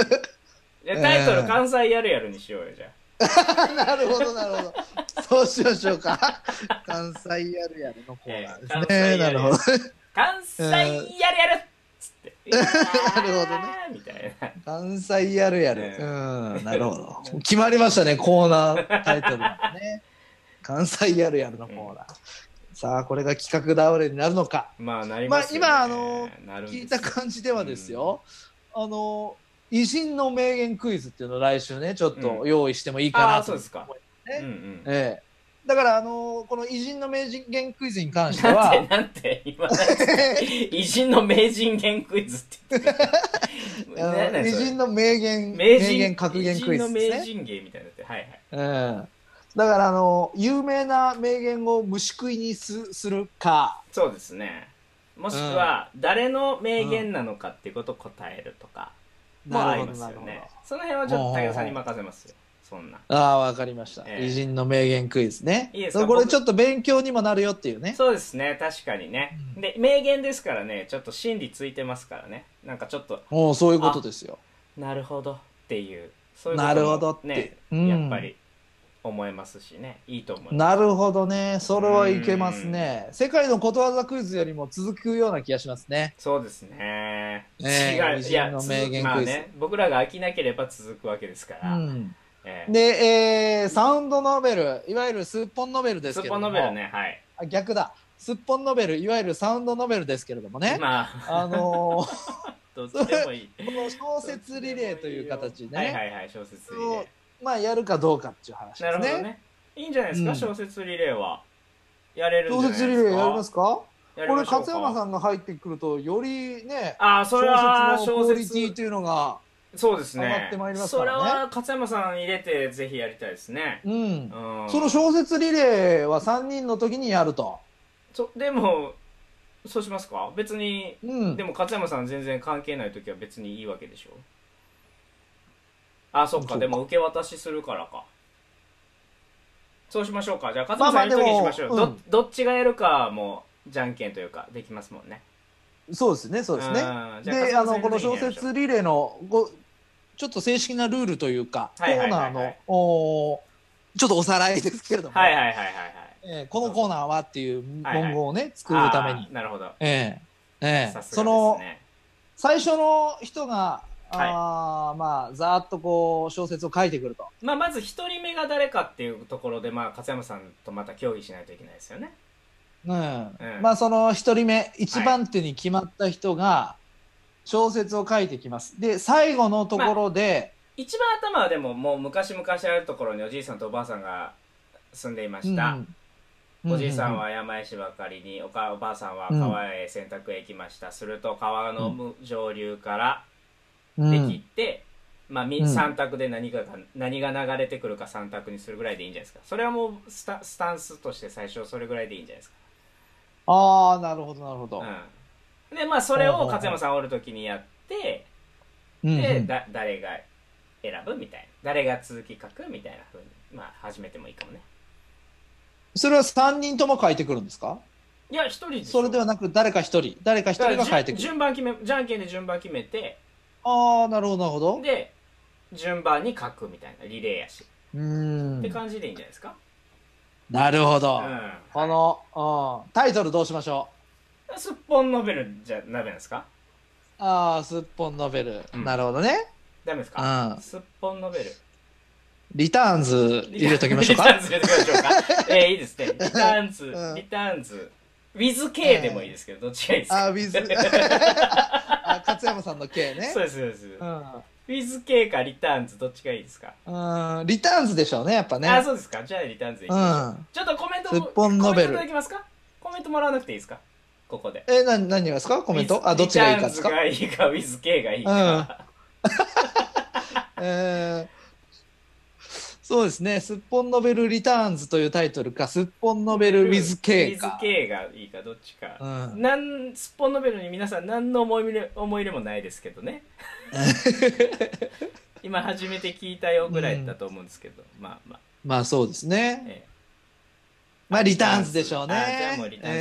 いやタイトル、うん関西やるやる」にしようよじゃ なるほど、なるほど。そうしましょうか。関西やるやるのコーナーですね。えーなるほど。あ「関西やるやる」っつ って「なるほどねね」みたいな関西やるやる。ええうん、なるほど。決まりましたね、コーナータイトルがね。関西やるやるのコーナー。さあ、これが企画倒れになるのか。まあなりますよ、ね、まあ今あのなるんです聞いた感じではですよ、あの偉人の名言クイズっていうのを来週ねちょっと用意してもいいかあなあーと、そうですか、うんうんええ、だからあのこの偉人の名言クイズに関してなん てはなんて今なんて 偉人の名人言クイズって言ってるあの何々偉それ人の名言名名人言格言クイズです偉人の名ね、人芸みたいになってはいはいうん、だからあの有名な名言を虫食いにすするかそうですねもしくは誰の名言なのかっていうことを答えるとかもありますよね、その辺はちょっと武田さんに任せますよそんなああわかりました、ええ偉人の名言クイズねいいですかこれ僕ちょっと勉強にもなるよっていうねそうですね確かにねうんで名言ですからねちょっと心理ついてますからねなんかちょっともうそういうことですよなるほどっていうそういうなるほどってね、うんやっぱり思えますしねいいと思いますなるほどね。それはいけますね。世界のことわざクイズよりも続くような気がしますね。そうですね。ねえ違う。偉いや人、の名言クイズ続くまあね、僕らが飽きなければ続くわけですかうら。ん、ええで、えー、サウンドノベル、いわゆるスッポンノベルですけスッれどポンも。ノベルね、はい。あ。逆だ。スッポンノベル、いわゆるサウンドノベルですけれどもね。まあ、あのーどっちでもいい。この小説リレーという形でね、はいはいはい、小説リレー。まあやるかどうかっていう話なでるすほどね。ね。いいんじゃないですか、うん小説リレーは。やれるん小じゃないです説か。リレーやりますか。かやりこれましょう勝か山さんが入ってくるとよりねああ、それは小説の小クオリティ説。というのがそうです上がねってまいり。ますかそれらねは勝山さん入れて、ぜひやりたいですね。うんうん。その小説リレーは3人の時にやると。そでも、そうしますか別にうんで。も勝山さん全然関係ない時は別にいいわけでしょあそっそうかかでも受け渡しするからかそうしましょうかじゃあ勝まあ山まあさんいる時にしましょでう、もうんどどっちがやるかもじゃんけんというかできますもんねそうですね、そうですね。んじゃで、あ勝山さの、んいるこの時に小やりましょう説リレーのご、ちょっと正式なルールというか、コはいはーいはナいはーいの、おーちょっとおさらいですけれども、はいはいはいはいはいえーこのコーナーはっていうはいは文い言をね、作るためあにー。なるほどえーえさーすそがですの、ね最初の人が、あーまあ、ざーっとこう、小説を書いてくると。まあまず一人目が誰かっていうところでまあ勝山さんとまた協議しないといけないですよねうんんまあその一人目一番手に決まった人が小説を書いてきます、で最後のところで、一番頭はでももう昔々あるところにおじいさんとおばあさんが住んでいました、おじいさんは山へしばかりにおかおばあさんは川へ洗濯へ行きました、すると川のむ上流からでできて、まあ、みうん3択で何かが何が流れてくるか3択にするぐらいでいいんじゃないですかそれはもうスタスタンスとして最初それぐらいでいいんじゃないですかああなるほどなるほど、うん、でまあそれをほうほうほう勝山さんおる時にやってうんうんでだ誰が選ぶみたいな誰が続き書くみたいなふうにまあ始めてもいいかもねそれは3人とも書いてくるんですかいや一人でしょそれではなく誰か一人誰か一だから人が書いてくる順順番決めじゃんけんで順番決めてああなるほどなるほどで順番に書くみたいなリレーやし、うってん。感じでいいんじゃないですか、なるほど。うこの、うん、タイトルどうしましょん、すっぽんノベルじゃダメなんですかうああ、すっぽんノベル。うんなるほどね。ダメですうかん。すっぽんノベルリターンズ入れときましょうリターかン。ズ入れときましょう かえーいいですねリターンズ、うんリターンズ WithK でもいいですけど、どっちがいいですかあー、ウィズ。 あ勝山さんの K ねそ。うですそうです、うん。 WithK かリターンズどっちがいいですか、うん、リターンズでしょうね、やっぱね。あそうですかじゃあリターンズいきましょううんちょっとコメントすっぽんノベルコメントいただけますかコメントもらわなくていいですかここでえ、な、何がですかコメントあ、どっちがいいかですかリターンズがいいか、ウィズ K がいいか。えーそうですね、すっぽんノベルリターンズというタイトルか、すっぽんノベルウィズ K ウィズか。 K がいいか、どっちか。うん、なんスッポンノベルに皆さん何の思い入れ思い入れもないですけど ね今初めて聞いたよぐらいだと思うんですけど、まあまあ、まあそうですね。ええまあリターンズでしょうね。あじゃあもうリターンズでいきましょうえ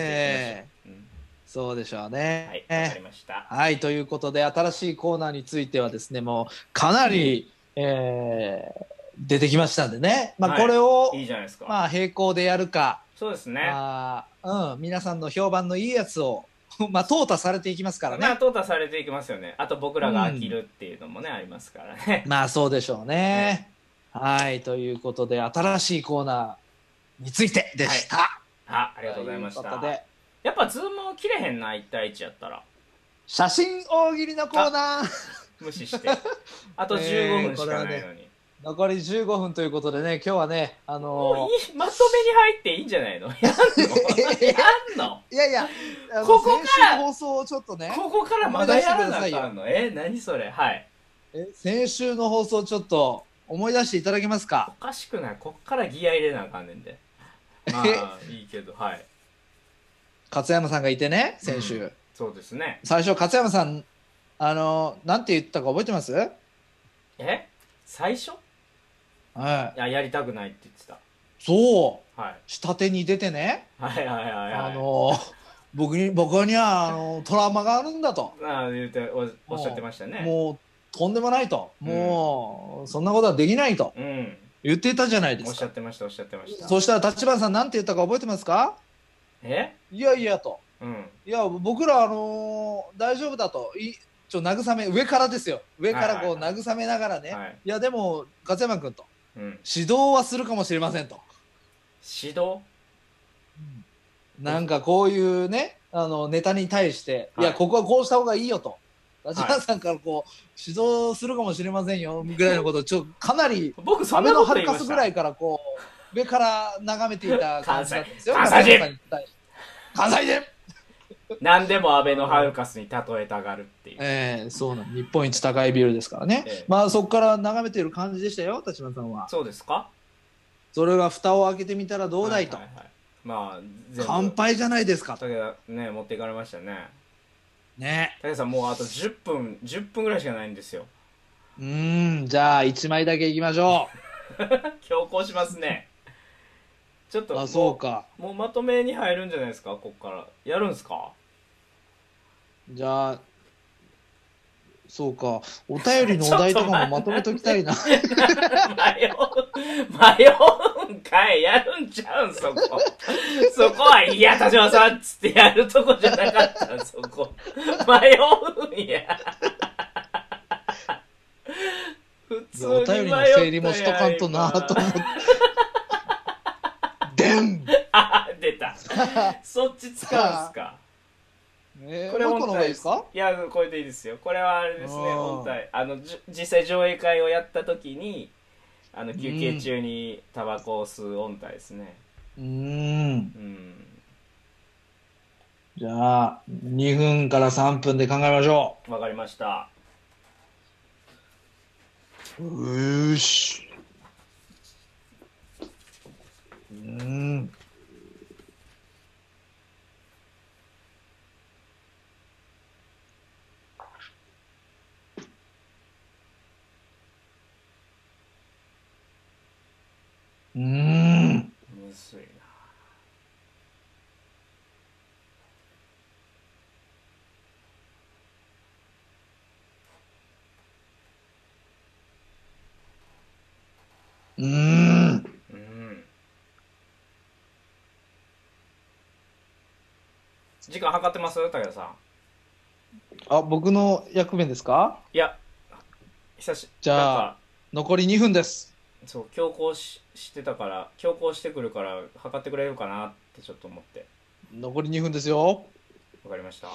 え、そうでしょうはいね。わかりましたはい、ということで、新しいコーナーについてはですね、もうかなり、えー出てきましたんでね。まはあいこれを、いいじゃないですか、まあ並行でやるか、そうですね、まあ、うん、皆さんの評判のいいやつを、 まあ、淘汰されていきますからまあね。淘汰されていきますよねあと僕らが飽きるっていうのもね、ありますからねまあ、そうでしょうね。はい、ということで、新しいコーナーについてでした。あ あありがとうございましたやっぱズームを切れへんな1対1やったら写真大喜利のコーナー、無 視してあとえー15分しかなこいれのに、残り15分ということでね、今日はね、あものういいまとめに入っていいんじゃないの やんのやんのーいやいや、あのここから先週放送をちょっとね、ここからまだやらなあかんのえ何それはいえ先週の放送をちょっと思い出していただけますかお。かしくないこっからギア入れなあかんねんで まあいいけどはい勝山さんがいてね、先週。うんそうですね最初、勝山さん、あのーなんて言ったか覚えてますえ最初いはややりたくないって言ってたい、そうはい下手に出てね、はいはいはいはいあの僕に僕にはあのトラウマがあるんだと、ああ言うておおっしゃってましたねもうとんでもないともう、そんなことはできないとうん言っていたじゃないでおっすしゃかってましたおっしゃってましたそしたら立花さんなんて言ったか覚えてますかえいやいやとうんいや僕らあのー大丈夫だといちょ慰め上からですよ上からこうはいはいはい慰めながらね、いはいやでも勝山君とうん指導はするかもしれませんと。指導なんかこういうね、あのネタに対して、はいい、や、ここはこうした方がいいよと、立花さんからこう、指導するかもしれませんよぐらいの ことを、ちょかなり、僕そ安んな倍のことハ言ルいカまスしぐらたいからこう、上から眺めていた感じだったんですよ、関西立花さんに対して関西人何でも安倍のハルカスに例えたがるっていうええそうなん日本一高いビルですからね、ええまあそこから眺めている感じでしたよ、立花さんは。そうですかそれが蓋を開けてみたらどうだいと、はいはいはいまあ全部乾杯じゃないですかと。武田ね持っていかれましたねね武田さんもうあと10分10分ぐらいしかないんですようーん、じゃあ1枚だけいきましょ強行しますねちょっとう。もあ、そうか。もうまとめに入るんじゃないですかこっからやるんすかじゃあ、そうか。お便りのお題とかもまとめときたい な。迷う迷うんかいやるんちゃうんそこそこはいや田島さんっつってやるとこじゃなかったそこ迷うんや普通に迷おった便やりの整理もしとかんとなと思 って。でんあ出たそっち使うんすかえー、これもう一個の方がいいでですかいやこれでいいですよこれはあれですねあー本体あのじゅ実際上映会をやった時にあの休憩中にタバコを吸う音体ですねうーん。うんじゃあ、2分から3分で考えましょわかりましたう。うーし。うーん。うーん。むずいな時間計ってます武田さんあ、僕の役目ですかいや久しじゃあなんか残り2分です。そう強行ししてたから強行してくるから測ってくれるかなってちょっと思って残り2分ですよ。わかりました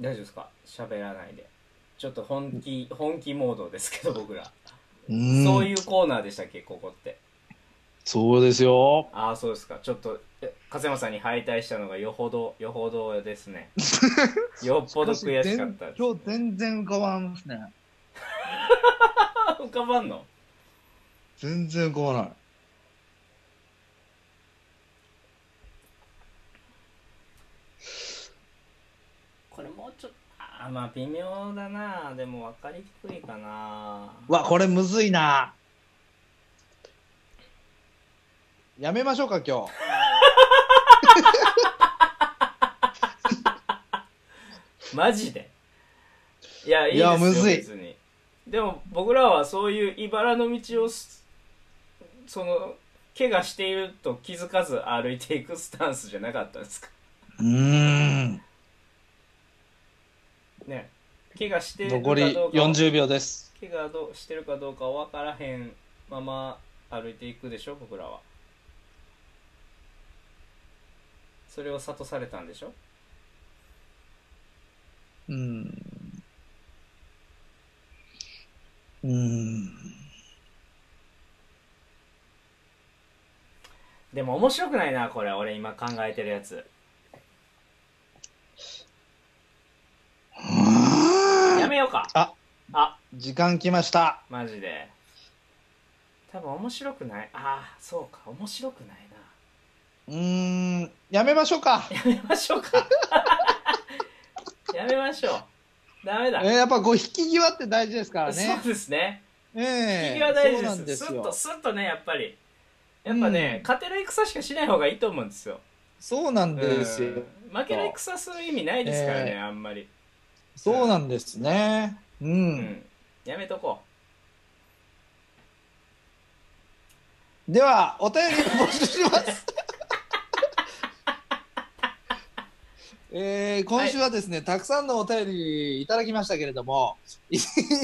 大丈夫ですか喋らないでちょっと本気本気モードですけど僕らうんそういうコーナーでしたっけここってそうですよ。ああそうですかちょっとえ勝山さんに敗退したのがよほどよほどです ねよっぽど悔しかったです、今日全然浮かばんですね。 浮かばんの全然浮かばない。これもうちょっとあーまあ微妙だなでも分かりにくいかなうわ、これむずいな。やめましょうか、今日。マジでいやいいですよいやむずい別にでも僕らはそういう茨の道をすその怪我していると気づかず歩いていくスタンスじゃなかったんですかうーん。ね怪我しているかど残うかり40秒です。怪我どうしてるかどうか分からへんまま歩いていくでしょ僕らはそれを諭されたんでしょうん。うーん。でも面白くないなこれ俺今考えてるやつやめようかああ時間きました。マジで多分面白くないああそうか面白くないうーん。やめましょう か。なやめましょうかやめましょうダメえだ、ーやっぱこう引き際って大事ですからねそう。ですねええ引きは大事そうでなすんですスッとよ。スッとねやっぱりやっぱね、うん勝てる戦しかしない方がいいと思うんですよ、そうなんですよ。うん負ける戦する意味ないですからね、えあんまりそうなんですね。ううん、ん。やめとこでは、お便りを募集します。 えー今週はですね、たくさんのお便りいただきましたけれども、う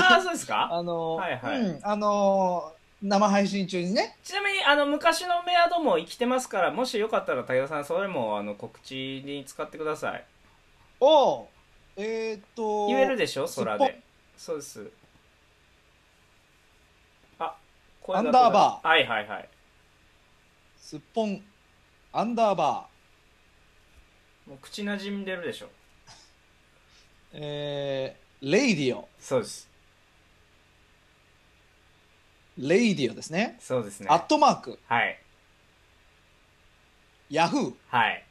ああそうですか あの、はいはいうん、あの、生配信中にね、ちなみにあの昔のメアドも生きてますからもしよかったら武田さんそれもあの告知に使ってくださいおうえーっと、言えるでしょすっぽ空でそうですあ声がアンダーバはいはいはいすっぽん、アンダーバー、もう口なじみでるでしょえー、レイディオ、そうですレイディオですね。そうですねアットマーク、はいヤフーはい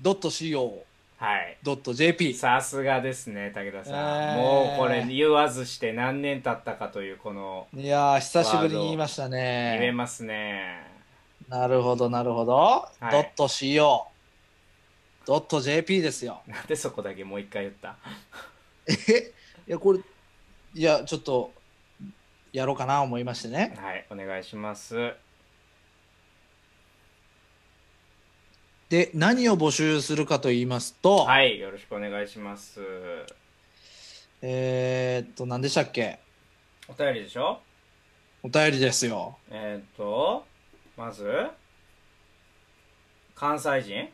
ドット CO.jp。はいさすがですね武田さん、えーもうこれ言わずして何年経ったかというこのいやー、久しぶりに言いました言えね。ますね なるほど、なるほど。いドット CO。ドット JP です よ。なんでそこだけもう一回言ったえいや、これ、いや、ちょっと、やろうかな思いましてね。はいお願いしますで、何を募集するかと言いますと、はいよろしくお願いしますえー、っと、何でしたっけお便りでしょお便りですよ。えっ、とまず関西人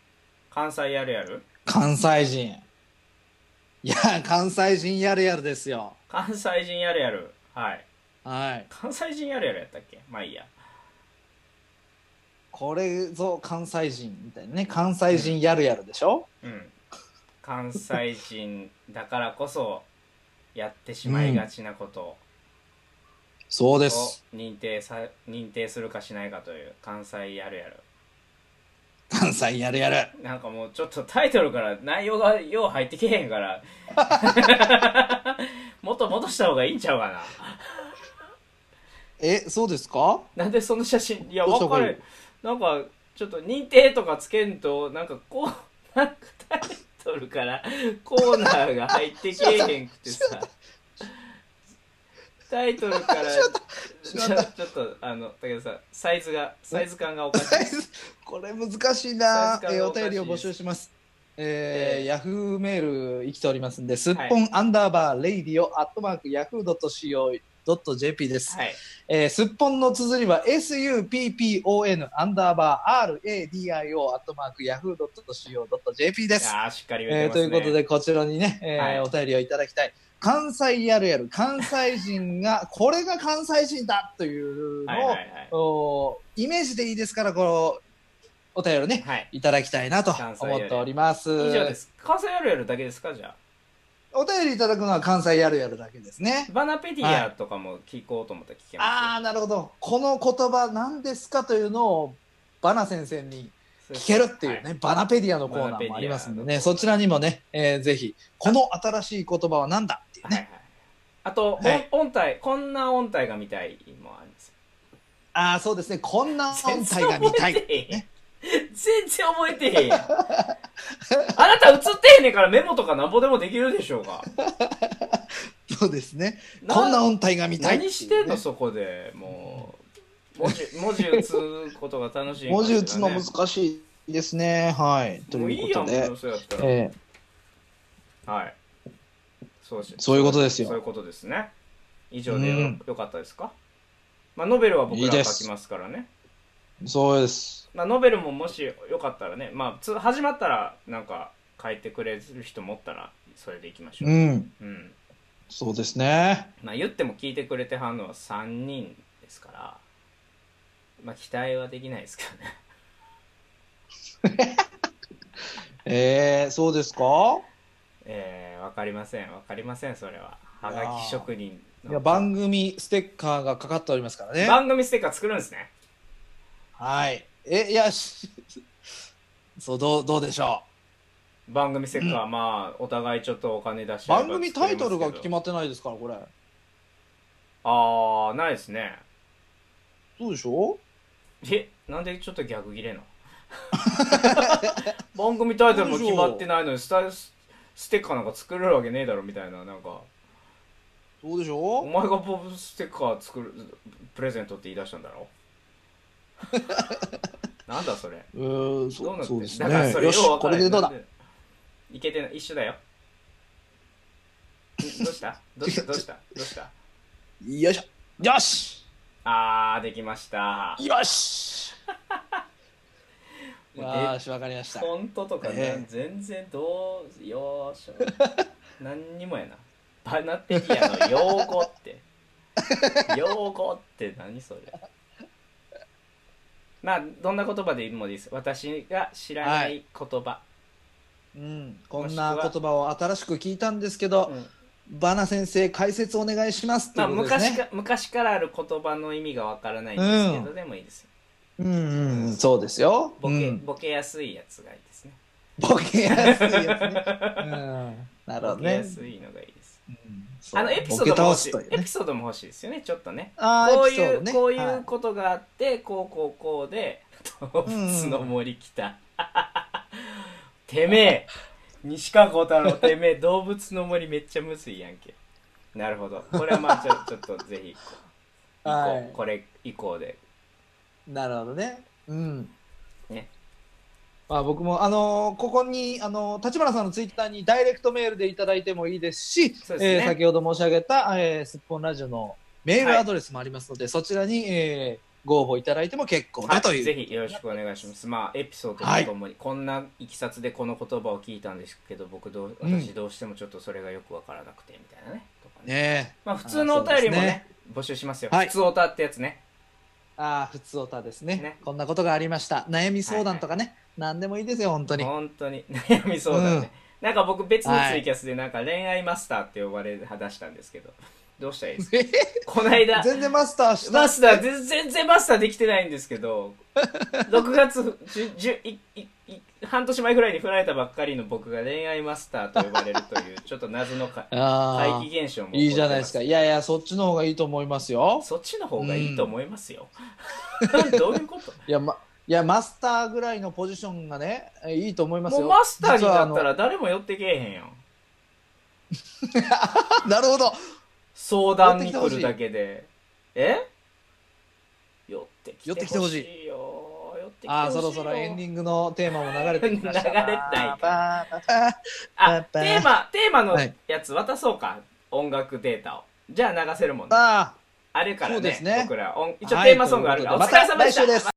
関西やるやる関西人。いや、関西人やるやるですよ。関西人やるやるはいはい。関西人やるやるやったっけまあいいやこれぞ関西人みたいなね。関西人やるやるでしょうん、関西人だからこそやってしまいがちなことをそうで。認定さ、認定するかしないかという関西やるやる関西やるやる。なんかもうちょっとタイトルから内容がよう入ってけへんからもっと戻した方がいいんちゃうかえ、そうですかななんでその写真いやどうした分方かがいいるなんかちょっと認定とかつけんと、なんかこう、なんかタイトルからコーナーが入ってけえへんくてさ、タイトルから、ちょしまったちょっと、あの、武田さん、サイズが、サイズ感がおかしい。サイズ これ難しいなサイズ。感えーがおおかしい便りを募集します。えーえーヤフーメール生きておりますんで、すっぽんアンダーバーレイディオアットマークヤフー .co.jp です。はい。えーすっぽんの綴りは suppon アンダーバー radio アットマークヤフー .co.jp です。ああ、しっかり言ええーてとますいね。うことで、こちらにね、えーはいお便りをいただきたい。関西やるやる、関西人が、これが関西人だというはいのを、はいはい。おイメージでいいですから、このお便りをね、はい。いただきたいなと関西や思るっております。以上です。関西あるあるだけですかじゃお便りいただくのは関西やるやるだけですねあ。。バナペディアとかも聞こうと思ったら聞けあまあ、なるほど。この言葉何ですかというのを、バナ先生にすよ。聞けるっていうね、はバナペディアのコーナーもありますんでバナペディアのコーナね、ーそちらにもね、えーぜひ、この新しい言葉は何だっていうはいはね。い。あと、はいお音体、こんな音体が見たいもあります。ああ、そうですね、こんな音体が見たい。ね全然覚えてへんやん。 あなた映ってへんねんからメモとかなんぼでもできるでし ょうが。そうですね、こんな音体が見たいっていうね。何してんのそこでもう文字文字打つことが楽しい、文字打つの難しいですね。はい。ともういいういやことんでもう、そうやったら、えはいそうしそういうことですよそういうことですね以上でよ,、うんかったですかまあノベルは僕いいでらす書きますからねーそうです。まあノベルももしよかったらねまあつ始まったらなんか書いてくれる人もおったらそれでいきましょうう、ん、うんそうですね。まあ言っても聞いてくれてはんのは3人ですからまあ期待はできないですけどね えー、そうですかえー、わかりません、わかりません、それは。はがき職人のいや、番組ステッカーがかかっておりますからね。番組ステッカー作るんですね。はい。え、いや、 しそう、どう、どうでしょ番組ステッカー、まあ、お互いちょっとお金出しう。番組タイトルが決ままってないですから、これ。あー、ないですね。そうでしょえ、なんでちょっと逆切れの 番組タイトルも決まってないのにスタ、ステッカーなんか作れるわけねえだろみたいな、なんか、そうでしおょ前がボブステッカー作る、プレゼントって言い出したんだろ なんだそれ。うーん、どうそなうっそてうんですだからね。それよよしう分、こかられんでどうだなんいけてない一緒だよんどうしたどうしたどうしたどうしたよいしょ。よしあーできましたよしもうよし、わかりましでた。フォントとか、ねええ全然どうよ ーしょ何にもやなバナテリアの用語って 用語って何それまあどんな言葉でもいいです私が知らない言葉、うん、こんな言葉を新しく聞いたんですけど、うんバナ先生解説お願いしますってまいあ、うことです昔ね。か昔からある言葉の意味がわからないんですけど、でもいいですようんうんうん、そうですよ。ボケ,、うん、ボケやすいやつがいいですね。ボケやすいやつね。うん、なるほどボケねや。すいのがいいです。うんそうあのエピボソードケも倒欲しすいというエねピ。ソードも欲しいですよね、ちょっとね。あーこうエピソいーう、ドねこういはいうことがあって、こうこうこうで、 動物の森来た。てめえ、西川幸太郎、てめえ、動物の森めっちゃむずいやんけ。なるほど。これはまあち ょ、ちょっとぜひ、はこうこれ以降で。い。なるほどね。うん。ね。まあ僕も、あのーここに、あのー立花さんのツイッターにダイレクトメールでいただいてもいいですし、そうですねえー先ほど申し上げた、えー、すっぽんラジオのメールアドレスもありますので、そちらに、えーご応募いただいても結構だという。ぜひよろしくお願いします。まあ、エピソードはいとともに、こんないきさつでこの言葉を聞いたんですけど、僕どう、うん私どうしてもちょっとそれがよくわからなくて、みたいなね。とかね。ねまあ、普通のお便りあそもうですねね、募集しますよ。はい普通おたってやつね。ああ、普通おたですねねこんなことがありました。悩み相談とかね。何でもいいですよ、本当に。本当に 悩みそうだね。なんか僕別のツイキャスでなんか恋愛マスターって呼ばれ出したんで すけど、どうしたらいいですかこの間、全然マスターした。マスター、全全然マスターできてないんですけど、6月じゅじゅいいい半年前ぐらいに振られたばっかりの僕が恋愛マスターと呼ばれるという、ちょっと謎のかああ怪、奇現象も起こってますいいじゃないですか。いやいや、そっちの方がいいと思いますよ。 そっちの方がいいと思いますよ。どういうこといや、ま、いや、マスターぐらいのポジションがね、えいいと思いますもよ。うマスターになっ実たはら誰も寄ってけえへんよあのなるほど。相談に来るだけでえ寄ってき寄っててきてほほししいよ寄ってきてほしいよ ああ、そろそろエンデングィングのテーマも流れてきました 流れないパーパーパーあテーマテーマのはいやつ渡そうか音楽データをじゃあ流せるもんねああ、あれからねそうですね僕ら音一応はいテーマソングあるから、というおこ疲とでれ様でしたまた来週です